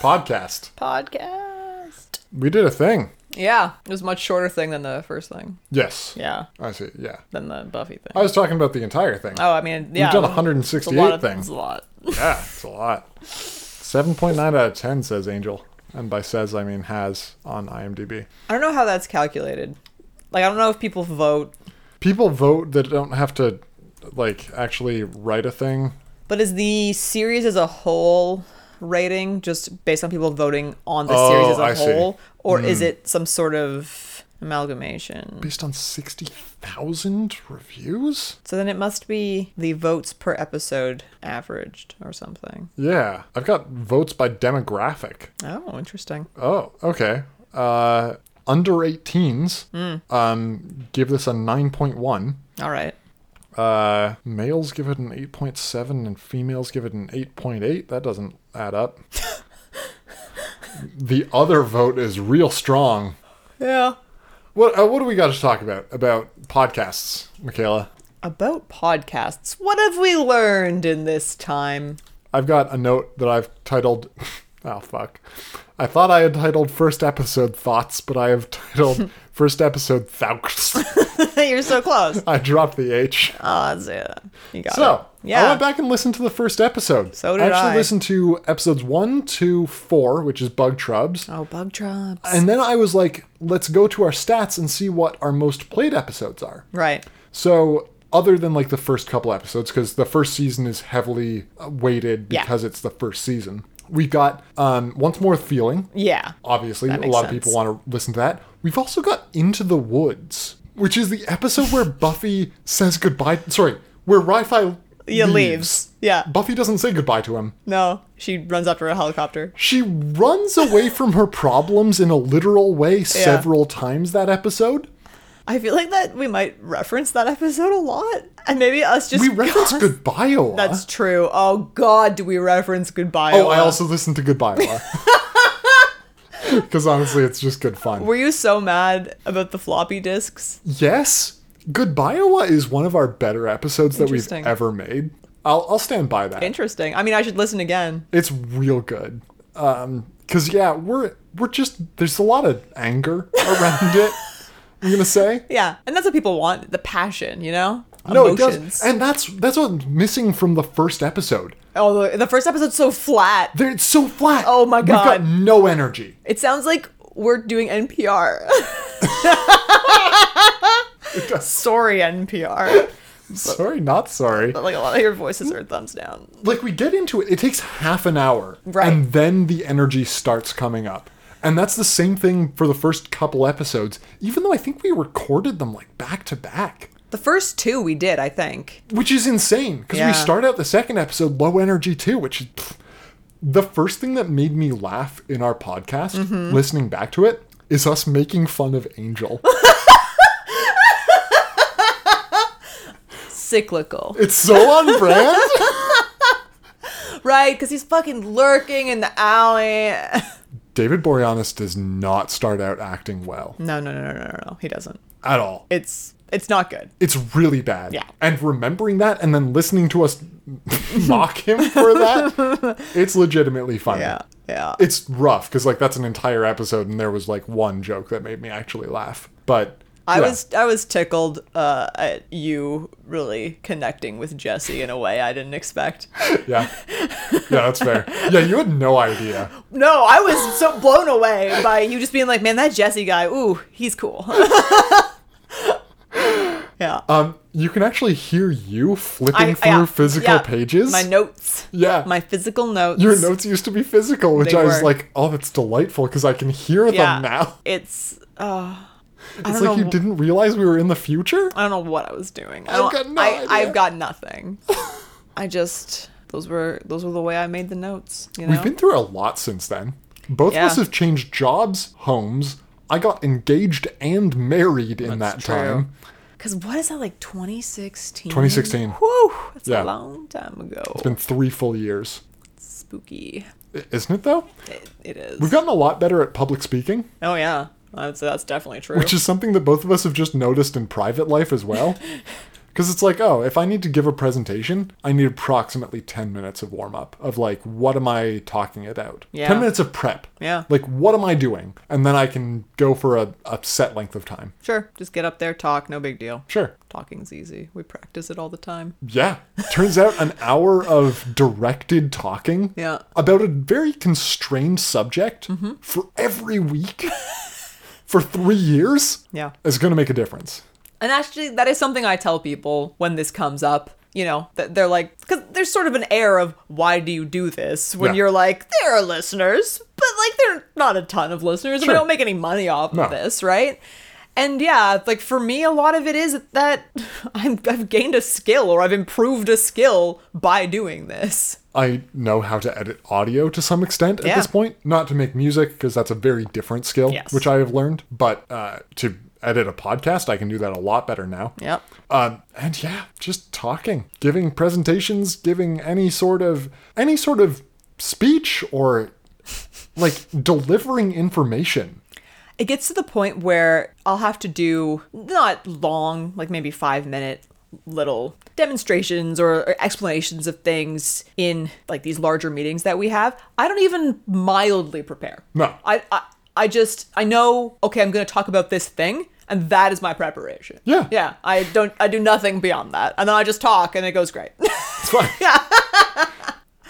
[SPEAKER 2] Podcast.
[SPEAKER 6] Podcast.
[SPEAKER 2] We did a thing.
[SPEAKER 6] Yeah, it was a much shorter thing than the first thing.
[SPEAKER 2] Yes.
[SPEAKER 6] Yeah,
[SPEAKER 2] I see. Yeah.
[SPEAKER 6] than the Buffy thing.
[SPEAKER 2] I was talking about the entire thing.
[SPEAKER 6] Oh, I mean, yeah.
[SPEAKER 2] We've done
[SPEAKER 6] It's a
[SPEAKER 2] 168
[SPEAKER 6] lot of
[SPEAKER 2] things.
[SPEAKER 6] It's a lot.
[SPEAKER 2] Yeah, it's a lot. 7.9 out of 10 says Angel. And by says, I mean has on IMDb.
[SPEAKER 6] I don't know how that's calculated. Like, I don't know if people vote,
[SPEAKER 2] People vote that don't have to, like, actually write a thing.
[SPEAKER 6] but is the series as a whole rating just based on people voting on the series
[SPEAKER 2] Oh,
[SPEAKER 6] as a
[SPEAKER 2] I see. Hmm.
[SPEAKER 6] whole, or is it some sort of amalgamation?
[SPEAKER 2] Based on 60,000 reviews?
[SPEAKER 6] So then it must be the votes per episode averaged or something.
[SPEAKER 2] Yeah. I've got votes by demographic.
[SPEAKER 6] Oh, interesting.
[SPEAKER 2] Oh, okay. Uh, under 18s, um, give this a 9.1.
[SPEAKER 6] All right.
[SPEAKER 2] Uh, males give it an 8.7 and females give it an 8.8. That doesn't add up. the other vote is real strong.
[SPEAKER 6] Yeah.
[SPEAKER 2] What uh, what do we got to talk about about podcasts, Michaela?
[SPEAKER 6] About podcasts, what have we learned in this time?
[SPEAKER 2] I've got a note that I've titled Oh, fuck. I thought I had titled first episode Thoughts, but I have titled first episode Thoughts.
[SPEAKER 6] You're so close.
[SPEAKER 2] I dropped the H.
[SPEAKER 6] Oh, that's it. You got
[SPEAKER 2] So,
[SPEAKER 6] it. Yeah.
[SPEAKER 2] I went back and listened to the first episode.
[SPEAKER 6] So did
[SPEAKER 2] I actually
[SPEAKER 6] I.
[SPEAKER 2] listened to episodes one, two, four, which is Bug Trubs.
[SPEAKER 6] Oh, bug drops.
[SPEAKER 2] And then I was like, let's go to our stats and see what our most played episodes are.
[SPEAKER 6] right.
[SPEAKER 2] So, other than like the first couple episodes, because the first season is heavily uh, weighted
[SPEAKER 6] Yeah.
[SPEAKER 2] because it's the first season, we got um, Once More with Feeling.
[SPEAKER 6] Yeah.
[SPEAKER 2] Obviously, a
[SPEAKER 6] That makes
[SPEAKER 2] lot of
[SPEAKER 6] sense.
[SPEAKER 2] people want to listen to that. We've also got Into the Woods, which is the episode where Buffy says goodbye. Sorry, where Wi Fi
[SPEAKER 6] Yeah, leaves. Yeah.
[SPEAKER 2] Buffy doesn't say goodbye to him.
[SPEAKER 6] No. She runs after a helicopter.
[SPEAKER 2] She runs away from her problems in a literal way several times that episode.
[SPEAKER 6] I feel like that we might reference that episode a lot. And maybe us just
[SPEAKER 2] We reference
[SPEAKER 6] God,
[SPEAKER 2] Goodbye Iowa.
[SPEAKER 6] That's true. Oh god, do we reference goodbye?
[SPEAKER 2] oh, I also listened to Goodbye Iowa. Because honestly, it's just good fun.
[SPEAKER 6] Were you so mad about the floppy disks?
[SPEAKER 2] yes, Goodbye Iowa is one of our better episodes that we've
[SPEAKER 6] Interesting.
[SPEAKER 2] ever made. I'll, I'll stand by that.
[SPEAKER 6] Interesting. I mean, I should listen again.
[SPEAKER 2] it's real good. Um, cause yeah, we're we're just there's a lot of anger around it. I'm gonna say
[SPEAKER 6] Yeah. And that's what people want, the passion, you know?
[SPEAKER 2] no, it
[SPEAKER 6] Emotions.
[SPEAKER 2] does, and that's that's what's missing from the first episode.
[SPEAKER 6] oh, the- the first episode's so flat.
[SPEAKER 2] There, it's so flat.
[SPEAKER 6] Oh my
[SPEAKER 2] we've got
[SPEAKER 6] God.
[SPEAKER 2] no energy.
[SPEAKER 6] It sounsounds like we're doing NPR. sorry, NPR.
[SPEAKER 2] sorry, not sorry.
[SPEAKER 6] But like a lot of your voices are thumbs down.
[SPEAKER 2] Like we get into it, it takes half an hour,
[SPEAKER 6] Right.
[SPEAKER 2] and then the energy starts coming up. And that's the same thing for the first couple episodes, even though I think we recorded them like back to back.
[SPEAKER 6] The first two we did, I think.
[SPEAKER 2] which is insane because
[SPEAKER 6] Yeah.
[SPEAKER 2] we start out the second episode low energy too which is pff, the first thing that made me laugh in our podcast
[SPEAKER 6] Mm-hmm.
[SPEAKER 2] listening back to it is us making fun of angel
[SPEAKER 6] Cyclical.
[SPEAKER 2] it's so on brand
[SPEAKER 6] Right, because he's fucking lurking in the alley.
[SPEAKER 2] david boreanaz does not start out acting well
[SPEAKER 6] No, no, no, no, no, no. He doesn't.
[SPEAKER 2] at all
[SPEAKER 6] It's it's not good.
[SPEAKER 2] it's really bad
[SPEAKER 6] Yeah.
[SPEAKER 2] and remembering that and then listening to us mock him for that it's legitimately funny
[SPEAKER 6] Yeah. Yeah.
[SPEAKER 2] it's rough because like that's an entire episode and there was like one joke that made me actually laugh but
[SPEAKER 6] I
[SPEAKER 2] yeah.
[SPEAKER 6] was I was tickled uh, at you really connecting with Jesse in a way I didn't expect.
[SPEAKER 2] Yeah. Yeah, that's fair. Yeah, you had no idea.
[SPEAKER 6] No, I was so blown away by you just being like, "Man, that Jesse guy, ooh, he's cool." yeah,
[SPEAKER 2] Um, you can actually hear you flipping through
[SPEAKER 6] yeah,
[SPEAKER 2] physical
[SPEAKER 6] yeah.
[SPEAKER 2] pages.
[SPEAKER 6] my notes,
[SPEAKER 2] Yeah.
[SPEAKER 6] my physical notes.
[SPEAKER 2] Your notes used to be physical, which
[SPEAKER 6] They
[SPEAKER 2] I was
[SPEAKER 6] were.
[SPEAKER 2] like, oh, that's delightful because I can hear
[SPEAKER 6] yeah.
[SPEAKER 2] them now.
[SPEAKER 6] It's uh, I
[SPEAKER 2] It's
[SPEAKER 6] don't
[SPEAKER 2] like
[SPEAKER 6] know.
[SPEAKER 2] you didn't realize we were in the future.
[SPEAKER 6] I don't know what I was doing. I
[SPEAKER 2] I've
[SPEAKER 6] don't,
[SPEAKER 2] got no
[SPEAKER 6] I,
[SPEAKER 2] idea.
[SPEAKER 6] I've got nothing. I just those were those were the way I made the notes. You know.
[SPEAKER 2] We've been through a lot since then. Both of us
[SPEAKER 6] Yeah.
[SPEAKER 2] have changed jobs, homes. I got engaged and married in that
[SPEAKER 6] That's true.
[SPEAKER 2] time.
[SPEAKER 6] Because what is that like 2016?
[SPEAKER 2] 2016.
[SPEAKER 6] Whew, that's
[SPEAKER 2] Yeah.
[SPEAKER 6] a long time ago.
[SPEAKER 2] It's been three full years.
[SPEAKER 6] Spooky.
[SPEAKER 2] I- Isn't it though?
[SPEAKER 6] It, it is.
[SPEAKER 2] We've gotten a lot better at public speaking.
[SPEAKER 6] oh yeah, I would say that's definitely true.
[SPEAKER 2] which is something that both of us have just noticed in private life as well. Because it's like, oh, if I need to give a presentation, I need approximately 10 minutes of warm up of like, what am I talking about?
[SPEAKER 6] Yeah.
[SPEAKER 2] 10 minutes of prep.
[SPEAKER 6] Yeah.
[SPEAKER 2] Like, what am I doing? And then I can go for a, a set length of time.
[SPEAKER 6] Sure, just get up there, talk, no big deal.
[SPEAKER 2] Sure.
[SPEAKER 6] Talking's easy. We practice it all the time.
[SPEAKER 2] Yeah. Turns out an hour of directed talking
[SPEAKER 6] Yeah. Mm-hmm.
[SPEAKER 2] about a very constrained subject for every week for three years
[SPEAKER 6] Yeah.
[SPEAKER 2] is going to make a difference.
[SPEAKER 6] And actually, that is something I tell people when this comes up. You know, that they're like, because there's sort of an air of why do you do this when
[SPEAKER 2] Yeah.
[SPEAKER 6] you're like, there are listeners, but like, there are not a ton of listeners. and We
[SPEAKER 2] Sure.
[SPEAKER 6] don't make any money off
[SPEAKER 2] No.
[SPEAKER 6] of this, right? And yeah, like for me, a lot of it is that I'm, I've gained a skill or I've improved a skill by doing this.
[SPEAKER 2] I know how to edit audio to some extent at
[SPEAKER 6] Yeah.
[SPEAKER 2] this point, not to make music because that's a very different skill,
[SPEAKER 6] Yes.
[SPEAKER 2] which I have learned. But uh, to edit a podcast, I can do that a lot better now.
[SPEAKER 6] Yep.
[SPEAKER 2] Um, and yeah, just talking, giving presentations, giving any sort of any sort of speech or like delivering information.
[SPEAKER 6] it gets to the point where I'll have to do not long, like maybe five minute little demonstrations or, or explanations of things in like these larger meetings that we have, I don't even mildly prepare.
[SPEAKER 2] No.
[SPEAKER 6] I I, I just I know okay, I'm going to talk about this thing. And that is my preparation.
[SPEAKER 2] Yeah.
[SPEAKER 6] Yeah. I don't, I do nothing beyond that. And then I just talk and it goes great.
[SPEAKER 2] It's fine.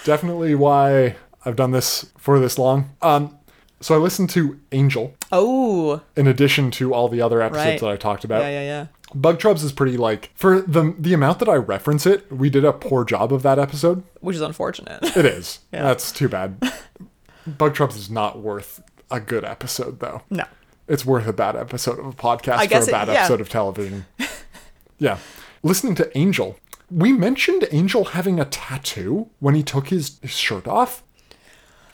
[SPEAKER 2] Definitely why I've done this for this long. Um, so I listened to Angel
[SPEAKER 6] oh.
[SPEAKER 2] in addition to all the other episodes
[SPEAKER 6] Right.
[SPEAKER 2] that I talked about.
[SPEAKER 6] Yeah, yeah, yeah.
[SPEAKER 2] Bug Trubs is pretty like for the the amount that I reference it, we did a poor job of that episode.
[SPEAKER 6] Which is unfortunate.
[SPEAKER 2] It is. That's too bad. Bug Trubs is not worth a good episode though.
[SPEAKER 6] No.
[SPEAKER 2] It's worth a bad episode of a podcast
[SPEAKER 6] I guess
[SPEAKER 2] for a
[SPEAKER 6] it-
[SPEAKER 2] bad
[SPEAKER 6] yeah.
[SPEAKER 2] episode of television. yeah. Listening to Angel. We mentioned Angel having a tattoo when he took his his shirt off.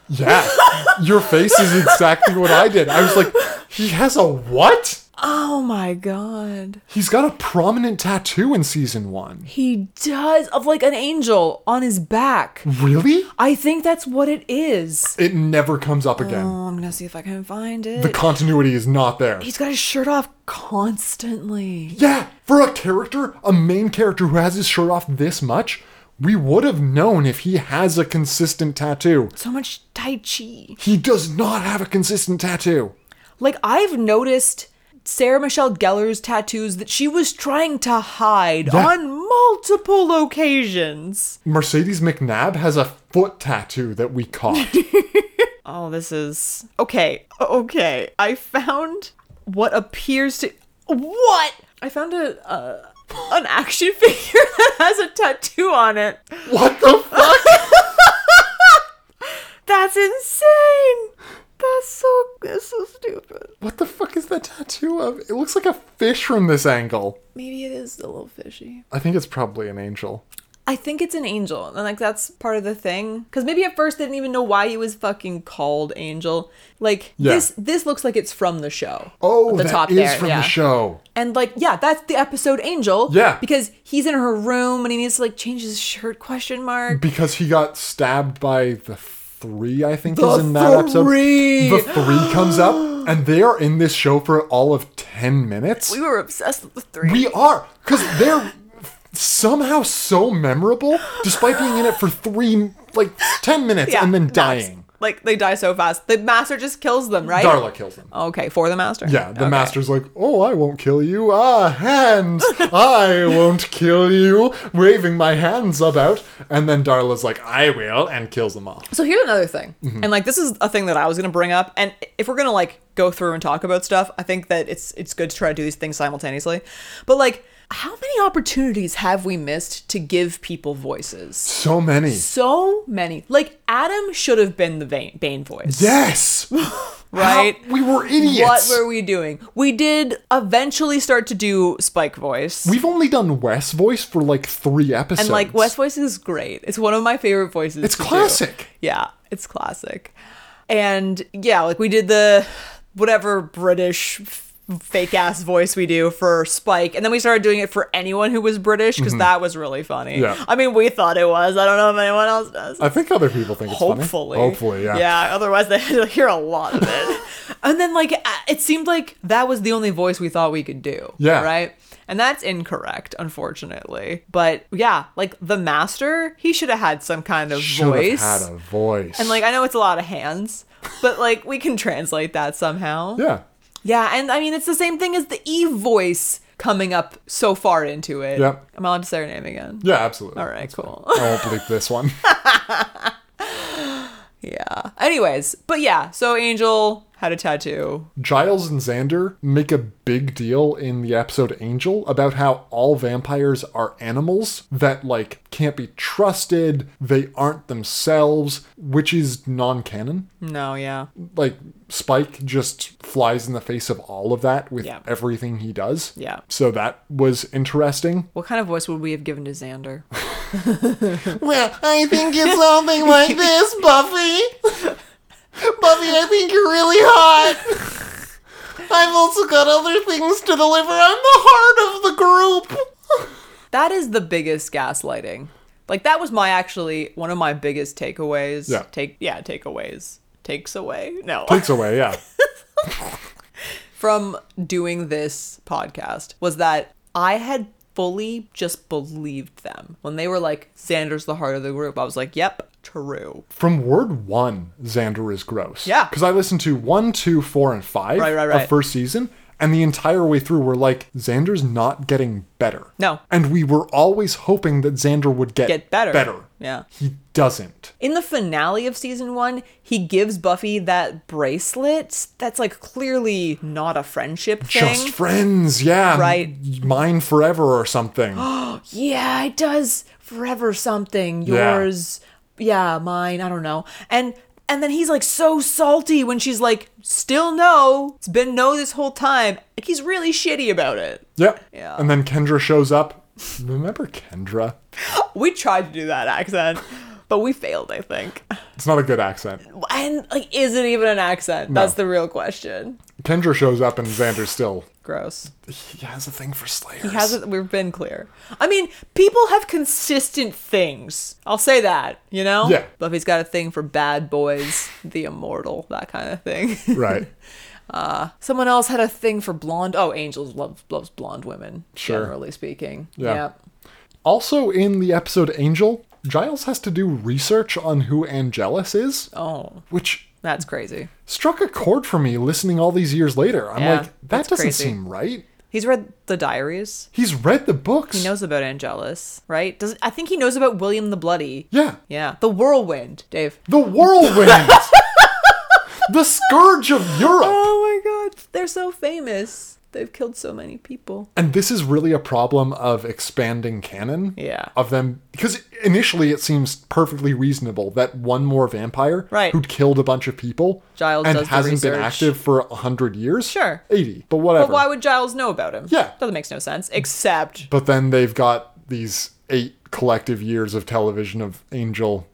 [SPEAKER 2] Yeah. Your face is exactly what I did. I was like, he has a what?
[SPEAKER 6] Oh my god.
[SPEAKER 2] He's got a prominent tattoo in season one.
[SPEAKER 6] He does of like an angel on his back.
[SPEAKER 2] Really?
[SPEAKER 6] I think that's what it is. Oh,
[SPEAKER 2] It never comes up again.
[SPEAKER 6] I'm gonna see if I can find it.
[SPEAKER 2] the continuity is not there.
[SPEAKER 6] He's got his shirt off constantly.
[SPEAKER 2] Yeah, for a character, a main character who has his shirt off this much, we would have known if he has a consistent tattoo.
[SPEAKER 6] So much Tai Chi.
[SPEAKER 2] He does not have a consistent tattoo.
[SPEAKER 6] Like, I've noticed Sarah Michelle Gellar's tattoos that she was trying to hide
[SPEAKER 2] Yeah.
[SPEAKER 6] on multiple occasions.
[SPEAKER 2] Mercedes McNabb has a foot tattoo that we caught.
[SPEAKER 6] Oh, this is. Okay, okay. I found what appears to. What? I found a. Uh, an action figure that has a tattoo on it.
[SPEAKER 2] what the fuck?
[SPEAKER 6] That's insane. That's so that's so stupid.
[SPEAKER 2] What the fuck is that tattoo of? It looks like a fish from this angle.
[SPEAKER 6] Maybe it is a little fishy.
[SPEAKER 2] I think it's probably an angel.
[SPEAKER 6] I think it's an angel, and like that's part of the thing. Because maybe at first they didn't even know why he was fucking called Angel. Like
[SPEAKER 2] Yeah.
[SPEAKER 6] this, this looks like it's from the show.
[SPEAKER 2] Oh,
[SPEAKER 6] At
[SPEAKER 2] that is from the show.
[SPEAKER 6] And like, yeah, that's the episode Angel.
[SPEAKER 2] Yeah.
[SPEAKER 6] because he's in her room and he needs to like change his shirt? Question mark.
[SPEAKER 2] because he got stabbed by the three i think
[SPEAKER 6] The
[SPEAKER 2] is in that
[SPEAKER 6] three!
[SPEAKER 2] episode the three comes up and they are in this show for all of 10 minutes
[SPEAKER 6] we were obsessed with the three.
[SPEAKER 2] we are because they're somehow so memorable despite being in it for three like 10 minutes
[SPEAKER 6] Yeah,
[SPEAKER 2] and then
[SPEAKER 6] nuts.
[SPEAKER 2] dying
[SPEAKER 6] Like they die so fast. The master just kills them, right?
[SPEAKER 2] darla kills him
[SPEAKER 6] Okay, for the master.
[SPEAKER 2] yeah the
[SPEAKER 6] Okay.
[SPEAKER 2] master's like oh i won't kill you ah hands i won't kill you waving my hands about and then darla's like i will and kills them all
[SPEAKER 6] So here's another thing,
[SPEAKER 2] Mm-hmm.
[SPEAKER 6] and like this is a thing that I was gonna bring up, and if we're gonna like go through and talk about stuff, I think that it's it's good to try to do these things simultaneously. But like, how many opportunities have we missed to give people voices?
[SPEAKER 2] so many
[SPEAKER 6] So many. Like Adam should have been the Bane, Bane voice,
[SPEAKER 2] Yes.
[SPEAKER 6] right?
[SPEAKER 2] How- we were
[SPEAKER 6] What
[SPEAKER 2] idiots.
[SPEAKER 6] were we doing? We did eventually start to do Spike voice.
[SPEAKER 2] We've only done Wes voice for like three episodes.
[SPEAKER 6] and like West voice is great. It's one of my favorite voices.
[SPEAKER 2] It's
[SPEAKER 6] to do.
[SPEAKER 2] classic.
[SPEAKER 6] Yeah, it's classic. And yeah, like we did the whatever British fake ass voice we do for Spike, and then we started doing it for anyone who was British because that was really funny.
[SPEAKER 2] Mm-hmm. Yeah.
[SPEAKER 6] I mean, we thought it was. I don't know if anyone else does.
[SPEAKER 2] I think other people think it's
[SPEAKER 6] Hopefully.
[SPEAKER 2] funny. Hopefully, yeah.
[SPEAKER 6] Yeah, otherwise they hear a lot of it. and then like uh, it seemed like that was the only voice we thought we could do.
[SPEAKER 2] Yeah.
[SPEAKER 6] Right? And that's incorrect, unfortunately. But yeah, like the master, he should have had some kind of
[SPEAKER 2] Should
[SPEAKER 6] voice.
[SPEAKER 2] have had a voice.
[SPEAKER 6] And like I know it's a lot of hands, but like we can translate that somehow.
[SPEAKER 2] yeah,
[SPEAKER 6] Yeah, and I mean it's the same thing as the E voice coming up so far into it.
[SPEAKER 2] Yep.
[SPEAKER 6] I'm allowed to say her name again.
[SPEAKER 2] yeah, absolutely.
[SPEAKER 6] All right, cool.
[SPEAKER 2] I won't believe this one.
[SPEAKER 6] Yeah. Anyways, but yeah, so Angel had a tattoo.
[SPEAKER 2] Giles and Xander make a big deal in the episode Angel about how all vampires are animals that like can't be trusted. They aren't themselves, which is non-canon.
[SPEAKER 6] No, yeah.
[SPEAKER 2] like Spike just flies in the face of all of that with
[SPEAKER 6] Yeah.
[SPEAKER 2] everything he does.
[SPEAKER 6] Yeah.
[SPEAKER 2] So that was interesting.
[SPEAKER 6] What kind of voice would we have given to Xander?
[SPEAKER 2] Well, I think it's something like this, Buffy. Buffy, I think you're really hot. I've also got other things to deliver. I'm the heart of the group.
[SPEAKER 6] That is the biggest gaslighting. Like that was my actually one of my biggest takeaways.
[SPEAKER 2] Yeah.
[SPEAKER 6] Take yeah, takeaways. Takes away. No.
[SPEAKER 2] Takes away, yeah.
[SPEAKER 6] From doing this podcast was that I had fully just believed them. When they were like, Xander's the heart of the group, I was like, yep, true.
[SPEAKER 2] From word one, Xander is gross.
[SPEAKER 6] Yeah.
[SPEAKER 2] Because I listened to one, two, four, and five
[SPEAKER 6] Right, right,
[SPEAKER 2] of
[SPEAKER 6] right.
[SPEAKER 2] first season, and the entire way through, we're like, Xander's not getting better.
[SPEAKER 6] No.
[SPEAKER 2] And we were always hoping that Xander would get,
[SPEAKER 6] Get better.
[SPEAKER 2] Better.
[SPEAKER 6] Yeah.
[SPEAKER 2] He doesn't.
[SPEAKER 6] In the finale of season one, he gives Buffy that bracelet that's like clearly not a friendship thing.
[SPEAKER 2] Just friends, yeah.
[SPEAKER 6] Right.
[SPEAKER 2] Mine forever or something.
[SPEAKER 6] yeah, it does forever something.
[SPEAKER 2] Yeah.
[SPEAKER 6] Yours, yeah. mine, I don't know. And and then he's like so salty when she's like, still no. It's been no this whole time. Like he's really shitty about it.
[SPEAKER 2] yep.
[SPEAKER 6] Yeah.
[SPEAKER 2] And then Kendra shows up. Remember Kendra?
[SPEAKER 6] We tried to do that accent, but we failed, I think.
[SPEAKER 2] It's not a good accent.
[SPEAKER 6] And like, is it even an accent? That's the real question.
[SPEAKER 2] Kendra shows up and Xander's still.
[SPEAKER 6] Gross.
[SPEAKER 2] He has a thing for Slayers.
[SPEAKER 6] He hasn't. We've been clear. I mean, people have consistent things. I'll say that. You know.
[SPEAKER 2] Yeah.
[SPEAKER 6] Buffy's got a thing for bad boys, the immortal, that kind of thing. Uh,
[SPEAKER 2] Right.
[SPEAKER 6] Someone else had a thing for blonde. Oh, Angels loves loves blonde women.
[SPEAKER 2] Sure.
[SPEAKER 6] Generally speaking.
[SPEAKER 2] Yeah.
[SPEAKER 6] Yeah.
[SPEAKER 2] Also, in the episode Angel, Giles has to do research on who Angelus is,
[SPEAKER 6] Oh,
[SPEAKER 2] which
[SPEAKER 6] that's crazy.
[SPEAKER 2] struck a chord for me listening all these years later. I'm
[SPEAKER 6] Yeah,
[SPEAKER 2] like, that
[SPEAKER 6] that's
[SPEAKER 2] doesn't
[SPEAKER 6] crazy.
[SPEAKER 2] seem right.
[SPEAKER 6] He's read the diaries.
[SPEAKER 2] He's read the books.
[SPEAKER 6] He knows about Angelus, right? Does I think he knows about William the Bloody.
[SPEAKER 2] Yeah.
[SPEAKER 6] Yeah. The whirlwind, Dave.
[SPEAKER 2] The whirlwind. the scourge of Europe.
[SPEAKER 6] Oh my god. They're so famous. They've killed so many people.
[SPEAKER 2] And this is really a problem of expanding canon.
[SPEAKER 6] Yeah.
[SPEAKER 2] Of them, because initially it seems perfectly reasonable that one more vampire
[SPEAKER 6] Right.
[SPEAKER 2] who'd killed a bunch of people
[SPEAKER 6] Giles
[SPEAKER 2] and
[SPEAKER 6] does the
[SPEAKER 2] hasn't been
[SPEAKER 6] research.
[SPEAKER 2] active for 100 years.
[SPEAKER 6] Sure.
[SPEAKER 2] 80, but whatever.
[SPEAKER 6] But why would Giles know about him?
[SPEAKER 2] Yeah.
[SPEAKER 6] That makes no sense. Except
[SPEAKER 2] But then they've got these eight collective years of television of Angel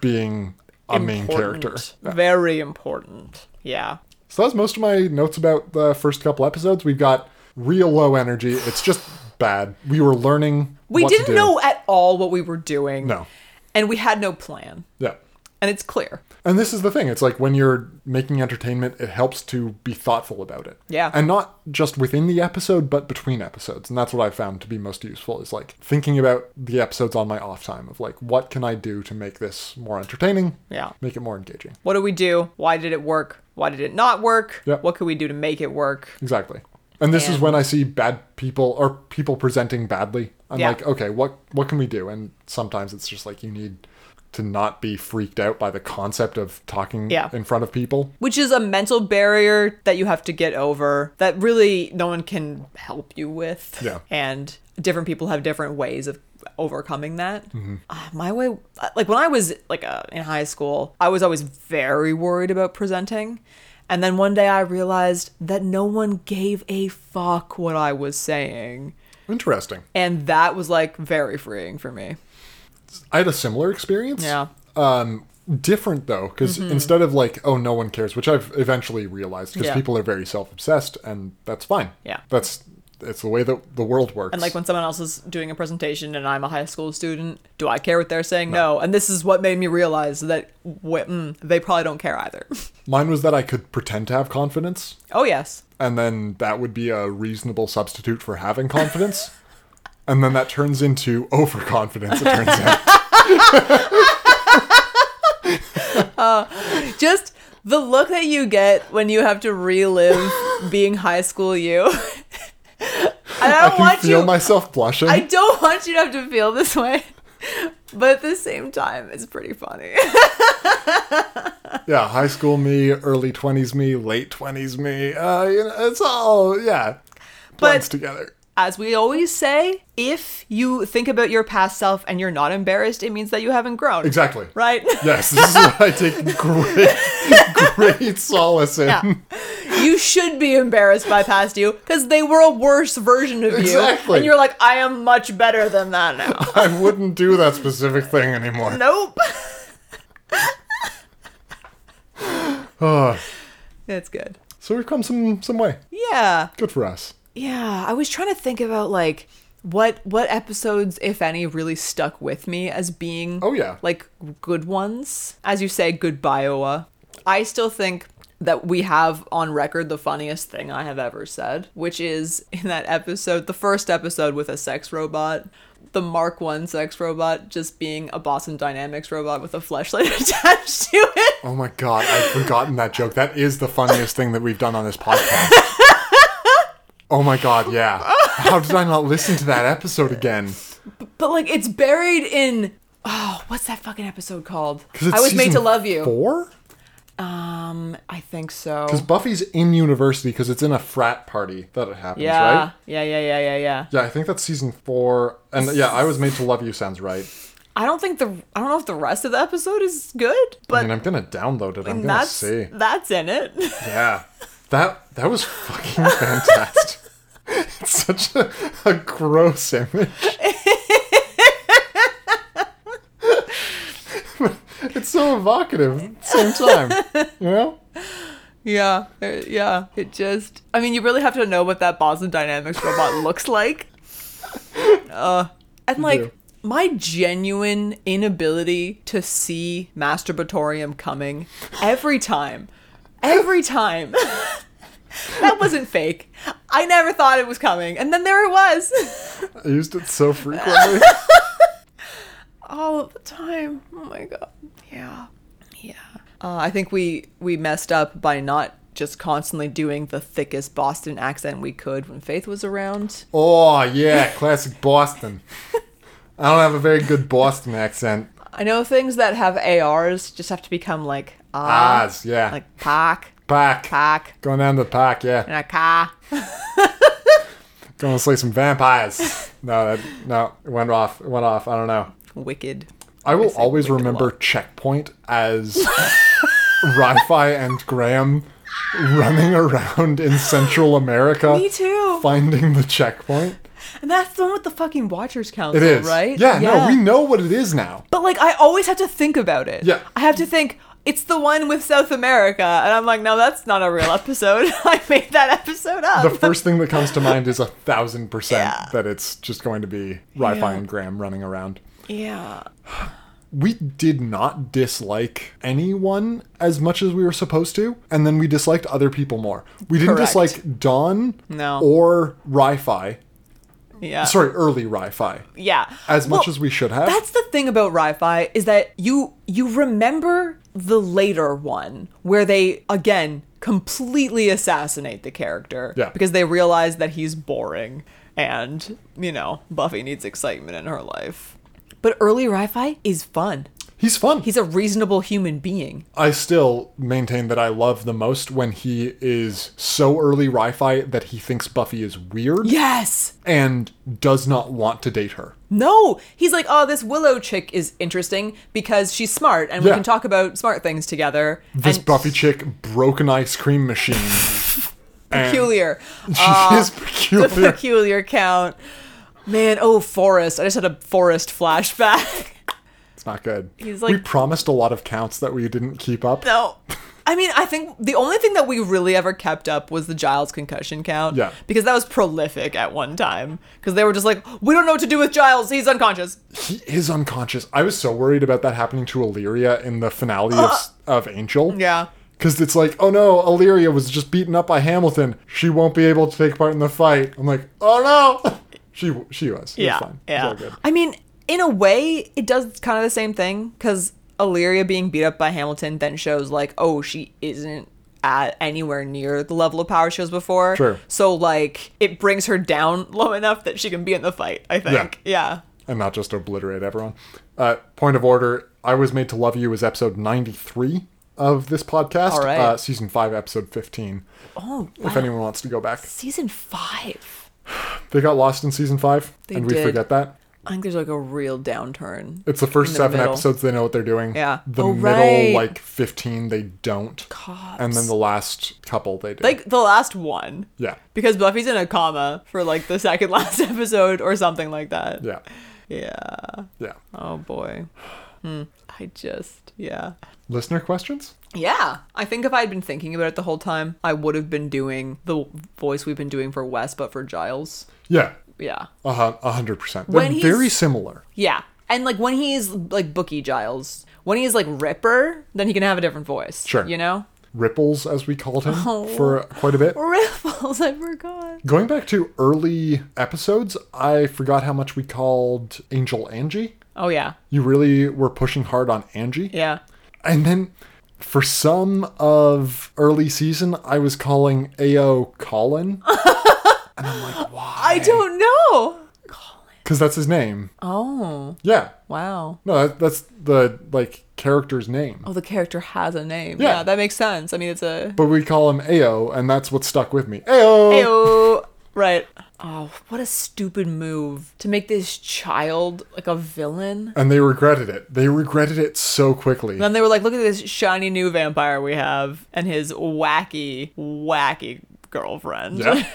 [SPEAKER 2] being a main
[SPEAKER 6] important.
[SPEAKER 2] character.
[SPEAKER 6] Very important. Yeah.
[SPEAKER 2] So that's most of my notes about the first couple episodes. We've got real low energy. It's just bad. We were learning.
[SPEAKER 6] We
[SPEAKER 2] what to
[SPEAKER 6] didn't
[SPEAKER 2] do.
[SPEAKER 6] know at all what we were doing.
[SPEAKER 2] No.
[SPEAKER 6] And we had no plan.
[SPEAKER 2] Yeah.
[SPEAKER 6] And it's clear.
[SPEAKER 2] And this is the thing. It's like when you're making entertainment, it helps to be thoughtful about it.
[SPEAKER 6] Yeah.
[SPEAKER 2] And not just within the episode, but between episodes. And that's what I found to be most useful is like thinking about the episodes on my off time of like, what can I do to make this more entertaining?
[SPEAKER 6] Yeah.
[SPEAKER 2] Make it more engaging.
[SPEAKER 6] What do we do? Why did it work? Why did it not work?
[SPEAKER 2] Yeah.
[SPEAKER 6] What could we do to make it work?
[SPEAKER 2] Exactly. And this is
[SPEAKER 6] And-
[SPEAKER 2] when I see bad people or people presenting badly. I'm
[SPEAKER 6] Yeah.
[SPEAKER 2] like, okay, what what can we do? And sometimes it's just like you need to not be freaked out by the concept of talking
[SPEAKER 6] Yeah.
[SPEAKER 2] in front of people.
[SPEAKER 6] Which is a mental barrier that you have to get over that really no one can help you with.
[SPEAKER 2] Yeah.
[SPEAKER 6] And different people have different ways of overcoming that. Ah, my way like when I was like uh, in high school, I was always very worried about presenting. And then one day I realized that no one gave a fuck what I was saying.
[SPEAKER 2] Interesting.
[SPEAKER 6] And that was like very freeing for me.
[SPEAKER 2] I had a similar experience.
[SPEAKER 6] Yeah. Mm-hmm.
[SPEAKER 2] Um, different though, because instead of like, oh, no one cares, which I've eventually realized because
[SPEAKER 6] Yeah.
[SPEAKER 2] people are very self obsessed, and that's fine.
[SPEAKER 6] Yeah.
[SPEAKER 2] That's it's the way that the world works.
[SPEAKER 6] And like when someone else is doing a presentation and I'm a high school student, do I care what they're saying? No. And this is what made me realize that wh- mm, they probably don't care either.
[SPEAKER 2] mine was that I could pretend to have confidence.
[SPEAKER 6] oh yes,
[SPEAKER 2] and then that would be a reasonable substitute for having confidence. and then that turns into overconfidence, it turns out.
[SPEAKER 6] just the look that you get when you have to relive being high school you. And I
[SPEAKER 2] I
[SPEAKER 6] don't
[SPEAKER 2] can
[SPEAKER 6] want
[SPEAKER 2] feel
[SPEAKER 6] you.
[SPEAKER 2] myself blushing.
[SPEAKER 6] I don't want you to have to feel this way. But at the same time, it's pretty funny.
[SPEAKER 2] Yeah, high school me, early 20s me, late 20s me. Uh, you know, it's all, yeah, blends together.
[SPEAKER 6] As we always say, if you think about your past self and you're not embarrassed, it means that you haven't grown.
[SPEAKER 2] Exactly.
[SPEAKER 6] Right?
[SPEAKER 2] Yes, this is what I take great, great solace in.
[SPEAKER 6] Yeah. you should be embarrassed by past you because they were a worse version of you.
[SPEAKER 2] Exactly.
[SPEAKER 6] And you're like, I am much better than that now.
[SPEAKER 2] I wouldn't do that specific thing anymore.
[SPEAKER 6] nope. That's good.
[SPEAKER 2] So we've come some some way.
[SPEAKER 6] Yeah.
[SPEAKER 2] Good for us.
[SPEAKER 6] Yeah. I was trying to think about like what what episodes, if any, really stuck with me as being
[SPEAKER 2] Oh, yeah.
[SPEAKER 6] like good ones. As you say, good Iowa. I still think that we have on record the funniest thing I have ever said, which is in that episode, the first episode with a sex robot. The Mark One sex robot just being a Boston Dynamics robot with a flashlight attached to it.
[SPEAKER 2] Oh my god, I've forgotten that joke. That is the funniest thing that we've done on this podcast. Oh my god, yeah. How did I not listen to that episode again?
[SPEAKER 6] But like it's buried in oh, what's that fucking episode called?
[SPEAKER 2] 'Cause it's
[SPEAKER 6] I was made to
[SPEAKER 2] season
[SPEAKER 6] love you.
[SPEAKER 2] Four?
[SPEAKER 6] Um, I think so.
[SPEAKER 2] Because Buffy's in university because it's in a frat party that it happens,
[SPEAKER 6] Yeah,
[SPEAKER 2] right?
[SPEAKER 6] yeah, yeah, yeah, yeah, yeah.
[SPEAKER 2] Yeah, I think that's season four. And yeah, I was made to love you sounds right.
[SPEAKER 6] I don't think the I don't know if the rest of the episode is good,
[SPEAKER 2] I
[SPEAKER 6] but
[SPEAKER 2] mean, I'm gonna download it. I'm gonna
[SPEAKER 6] that's
[SPEAKER 2] see.
[SPEAKER 6] that's in it.
[SPEAKER 2] Yeah, that that was fucking fantastic. it's such a, a gross image. it's so evocative at the same time. You know?
[SPEAKER 6] yeah, uh, yeah. It just I mean, you really have to know what that Boston Dynamics robot looks like. Uh, and like
[SPEAKER 2] do.
[SPEAKER 6] my genuine inability to see masturbatorium coming every time. Every time. that wasn't fake. I never thought it was coming. And then there it was.
[SPEAKER 2] I used it so frequently.
[SPEAKER 6] all of the time. Oh my god. Yeah. Yeah. Uh, I think we we messed up by not just constantly doing the thickest Boston accent we could when Faith was around.
[SPEAKER 2] oh yeah, classic Boston. I don't have a very good Boston accent.
[SPEAKER 6] I know things that have ARs just have to become like ah,
[SPEAKER 2] Oz, yeah.
[SPEAKER 6] like park,
[SPEAKER 2] Pack.
[SPEAKER 6] park,
[SPEAKER 2] Going down to the park, yeah.
[SPEAKER 6] and a car.
[SPEAKER 2] Going to slay some vampires. No, that, no, it went off. It went off. I don't know.
[SPEAKER 6] Wicked.
[SPEAKER 2] I will
[SPEAKER 6] say
[SPEAKER 2] always
[SPEAKER 6] wicked a
[SPEAKER 2] remember
[SPEAKER 6] lot.
[SPEAKER 2] Checkpoint as Rifi and Graham running around in Central America.
[SPEAKER 6] Me too.
[SPEAKER 2] Finding the checkpoint.
[SPEAKER 6] And that's the one with the fucking Watchers Council,
[SPEAKER 2] It is.
[SPEAKER 6] right?
[SPEAKER 2] Yeah, no, we know what it is now.
[SPEAKER 6] But like, I always have to think about it.
[SPEAKER 2] Yeah.
[SPEAKER 6] I have to think it's the one with South America, and I'm like, no, that's not a real episode. I made that episode up.
[SPEAKER 2] The first thing that comes to mind is a thousand percent
[SPEAKER 6] Yeah.
[SPEAKER 2] that it's just going to be Rifi
[SPEAKER 6] Yeah.
[SPEAKER 2] and Graham running around.
[SPEAKER 6] yeah.
[SPEAKER 2] we did not dislike anyone as much as we were supposed to, and then we disliked other people more. We didn't
[SPEAKER 6] Correct.
[SPEAKER 2] dislike Dawn
[SPEAKER 6] No.
[SPEAKER 2] or Ri-Fi.
[SPEAKER 6] Yeah.
[SPEAKER 2] Sorry, early Ri-Fi.
[SPEAKER 6] Yeah.
[SPEAKER 2] As much
[SPEAKER 6] Well,
[SPEAKER 2] as we should have.
[SPEAKER 6] That's the thing about Ri-Fi is that you you remember the later one where they again completely assassinate the character
[SPEAKER 2] Yeah.
[SPEAKER 6] because they realize that he's boring and you know Buffy needs excitement in her life. But early Ri-Fi is fun.
[SPEAKER 2] He's fun.
[SPEAKER 6] He's a reasonable human being.
[SPEAKER 2] I still maintain that I love the most when he is so early Ri-Fi that he thinks Buffy is weird
[SPEAKER 6] Yes.
[SPEAKER 2] and does not want to date her.
[SPEAKER 6] No. He's like, "Oh, this Willow chick is interesting because she's smart and
[SPEAKER 2] Yeah.
[SPEAKER 6] we can talk about smart things together."
[SPEAKER 2] This
[SPEAKER 6] and
[SPEAKER 2] Buffy chick broke an ice cream machine. And
[SPEAKER 6] peculiar.
[SPEAKER 2] She is
[SPEAKER 6] the
[SPEAKER 2] peculiar.
[SPEAKER 6] peculiar count. Man, oh Forrest. I just had a Forrest flashback.
[SPEAKER 2] It's not good.
[SPEAKER 6] He's
[SPEAKER 2] we
[SPEAKER 6] like-
[SPEAKER 2] promised a lot of counts that we didn't keep up.
[SPEAKER 6] no. I mean, I think the only thing that we really ever kept up was the Giles concussion count.
[SPEAKER 2] Yeah.
[SPEAKER 6] Because that was prolific at one time. Because they were just like, we don't know what to do with Giles. He's unconscious.
[SPEAKER 2] He is unconscious. I was so worried about that happening to Illyria in the finale of, of Angel.
[SPEAKER 6] Uh. Yeah.
[SPEAKER 2] Because it's like, oh no, Illyria was just beaten up by Hamilton. She won't be able to take part in the fight. I'm like, oh no. She she was. It was
[SPEAKER 6] yeah.
[SPEAKER 2] fine. It was
[SPEAKER 6] Yeah.
[SPEAKER 2] all good.
[SPEAKER 6] I mean, in a way, it does kind of the same thing because Illyria being beat up by Hamilton then shows like, oh, she isn't at anywhere near the level of power she was before.
[SPEAKER 2] True.
[SPEAKER 6] So like, it brings her down low enough that she can be in the fight. I think. Yeah.
[SPEAKER 2] And not just obliterate everyone. Uh, point of order I Was Made to Love You is episode 93 of this podcast.
[SPEAKER 6] All right.
[SPEAKER 2] Uh, season 5, episode 15.
[SPEAKER 6] Oh,
[SPEAKER 2] If
[SPEAKER 6] wow.
[SPEAKER 2] anyone wants to go back,
[SPEAKER 6] season five.
[SPEAKER 2] they got lost in season 5,
[SPEAKER 6] They
[SPEAKER 2] and we
[SPEAKER 6] did.
[SPEAKER 2] forget that.
[SPEAKER 6] I think there's like a real downturn.
[SPEAKER 2] It's the first
[SPEAKER 6] in the
[SPEAKER 2] seven
[SPEAKER 6] middle.
[SPEAKER 2] episodes they know what they're doing.
[SPEAKER 6] Yeah.
[SPEAKER 2] The
[SPEAKER 6] Oh,
[SPEAKER 2] middle
[SPEAKER 6] right.
[SPEAKER 2] like fifteen they don't. And then the last couple they do.
[SPEAKER 6] Like the last one.
[SPEAKER 2] yeah.
[SPEAKER 6] Because Buffy's in a comma for like the second last episode or something like that.
[SPEAKER 2] Yeah.
[SPEAKER 6] Yeah.
[SPEAKER 2] Yeah.
[SPEAKER 6] Oh boy. Hmm. I just, yeah.
[SPEAKER 2] Listener questions?
[SPEAKER 6] Yeah. I think if I had been thinking about it the whole time, I would have been doing the voice we've been doing for Wes, but for Giles.
[SPEAKER 2] Yeah.
[SPEAKER 6] Yeah.
[SPEAKER 2] A hun- a hundred percent. They're
[SPEAKER 6] When he's-
[SPEAKER 2] very similar.
[SPEAKER 6] Yeah. And like when he's like Bookie Giles, when he's like Ripper, then he can have a different voice.
[SPEAKER 2] Sure.
[SPEAKER 6] You know?
[SPEAKER 2] Ripples, as we called him,
[SPEAKER 6] Oh.
[SPEAKER 2] for quite a bit.
[SPEAKER 6] Ripples, I forgot.
[SPEAKER 2] Going back to early episodes, I forgot how much we called Angel Angie.
[SPEAKER 6] Oh yeah,
[SPEAKER 2] You really were pushing hard on Angie.
[SPEAKER 6] yeah.
[SPEAKER 2] And then for some of early season, I was calling AO Colin. and I'm like, why?
[SPEAKER 6] I don't know.
[SPEAKER 2] Because that's his name.
[SPEAKER 6] Oh
[SPEAKER 2] Yeah.
[SPEAKER 6] wow.
[SPEAKER 2] No, that, that's the like character's name.
[SPEAKER 6] Oh, the character has a name.
[SPEAKER 2] Yeah.
[SPEAKER 6] Yeah, that makes sense. I mean, it's a.
[SPEAKER 2] But we call him AO, and that's what stuck with me. AO!
[SPEAKER 6] Ayo. Oh. Right. Oh, what a stupid move to make this child like a villain.
[SPEAKER 2] And they regretted it. They regretted it so quickly.
[SPEAKER 6] Then they were like, look at this shiny new vampire we have and his wacky, wacky girlfriend.
[SPEAKER 2] Yeah.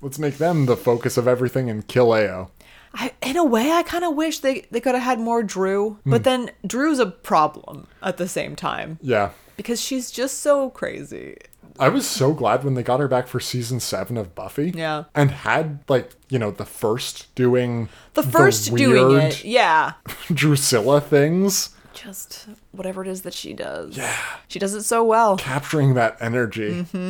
[SPEAKER 2] Let's make them the focus of everything and kill AO.
[SPEAKER 6] I, in a way, I kind of wish they, they could have had more Drew,
[SPEAKER 2] Hmm.
[SPEAKER 6] but then Drew's a problem at the same time
[SPEAKER 2] Yeah.
[SPEAKER 6] because she's just so crazy.
[SPEAKER 2] I was so glad when they got her back for season seven of Buffy.
[SPEAKER 6] Yeah.
[SPEAKER 2] And had, like, you know, the first doing
[SPEAKER 6] The first doing
[SPEAKER 2] weird
[SPEAKER 6] it, yeah,
[SPEAKER 2] Drusilla things,
[SPEAKER 6] just whatever it is that she does. Yeah, she does it so well.
[SPEAKER 2] capturing that energy. So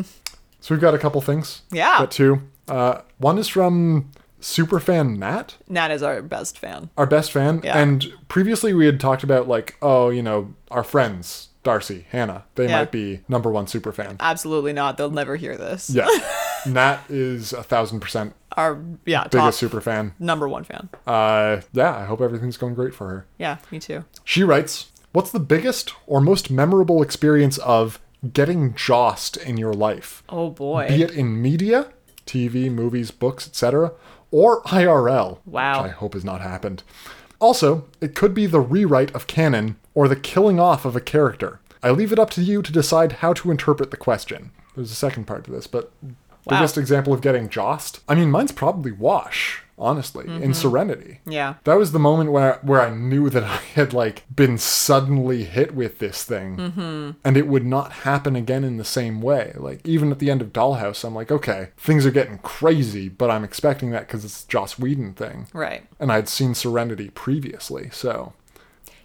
[SPEAKER 2] we've got a couple things.
[SPEAKER 6] Mm-hmm. Yeah.
[SPEAKER 2] Got two. Uh, one is from superfan Nat,
[SPEAKER 6] Nat is our best fan.
[SPEAKER 2] our best fan.
[SPEAKER 6] Yeah.
[SPEAKER 2] And previously we had talked about, like, oh, you know, our friends, Darcy, Hannah, they
[SPEAKER 6] Yeah. Uh.
[SPEAKER 2] might be number one superfan.
[SPEAKER 6] Absolutely not. They'll never hear this.
[SPEAKER 2] Yeah. Nat is a thousand percent
[SPEAKER 6] Our yeah, top
[SPEAKER 2] biggest super fan.
[SPEAKER 6] number one fan.
[SPEAKER 2] Uh, yeah, I hope everything's going great for her.
[SPEAKER 6] Yeah, me too.
[SPEAKER 2] She writes, What's the biggest or most memorable experience of getting josted in your life?
[SPEAKER 6] Oh boy.
[SPEAKER 2] Be it in media, TV, movies, books, etc., or IRL.
[SPEAKER 6] Wow.
[SPEAKER 2] Which I hope has not happened. Also, it could be the rewrite of canon or the killing off of a character. I leave it up to you to decide how to interpret the question. There's a second part to this, but
[SPEAKER 6] Wow.
[SPEAKER 2] biggest example of getting josted. I mean, mine's probably Wash, honestly, in Serenity.
[SPEAKER 6] Mm-hmm. Yeah.
[SPEAKER 2] That was the moment where where I knew that I had like been suddenly hit with this thing,
[SPEAKER 6] Mm-hmm.
[SPEAKER 2] and it would not happen again in the same way. Like even at the end of Dollhouse, I'm like, okay, things are getting crazy, but I'm expecting that because it's Joss Whedon thing,
[SPEAKER 6] Right.
[SPEAKER 2] and I'd seen Serenity previously, so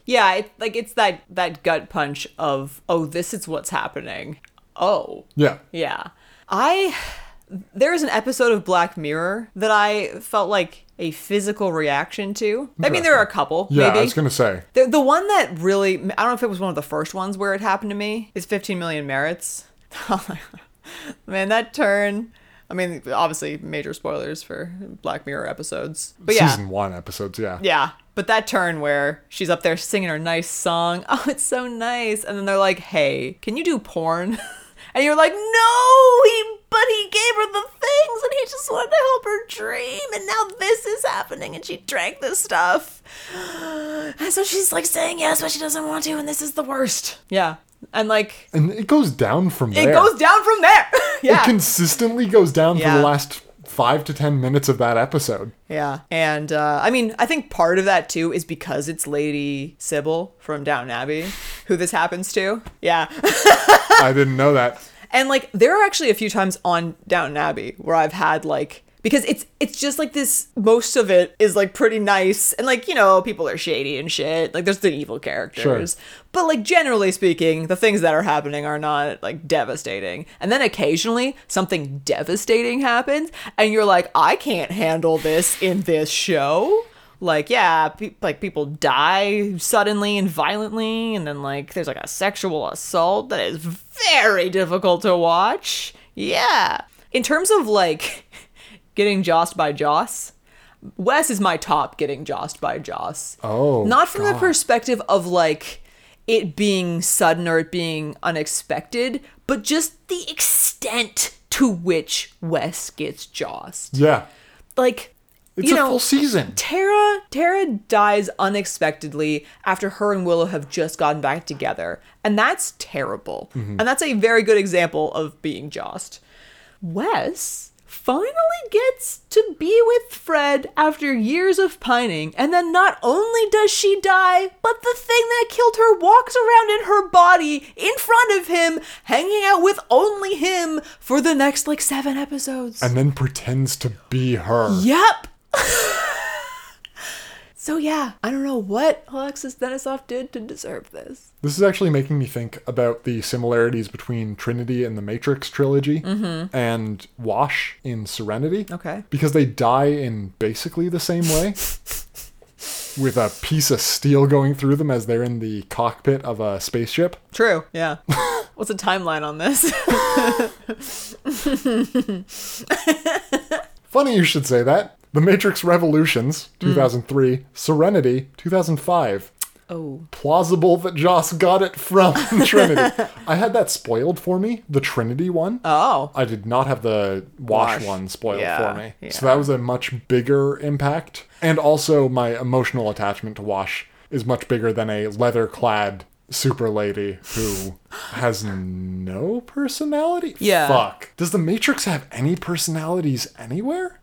[SPEAKER 6] Yeah, it, like it's that that gut punch of oh, this is what's happening. Oh,
[SPEAKER 2] yeah,
[SPEAKER 6] yeah. I there is an episode of Black Mirror that I felt like a physical reaction to. I mean, there are a couple.
[SPEAKER 2] yeah.
[SPEAKER 6] maybe.
[SPEAKER 2] I was gonna say,
[SPEAKER 6] The, the one that really, I don't know if it was one of the first ones where it happened to me, is 15 million merits. Man, that turn. I mean, obviously, major spoilers for Black Mirror episodes. But yeah.
[SPEAKER 2] season one episodes, yeah,
[SPEAKER 6] Yeah. But that turn where she's up there singing her nice song. Oh, it's so nice. And then they're like, hey, can you do porn? And you're like, no, he, but he gave her the things and he just wanted to help her dream. And now this is happening and she drank this stuff. And so she's like saying yes, but she doesn't want to. And this is the worst. Yeah. And like,
[SPEAKER 2] and it goes down from
[SPEAKER 6] it
[SPEAKER 2] there.
[SPEAKER 6] goes down from there. yeah.
[SPEAKER 2] It consistently goes down for
[SPEAKER 6] Yeah.
[SPEAKER 2] the last five to ten minutes of that episode.
[SPEAKER 6] Yeah. And uh, I mean, I think part of that too is because it's Lady Sybil from Down Abbey who this happens to. Yeah.
[SPEAKER 2] I didn't know that.
[SPEAKER 6] And like there are actually a few times on Downton Abbey where I've had like because it's it's just like this most of it is like pretty nice and like you know people are shady and shit like there's the evil characters but like generally speaking the things that are happening are not like devastating and then occasionally something devastating happens and you're like I can't handle this in this show like yeah pe- like people die suddenly and violently and then like there's like a sexual assault that is very difficult to watch yeah in terms of like getting jossed by joss wes is my top getting jossed by joss
[SPEAKER 2] Oh,
[SPEAKER 6] not from the
[SPEAKER 2] God.
[SPEAKER 6] perspective of like it being sudden or it being unexpected but just the extent to which wes gets jossed
[SPEAKER 2] Yeah,
[SPEAKER 6] like
[SPEAKER 2] it's
[SPEAKER 6] you
[SPEAKER 2] a
[SPEAKER 6] know,
[SPEAKER 2] full season.
[SPEAKER 6] Tara Tara dies unexpectedly after her and Willow have just gotten back together. And that's terrible. And that's a very good example of being Jost. Wes finally gets to be with Fred after years of pining, and then not only does she die, but the thing that killed her walks around in her body in front of him, hanging out with only him for the next like seven episodes.
[SPEAKER 2] and then pretends to be her.
[SPEAKER 6] Yep. So yeah, I don't know what Alexis Denisov did to deserve this.
[SPEAKER 2] This is actually making me think about the similarities between Trinity and the Matrix trilogy and Wash in Serenity.
[SPEAKER 6] Okay.
[SPEAKER 2] Because they die in basically the same way with a piece of steel going through them as they're in the cockpit of a spaceship.
[SPEAKER 6] True. Yeah. What's a timeline on this?
[SPEAKER 2] Funny you should say that. The Matrix Revolutions,
[SPEAKER 6] Hmm.
[SPEAKER 2] 2003, Serenity, 2005.
[SPEAKER 6] oh.
[SPEAKER 2] Plausible that Joss got it from Trinity. I had that spoiled for me, the Trinity one.
[SPEAKER 6] Oh.
[SPEAKER 2] I did not have the wash,
[SPEAKER 6] Wash.
[SPEAKER 2] one spoiled
[SPEAKER 6] Yeah,
[SPEAKER 2] for me. So
[SPEAKER 6] yeah.
[SPEAKER 2] that was a much bigger impact. And also, my emotional attachment to Wash is much bigger than a leather clad super lady who has no personality.
[SPEAKER 6] Yeah.
[SPEAKER 2] Fuck. Does the Matrix have any personalities anywhere?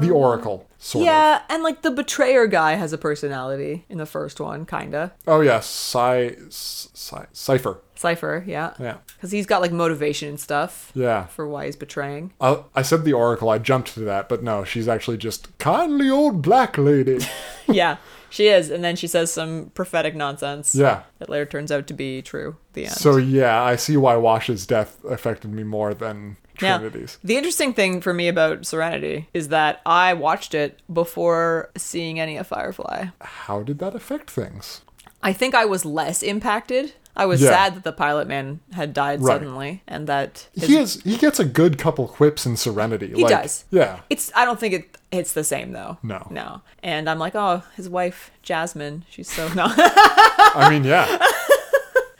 [SPEAKER 2] the Oracle, sort of.
[SPEAKER 6] Uh, Yeah, and like the betrayer guy has a personality in the first one, kinda.
[SPEAKER 2] Oh, yeah. Cy- Cy- Cypher.
[SPEAKER 6] Cipher, yeah.
[SPEAKER 2] Yeah.
[SPEAKER 6] Because he's got like motivation and stuff
[SPEAKER 2] Yeah.
[SPEAKER 6] for why he's betraying.
[SPEAKER 2] I, I said the Oracle, I jumped to that, but no, she's actually just kindly old black lady.
[SPEAKER 6] yeah, she is. And then she says some prophetic nonsense
[SPEAKER 2] Yeah.
[SPEAKER 6] that later turns out to be true. at The end.
[SPEAKER 2] So yeah, I see why Wash's death affected me more than
[SPEAKER 6] Now,
[SPEAKER 2] Trinity's.
[SPEAKER 6] the interesting thing for me about Serenity is that I watched it before seeing any of Firefly.
[SPEAKER 2] How did that affect things?
[SPEAKER 6] I think I was less impacted. I was
[SPEAKER 2] Yeah.
[SPEAKER 6] sad that the pilot man had died
[SPEAKER 2] Right.
[SPEAKER 6] suddenly and that his-
[SPEAKER 2] He is he gets a good couple quips in Serenity.
[SPEAKER 6] He
[SPEAKER 2] like,
[SPEAKER 6] does.
[SPEAKER 2] Yeah.
[SPEAKER 6] It's I don't think it it's the same though.
[SPEAKER 2] No.
[SPEAKER 6] No. And I'm like, oh, his wife Jasmine, she's so no.
[SPEAKER 2] I mean, yeah.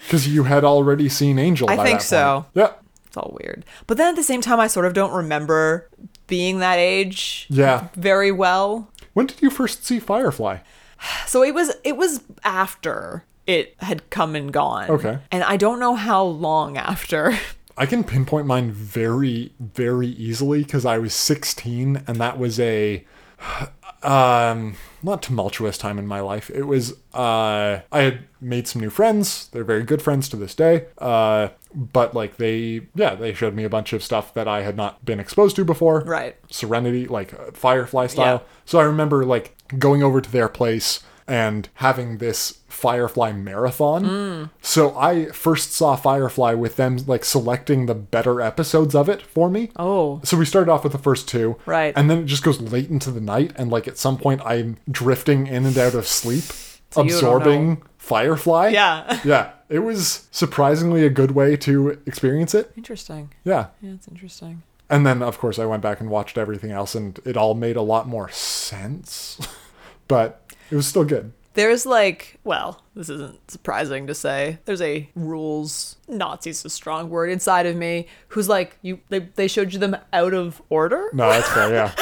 [SPEAKER 2] Because you had already seen Angel.
[SPEAKER 6] I
[SPEAKER 2] by
[SPEAKER 6] think
[SPEAKER 2] that
[SPEAKER 6] so.
[SPEAKER 2] Point. Yeah.
[SPEAKER 6] it's all weird. But then at the same time I sort of don't remember being that age
[SPEAKER 2] Yeah.
[SPEAKER 6] very well.
[SPEAKER 2] When did you first see Firefly?
[SPEAKER 6] So it was it was after it had come and gone.
[SPEAKER 2] Okay.
[SPEAKER 6] And I don't know how long after.
[SPEAKER 2] I can pinpoint mine very, very easily because I was 16 and that was a um not tumultuous time in my life. It was uh I had made some new friends. They're very good friends to this day. Uh but like they yeah, they showed me a bunch of stuff that I had not been exposed to before.
[SPEAKER 6] Right.
[SPEAKER 2] Serenity like uh, Firefly style.
[SPEAKER 6] Yeah.
[SPEAKER 2] So I remember like going over to their place and having this Firefly marathon.
[SPEAKER 6] Mm.
[SPEAKER 2] So I first saw Firefly with them like selecting the better episodes of it for me.
[SPEAKER 6] Oh.
[SPEAKER 2] So we started off with the first two.
[SPEAKER 6] Right.
[SPEAKER 2] And then it just goes late into the night and like at some point I'm drifting in and out of sleep,
[SPEAKER 6] you don't
[SPEAKER 2] absorbing Firefly.
[SPEAKER 6] Yeah.
[SPEAKER 2] Yeah. It was surprisingly a good way to experience it.
[SPEAKER 6] interesting.
[SPEAKER 2] Yeah.
[SPEAKER 6] Yeah, it's interesting.
[SPEAKER 2] And then, of course, I went back and watched everything else, and it all made a lot more sense. but it was still good.
[SPEAKER 6] There's like, well, this isn't surprising to say. There's a rules Nazi's a strong word inside of me who's like, you they, they showed you them out of order.
[SPEAKER 2] No, that's fair. Yeah,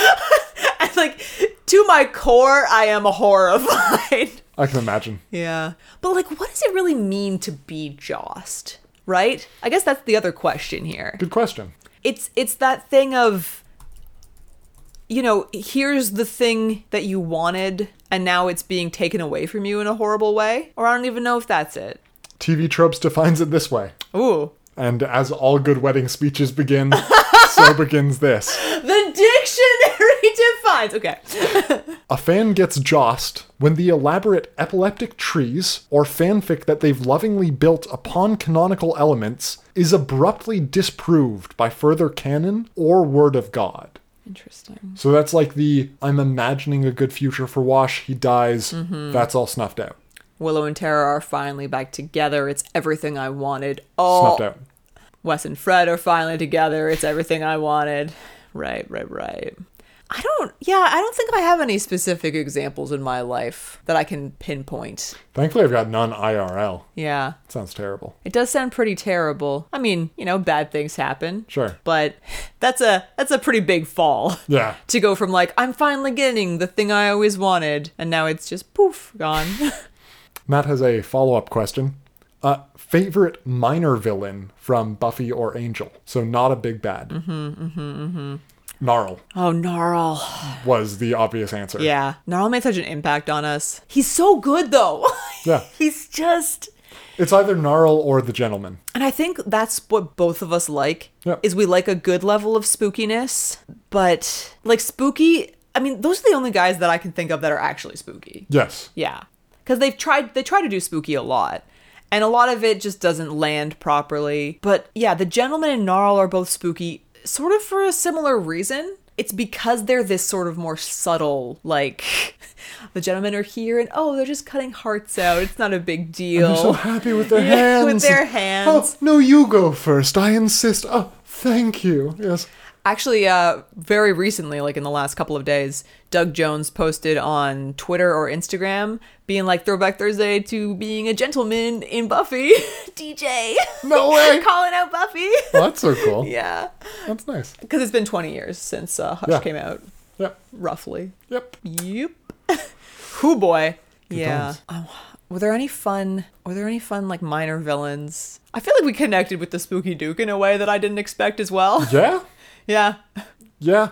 [SPEAKER 6] And like to my core, I am horrified.
[SPEAKER 2] I can imagine.
[SPEAKER 6] yeah. But like what does it really mean to be jossed? Right? I guess that's the other question here.
[SPEAKER 2] Good question.
[SPEAKER 6] It's it's that thing of you know, here's the thing that you wanted and now it's being taken away from you in a horrible way. Or I don't even know if that's it.
[SPEAKER 2] TV Tropes defines it this way.
[SPEAKER 6] Ooh.
[SPEAKER 2] And as all good wedding speeches begin, so begins this.
[SPEAKER 6] The dictionary defines. Okay.
[SPEAKER 2] A fan gets jossed when the elaborate epileptic trees or fanfic that they've lovingly built upon canonical elements is abruptly disproved by further canon or word of God.
[SPEAKER 6] Interesting.
[SPEAKER 2] So that's like the I'm imagining a good future for Wash. He dies.
[SPEAKER 6] Mm-hmm.
[SPEAKER 2] That's all snuffed out.
[SPEAKER 6] Willow and Tara are finally back together. It's everything I wanted. All
[SPEAKER 2] Snuffed out.
[SPEAKER 6] Wes and Fred are finally together. It's everything I wanted. Right, right, right. I don't, yeah, I don't think I have any specific examples in my life that I can pinpoint.
[SPEAKER 2] Thankfully, I've got none IRL.
[SPEAKER 6] Yeah.
[SPEAKER 2] Sounds terrible.
[SPEAKER 6] It does sound pretty terrible. I mean, you know, bad things happen.
[SPEAKER 2] Sure.
[SPEAKER 6] But that's a that's a pretty big fall.
[SPEAKER 2] Yeah.
[SPEAKER 6] to go from like I'm finally getting the thing I always wanted, and now it's just poof gone.
[SPEAKER 2] Matt has a follow up question. Uh, favorite minor villain from Buffy or Angel? So not a big bad. Mm-hmm, mm-hmm, mm-hmm. Gnarl
[SPEAKER 6] oh, Gnarl.
[SPEAKER 2] was the obvious answer.
[SPEAKER 6] Yeah, Gnarl made such an impact on us. He's so good though.
[SPEAKER 2] Yeah.
[SPEAKER 6] He's just.
[SPEAKER 2] It's either Gnarl or the Gentleman.
[SPEAKER 6] And I think that's what both of us like
[SPEAKER 2] Yep.
[SPEAKER 6] is we like a good level of spookiness, but like spooky I mean, those are the only guys that I can think of that are actually spooky.
[SPEAKER 2] Yes.
[SPEAKER 6] Yeah. Cuz they've tried they try to do spooky a lot. And a lot of it just doesn't land properly. But yeah, the gentleman and Gnarl are both spooky sort of for a similar reason. It's because they're this sort of more subtle like the gentlemen are here and oh, they're just cutting hearts out. It's not a big deal.
[SPEAKER 2] I'm so happy with their
[SPEAKER 6] Yeah,
[SPEAKER 2] hands.
[SPEAKER 6] with their
[SPEAKER 2] Oh,
[SPEAKER 6] hands.
[SPEAKER 2] no, you go first. I insist. Oh, thank you. Yes.
[SPEAKER 6] Actually, uh, very recently, like in the last couple of days, Doug Jones posted on Twitter or Instagram being like, Throwback Thursday to being a gentleman in Buffy. DJ.
[SPEAKER 2] No way.
[SPEAKER 6] Calling out Buffy.
[SPEAKER 2] Well, that's so cool.
[SPEAKER 6] yeah.
[SPEAKER 2] That's nice.
[SPEAKER 6] Because it's been 20 years since uh, Hush
[SPEAKER 2] Yeah.
[SPEAKER 6] came out,
[SPEAKER 2] Yep.
[SPEAKER 6] roughly.
[SPEAKER 2] Yep.
[SPEAKER 6] Yep. Who boy. yeah.
[SPEAKER 2] times.
[SPEAKER 6] Oh, were there any fun? Were there any fun like minor villains? I feel like we connected with the Spooky Duke in a way that I didn't expect as well.
[SPEAKER 2] Yeah.
[SPEAKER 6] yeah.
[SPEAKER 2] Yeah.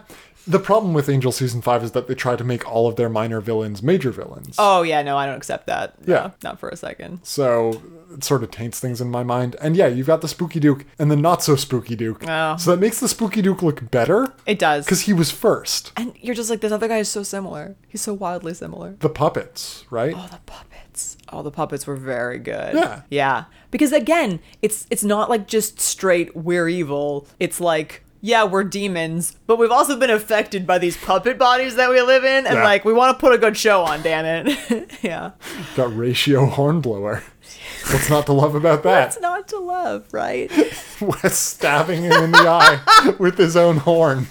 [SPEAKER 2] The problem with Angel season five is that they try to make all of their minor villains major villains.
[SPEAKER 6] Oh yeah, no, I don't accept that. No,
[SPEAKER 2] Yeah.
[SPEAKER 6] not for a second.
[SPEAKER 2] So it sort of taints things in my mind. And yeah, you've got the spooky duke and the not so spooky duke.
[SPEAKER 6] Oh.
[SPEAKER 2] So that makes the spooky duke look better
[SPEAKER 6] It does.
[SPEAKER 2] because he was first.
[SPEAKER 6] and you're just like this other guy is so similar. He's so wildly similar.
[SPEAKER 2] The puppets, right?
[SPEAKER 6] Oh, the puppets. Oh, the puppets were very good.
[SPEAKER 2] Yeah.
[SPEAKER 6] Yeah. Because again, it's it's not like just straight we're evil. It's like yeah, we're demons, but we've also been affected by these puppet bodies that we live in, and
[SPEAKER 2] Yeah.
[SPEAKER 6] like we want to put a good show on, damn it. yeah.
[SPEAKER 2] Got ratio hornblower. What's not to love about that?
[SPEAKER 6] It's not to love, right?
[SPEAKER 2] Wes stabbing him in the eye with his own horn.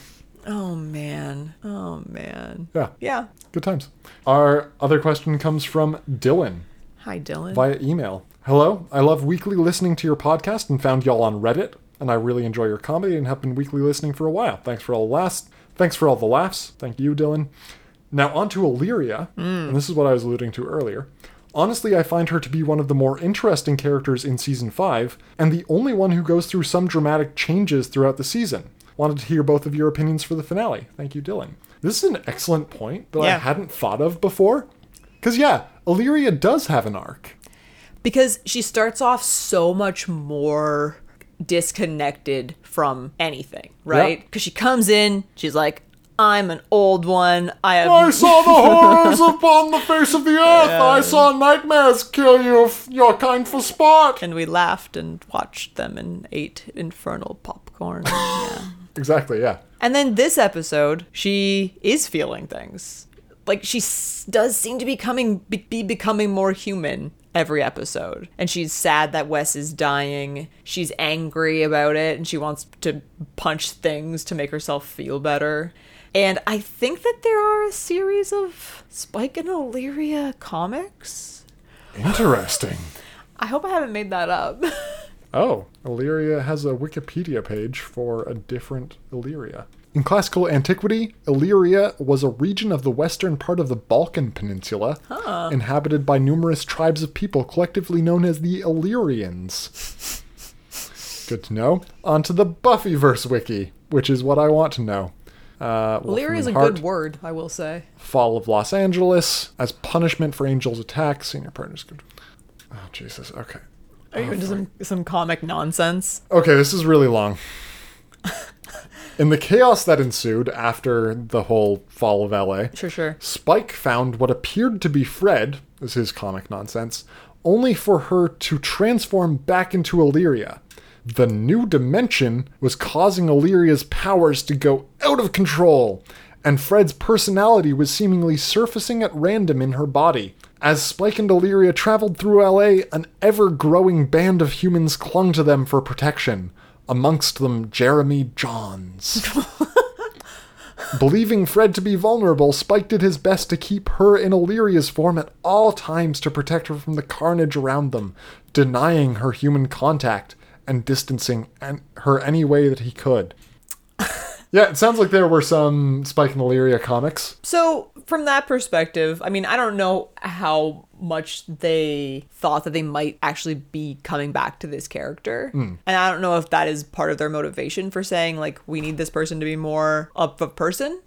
[SPEAKER 6] oh man. Oh man.
[SPEAKER 2] Yeah.
[SPEAKER 6] Yeah.
[SPEAKER 2] Good times. Our other question comes from Dylan.
[SPEAKER 6] Hi, Dylan.
[SPEAKER 2] via email. Hello, I love weekly listening to your podcast and found y'all on Reddit, and I really enjoy your comedy and have been weekly listening for a while. Thanks for all the laughs. Thanks for all the laughs. Thank you, Dylan. Now on to Illyria, and this is what I was alluding to earlier. Honestly, I find her to be one of the more interesting characters in season 5, and the only one who goes through some dramatic changes throughout the season. Wanted to hear both of your opinions for the finale. Thank you, Dylan. This is an excellent point that I
[SPEAKER 6] Yeah.
[SPEAKER 2] hadn't thought of before. Because, yeah, Illyria does have an arc.
[SPEAKER 6] because she starts off so much more disconnected from anything, right?
[SPEAKER 2] Yeah.
[SPEAKER 6] Because she comes in, she's like, "I'm an old one. I have."
[SPEAKER 2] I saw the horrors upon the face of the earth. I saw nightmares kill you, f- your kind for sport.
[SPEAKER 6] and we laughed and watched them and ate infernal popcorn. yeah.
[SPEAKER 2] Exactly, yeah.
[SPEAKER 6] And then this episode, she is feeling things. Like she s- does seem to be coming be, be becoming more human every episode. And she's sad that Wes is dying. She's angry about it and she wants to punch things to make herself feel better. And I think that there are a series of Spike and Illyria comics.
[SPEAKER 2] Interesting.
[SPEAKER 6] I hope I haven't made that up.
[SPEAKER 2] Oh, Illyria has a Wikipedia page for a different Illyria. In classical antiquity, Illyria was a region of the western part of the Balkan Peninsula, inhabited by numerous tribes of people collectively known as the Illyrians. Good to know. On to the Buffyverse wiki, which is what I want to know. Uh,
[SPEAKER 6] Illyria is a
[SPEAKER 2] Wolfman Hart
[SPEAKER 6] good word, I will say.
[SPEAKER 2] fall of Los Angeles as punishment for Angel's attack. Senior partners. could- Oh Jesus. Okay.
[SPEAKER 6] Are you into some, some comic nonsense?
[SPEAKER 2] Okay. This is really long. In the chaos that ensued after the whole fall of LA,
[SPEAKER 6] Sure, sure.
[SPEAKER 2] Spike found what appeared to be Fred, as his comic nonsense, only for her to transform back into Illyria. The new dimension was causing Illyria's powers to go out of control, and Fred's personality was seemingly surfacing at random in her body. As Spike and Illyria traveled through LA, an ever growing band of humans clung to them for protection, amongst them Jeremy Johns. Believing Fred to be vulnerable, Spike did his best to keep her in Illyria's form at all times to protect her from the carnage around them, denying her human contact and distancing an- her any way that he could. yeah, it sounds like there were some Spike and Illyria comics.
[SPEAKER 6] So, from that perspective, I mean, I don't know how much they thought that they might actually be coming back to this character. And I don't know if that is part of their motivation for saying, like, we need this person to be more of a person.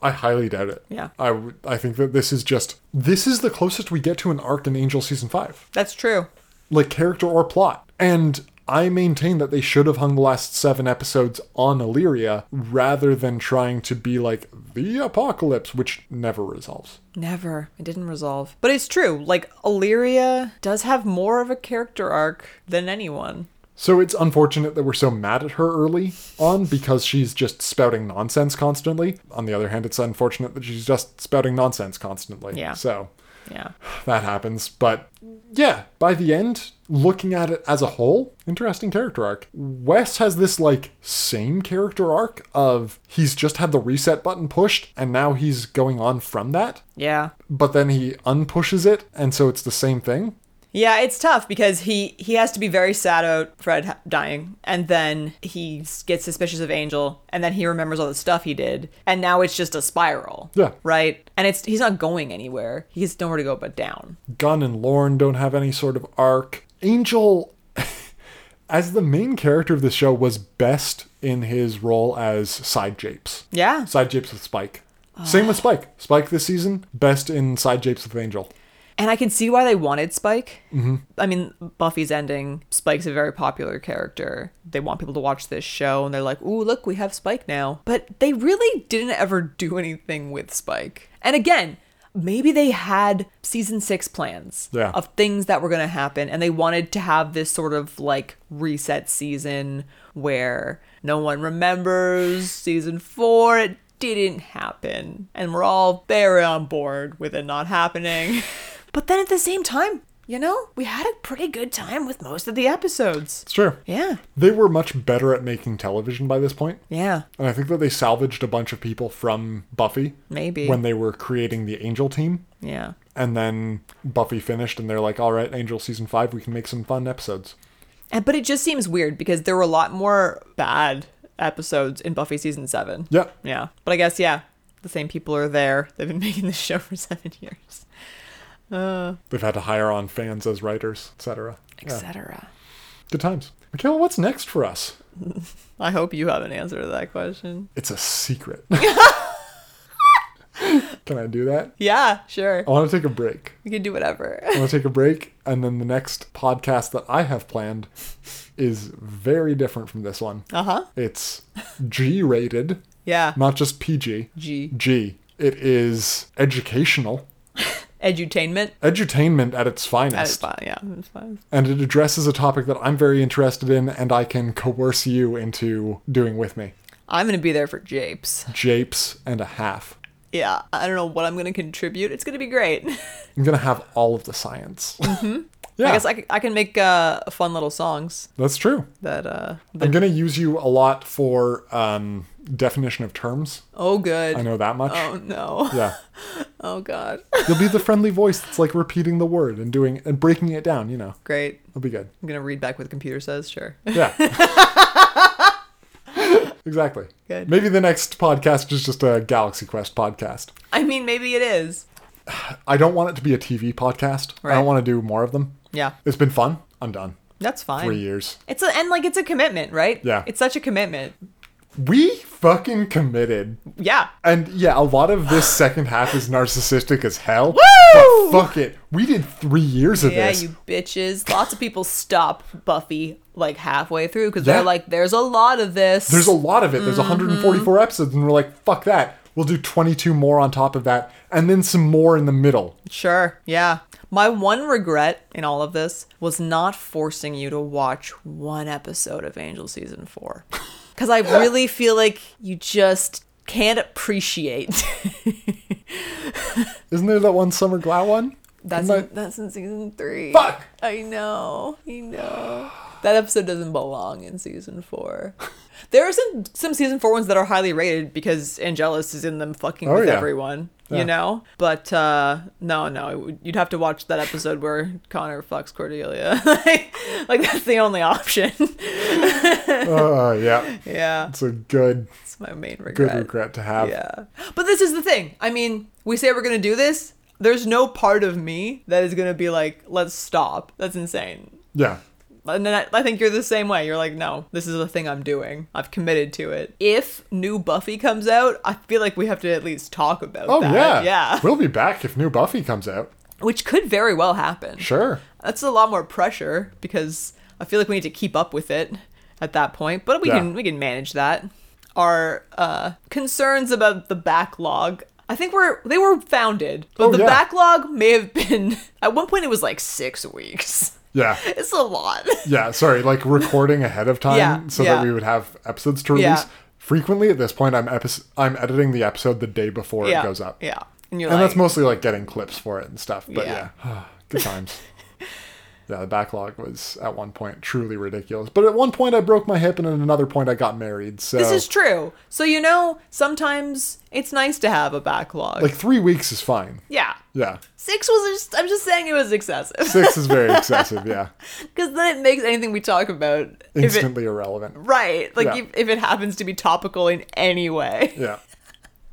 [SPEAKER 2] I highly doubt it.
[SPEAKER 6] Yeah.
[SPEAKER 2] I, w- I think that this is just this is the closest we get to an arc in Angel season 5.
[SPEAKER 6] That's true.
[SPEAKER 2] like character or plot. And I maintain that they should have hung the last seven episodes on Illyria rather than trying to be like the apocalypse, which never resolves.
[SPEAKER 6] Never. It didn't resolve. But it's true. Like, Illyria does have more of a character arc than anyone.
[SPEAKER 2] So it's unfortunate that we're so mad at her early on because she's just spouting nonsense constantly. On the other hand, it's unfortunate that she's just spouting nonsense constantly.
[SPEAKER 6] Yeah.
[SPEAKER 2] So
[SPEAKER 6] Yeah.
[SPEAKER 2] that happens. But yeah, by the end, looking at it as a whole, interesting character arc. Wes has this like same character arc of he's just had the reset button pushed and now he's going on from that,
[SPEAKER 6] Yeah.
[SPEAKER 2] but then he unpushes it and so it's the same thing.
[SPEAKER 6] Yeah, it's tough because he he has to be very sad about Fred ha- dying, and then he s- gets suspicious of Angel, and then he remembers all the stuff he did, and now it's just a spiral.
[SPEAKER 2] Yeah.
[SPEAKER 6] Right. And it's he's not going anywhere. He's nowhere to go but down.
[SPEAKER 2] Gunn and Lorne don't have any sort of arc. Angel, as the main character of the show, was best in his role as Side Japes.
[SPEAKER 6] Yeah.
[SPEAKER 2] Side Japes with Spike. Same with Spike. Spike this season, best in Side Japes with Angel.
[SPEAKER 6] And I can see why they wanted Spike. Mm-hmm. I mean, Buffy's ending. Spike's a very popular character. They want people to watch this show, and they're like, "Ooh, look, we have Spike now." But they really didn't ever do anything with Spike. And again, maybe they had season six plans
[SPEAKER 2] Yeah.
[SPEAKER 6] of things that were going to happen, and they wanted to have this sort of like reset season where no one remembers season four. It didn't happen, and we're all very on board with it not happening. But then at the same time, you know, we had a pretty good time with most of the episodes.
[SPEAKER 2] It's true.
[SPEAKER 6] Yeah.
[SPEAKER 2] They were much better at making television by this point.
[SPEAKER 6] Yeah.
[SPEAKER 2] And I think that they salvaged a bunch of people from Buffy.
[SPEAKER 6] Maybe.
[SPEAKER 2] When they were creating the Angel team.
[SPEAKER 6] Yeah.
[SPEAKER 2] And then Buffy finished and they're like, all right, Angel season five, we can make some fun episodes.
[SPEAKER 6] And but it just seems weird because there were a lot more bad episodes in Buffy season 7.
[SPEAKER 2] Yeah.
[SPEAKER 6] Yeah. But I guess yeah, the same people are there. They've been making this show for 7 years,
[SPEAKER 2] They've had to hire on fans as writers, etc. Yeah.
[SPEAKER 6] etc.
[SPEAKER 2] Good times. Michaela, what's next for us?
[SPEAKER 6] I hope you have an answer to that question.
[SPEAKER 2] It's a secret. Can I do that?
[SPEAKER 6] Yeah, sure.
[SPEAKER 2] I want to take a break.
[SPEAKER 6] You can do whatever.
[SPEAKER 2] I want to take a break, and then the next podcast that I have planned is very different from this one.
[SPEAKER 6] Uh-huh.
[SPEAKER 2] It's G rated,
[SPEAKER 6] Yeah.
[SPEAKER 2] not just PG.
[SPEAKER 6] G.
[SPEAKER 2] G. It is educational,
[SPEAKER 6] Edutainment.
[SPEAKER 2] edutainment at its finest.
[SPEAKER 6] That is fine. Yeah, it's fine.
[SPEAKER 2] and it addresses a topic that I'm very interested in and I can coerce you into doing with me.
[SPEAKER 6] I'm going to be there for japes.
[SPEAKER 2] Japes and a half.
[SPEAKER 6] Yeah, I don't know what I'm going to contribute. It's going to be great.
[SPEAKER 2] I'm gonna have all of the science. yeah,
[SPEAKER 6] Mm-hmm. I guess I, c- I can make uh, fun little songs
[SPEAKER 2] that's true.
[SPEAKER 6] that. Uh,
[SPEAKER 2] I'm gonna use you a lot for um, definition of terms.
[SPEAKER 6] oh, good.
[SPEAKER 2] I know that much.
[SPEAKER 6] Oh no.
[SPEAKER 2] Yeah,
[SPEAKER 6] Oh god.
[SPEAKER 2] you'll be the friendly voice that's like repeating the word and doing and breaking it down. You know,
[SPEAKER 6] Great.
[SPEAKER 2] it'll be good.
[SPEAKER 6] I'm gonna read back what the computer says. Sure.
[SPEAKER 2] Yeah. Exactly.
[SPEAKER 6] Good.
[SPEAKER 2] Maybe the next podcast is just a Galaxy Quest podcast.
[SPEAKER 6] I mean, maybe it is.
[SPEAKER 2] I don't want it to be a TV podcast. I
[SPEAKER 6] Right.
[SPEAKER 2] don't want to do more of them.
[SPEAKER 6] Yeah.
[SPEAKER 2] It's been fun. I'm done.
[SPEAKER 6] That's fine.
[SPEAKER 2] Three years.
[SPEAKER 6] It's a, and like it's a commitment, right?
[SPEAKER 2] Yeah.
[SPEAKER 6] It's such a commitment.
[SPEAKER 2] We fucking committed.
[SPEAKER 6] Yeah.
[SPEAKER 2] And yeah, a lot of this second half is narcissistic as hell. But
[SPEAKER 6] Woo!
[SPEAKER 2] fuck it. We did three years of
[SPEAKER 6] Yeah,
[SPEAKER 2] this.
[SPEAKER 6] you bitches. Lots of people stop Buffy like halfway through because
[SPEAKER 2] Yeah.
[SPEAKER 6] they're like, "There's a lot of this."
[SPEAKER 2] There's a lot of it. There's
[SPEAKER 6] Mm-hmm.
[SPEAKER 2] 144 episodes, and we're like, fuck that. We'll do 22 more on top of that, and then some more in the middle.
[SPEAKER 6] Sure. Yeah. My one regret in all of this was not forcing you to watch one episode of Angel season 4. Cuz I really feel like you just can't appreciate.
[SPEAKER 2] Isn't there that one Summer Glau one?
[SPEAKER 6] that's
[SPEAKER 2] Am I-
[SPEAKER 6] in, that's in season 3.
[SPEAKER 2] Fuck!
[SPEAKER 6] I know. I know. That episode doesn't belong in season 4. There are some some season 4 ones that are highly rated because Angelus is in them fucking
[SPEAKER 2] Oh,
[SPEAKER 6] with
[SPEAKER 2] yeah.
[SPEAKER 6] everyone.
[SPEAKER 2] Yeah.
[SPEAKER 6] You know, but uh, no, no, it would- you'd have to watch that episode where Connor fucks Cordelia. like, like that's the only option.
[SPEAKER 2] Oh, yeah.
[SPEAKER 6] yeah,
[SPEAKER 2] It's a good,
[SPEAKER 6] it's my main
[SPEAKER 2] good
[SPEAKER 6] regret.
[SPEAKER 2] regret to have.
[SPEAKER 6] Yeah, but this is the thing. I mean, we say we're gonna do this. There's no part of me that is gonna be like, let's stop. That's insane.
[SPEAKER 2] Yeah.
[SPEAKER 6] And then I, I think you're the same way. You're like, no, this is a thing I'm doing. I've committed to it. If new Buffy comes out, I feel like we have to at least talk about
[SPEAKER 2] Oh,
[SPEAKER 6] that.
[SPEAKER 2] yeah.
[SPEAKER 6] Yeah.
[SPEAKER 2] We'll be back if new Buffy comes out.
[SPEAKER 6] Which could very well happen.
[SPEAKER 2] Sure.
[SPEAKER 6] That's a lot more pressure because I I feel like we need to keep up with it at that point, but we
[SPEAKER 2] Yeah.
[SPEAKER 6] can we can manage that. Our uh, concerns about the backlog, I think were they were founded, but
[SPEAKER 2] Oh,
[SPEAKER 6] the
[SPEAKER 2] yeah.
[SPEAKER 6] backlog may have been at one point it was like six weeks.
[SPEAKER 2] Yeah.
[SPEAKER 6] It's a lot.
[SPEAKER 2] Yeah, sorry, like recording ahead of time
[SPEAKER 6] Yeah,
[SPEAKER 2] so
[SPEAKER 6] yeah.
[SPEAKER 2] that we would have episodes to release.
[SPEAKER 6] Yeah.
[SPEAKER 2] Frequently at this point I'm epi- I'm editing the episode the day before
[SPEAKER 6] yeah,
[SPEAKER 2] it goes up.
[SPEAKER 6] Yeah, and you're
[SPEAKER 2] And
[SPEAKER 6] like,
[SPEAKER 2] that's mostly like getting clips for it and stuff. But
[SPEAKER 6] Yeah.
[SPEAKER 2] yeah. Good times. yeah, the backlog was at one point truly ridiculous. But at one point I broke my hip and at another point I got married. So
[SPEAKER 6] this is true. So you know, sometimes it's nice to have a backlog.
[SPEAKER 2] like 3 weeks is fine.
[SPEAKER 6] yeah.
[SPEAKER 2] Yeah.
[SPEAKER 6] Six was just, I'm just saying it was excessive.
[SPEAKER 2] 6 is very excessive, yeah.
[SPEAKER 6] Because then it makes anything we talk about if it,
[SPEAKER 2] Instantly irrelevant.
[SPEAKER 6] right. Like
[SPEAKER 2] Yeah.
[SPEAKER 6] if, if it happens to be topical in any way.
[SPEAKER 2] Yeah.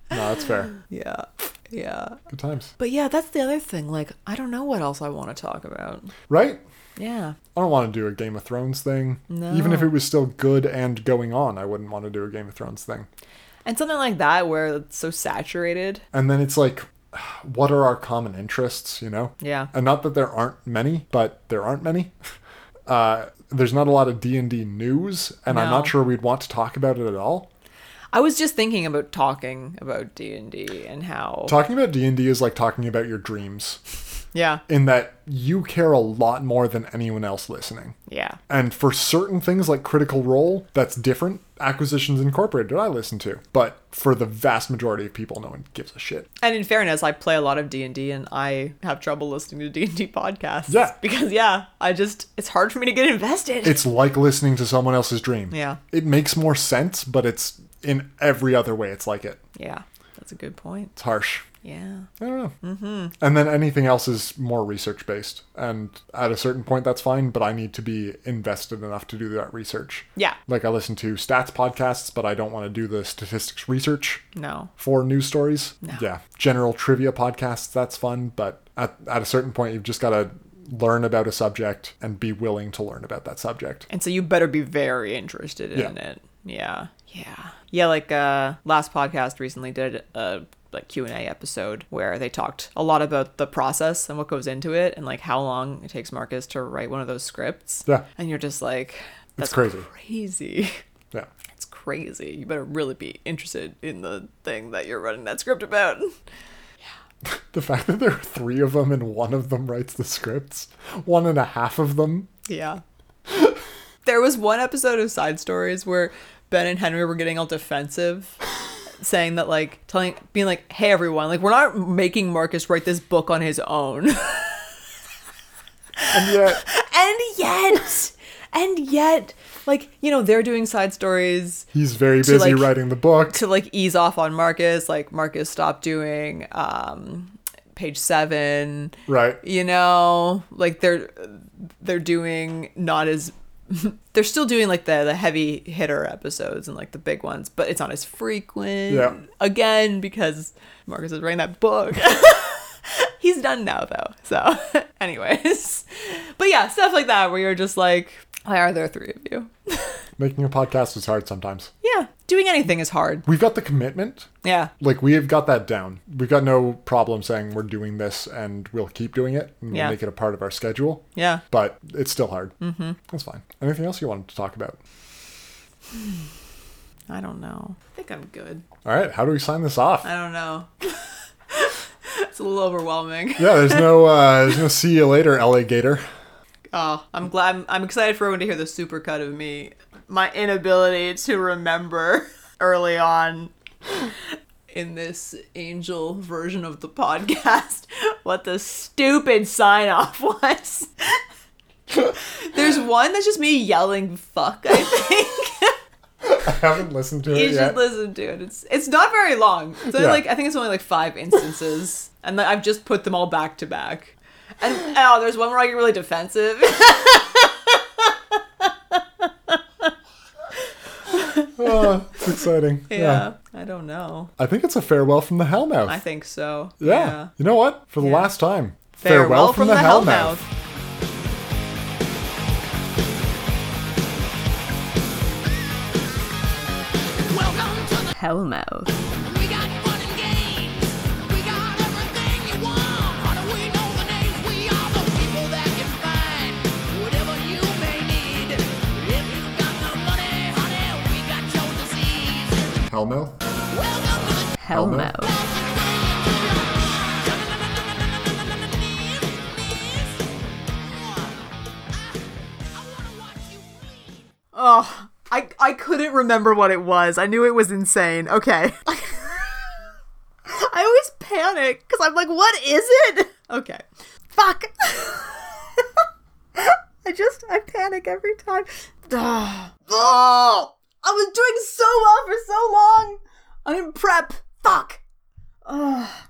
[SPEAKER 2] No, that's fair.
[SPEAKER 6] Yeah. Yeah.
[SPEAKER 2] Good times.
[SPEAKER 6] But yeah, that's the other thing. Like, I don't know what else I want to talk about.
[SPEAKER 2] Right?
[SPEAKER 6] Yeah.
[SPEAKER 2] I don't want to do a Game of Thrones thing. Even if it was still good and going on, I wouldn't want to do a Game of Thrones thing.
[SPEAKER 6] And something like that where it's so saturated.
[SPEAKER 2] And then it's like, what are our common interests, you know?
[SPEAKER 6] Yeah.
[SPEAKER 2] And not that there aren't many, but there aren't many. Uh, there's not a lot of D&D news, and I'm
[SPEAKER 6] No.
[SPEAKER 2] not sure we'd want to talk about it at all.
[SPEAKER 6] I was just thinking about talking about D&D and how
[SPEAKER 2] Talking about D&D is like talking about your dreams
[SPEAKER 6] Yeah.
[SPEAKER 2] in that you care a lot more than anyone else listening.
[SPEAKER 6] Yeah.
[SPEAKER 2] And for certain things like Critical Role, that's different. Acquisitions Incorporated, I listen to. But for the vast majority of people, no one gives a shit.
[SPEAKER 6] And in fairness, I play a lot of D and D, and I have trouble listening to D and D podcasts.
[SPEAKER 2] Yeah.
[SPEAKER 6] because yeah, I just it's hard for me to get invested.
[SPEAKER 2] It's like listening to someone else's dream.
[SPEAKER 6] Yeah.
[SPEAKER 2] It makes more sense, but it's in every other way, it's like it.
[SPEAKER 6] yeah, that's a good point.
[SPEAKER 2] It's harsh.
[SPEAKER 6] Yeah,
[SPEAKER 2] I don't know. Mm-hmm. And then anything else is more research based. And at a certain point, that's fine, but I need to be invested enough to do that research.
[SPEAKER 6] Yeah.
[SPEAKER 2] Like I listen to stats podcasts, but I don't want to do the statistics research.
[SPEAKER 6] no,
[SPEAKER 2] for news stories. Yeah. General trivia podcasts, that's fun, but at, at a certain point, you've just got to learn about a subject and be willing to learn about that subject.
[SPEAKER 6] and so you better be very interested in
[SPEAKER 2] Yeah.
[SPEAKER 6] it. Yeah, yeah, yeah. Like uh, last podcast recently did a like Q and A episode where they talked a lot about the process and what goes into it, and like how long it takes Marcus to write one of those scripts.
[SPEAKER 2] Yeah.
[SPEAKER 6] and you're just like, that's
[SPEAKER 2] crazy.
[SPEAKER 6] Crazy.
[SPEAKER 2] Yeah.
[SPEAKER 6] It's crazy. You better really be interested in the thing that you're running that script about.
[SPEAKER 2] The fact that there are three of them and one of them writes the scripts, one and a half of them.
[SPEAKER 6] Yeah. there was one episode of Side Stories where Ben and Henry were getting all defensive, saying that, like, telling, being like, hey, everyone, like, we're not making Marcus write this book on his own.
[SPEAKER 2] And yet,
[SPEAKER 6] and yet, and yet, like, you know, they're doing side stories
[SPEAKER 2] he's very busy
[SPEAKER 6] like-
[SPEAKER 2] writing the book.
[SPEAKER 6] to like ease off on Marcus. Like, Marcus stopped doing, um, page seven
[SPEAKER 2] right.
[SPEAKER 6] you know like they're they're doing not as they're still doing like the the heavy hitter episodes and like the big ones but it's not as frequent
[SPEAKER 2] Yeah.
[SPEAKER 6] again because marcus is writing that book he's done now though so anyways but yeah stuff like that where you're just like why are there three of you
[SPEAKER 2] Making a podcast is hard sometimes.
[SPEAKER 6] yeah doing anything is hard
[SPEAKER 2] We've got the commitment.
[SPEAKER 6] yeah
[SPEAKER 2] Like, we have got that down. We've got no problem saying we're doing this and we'll keep doing it and
[SPEAKER 6] Yeah.
[SPEAKER 2] we'll make it a part of our schedule.
[SPEAKER 6] yeah
[SPEAKER 2] but it's still hard. Mm-hmm. That's fine. Anything else you wanted to talk about?
[SPEAKER 6] i don't know i think i'm good
[SPEAKER 2] All right, how do we sign this off?
[SPEAKER 6] i don't know it's a little overwhelming
[SPEAKER 2] Yeah, there's no, uh, there's no see you later, LA Gator.
[SPEAKER 6] Oh, I'm glad. I'm, I'm excited for everyone to hear the supercut of me. My inability to remember early on in this angel version of the podcast what the stupid sign off was. There's one that's just me yelling "fuck." I think
[SPEAKER 2] I haven't listened to
[SPEAKER 6] you
[SPEAKER 2] it
[SPEAKER 6] should
[SPEAKER 2] yet.
[SPEAKER 6] listen to it. It's it's not very long. So
[SPEAKER 2] Yeah.
[SPEAKER 6] like I think it's only like five instances, and then I've just put them all back to back. And oh, there's one where I get really defensive.
[SPEAKER 2] Oh, it's exciting. Yeah.
[SPEAKER 6] Yeah. I don't know.
[SPEAKER 2] I think it's a farewell from the Hellmouth.
[SPEAKER 6] I think so.
[SPEAKER 2] yeah. You know what? For the last time,
[SPEAKER 6] Farewell, from, the, Hellmouth.
[SPEAKER 3] Welcome to the
[SPEAKER 6] Hellmouth.
[SPEAKER 3] We got fun and games. We got everything you want. How do we know the names? We are the people that can find whatever you may need.
[SPEAKER 2] Hell no.
[SPEAKER 3] Welcome to the
[SPEAKER 7] Hell
[SPEAKER 2] Hell no.
[SPEAKER 7] no.
[SPEAKER 6] Oh, I I couldn't remember what it was. I knew it was insane. Okay. I always panic because I'm like, what is it? Okay. Fuck. I just I panic every time. Ah. Ugh. Oh, I was doing so well for so long. I didn't prep. Fuck. Ugh.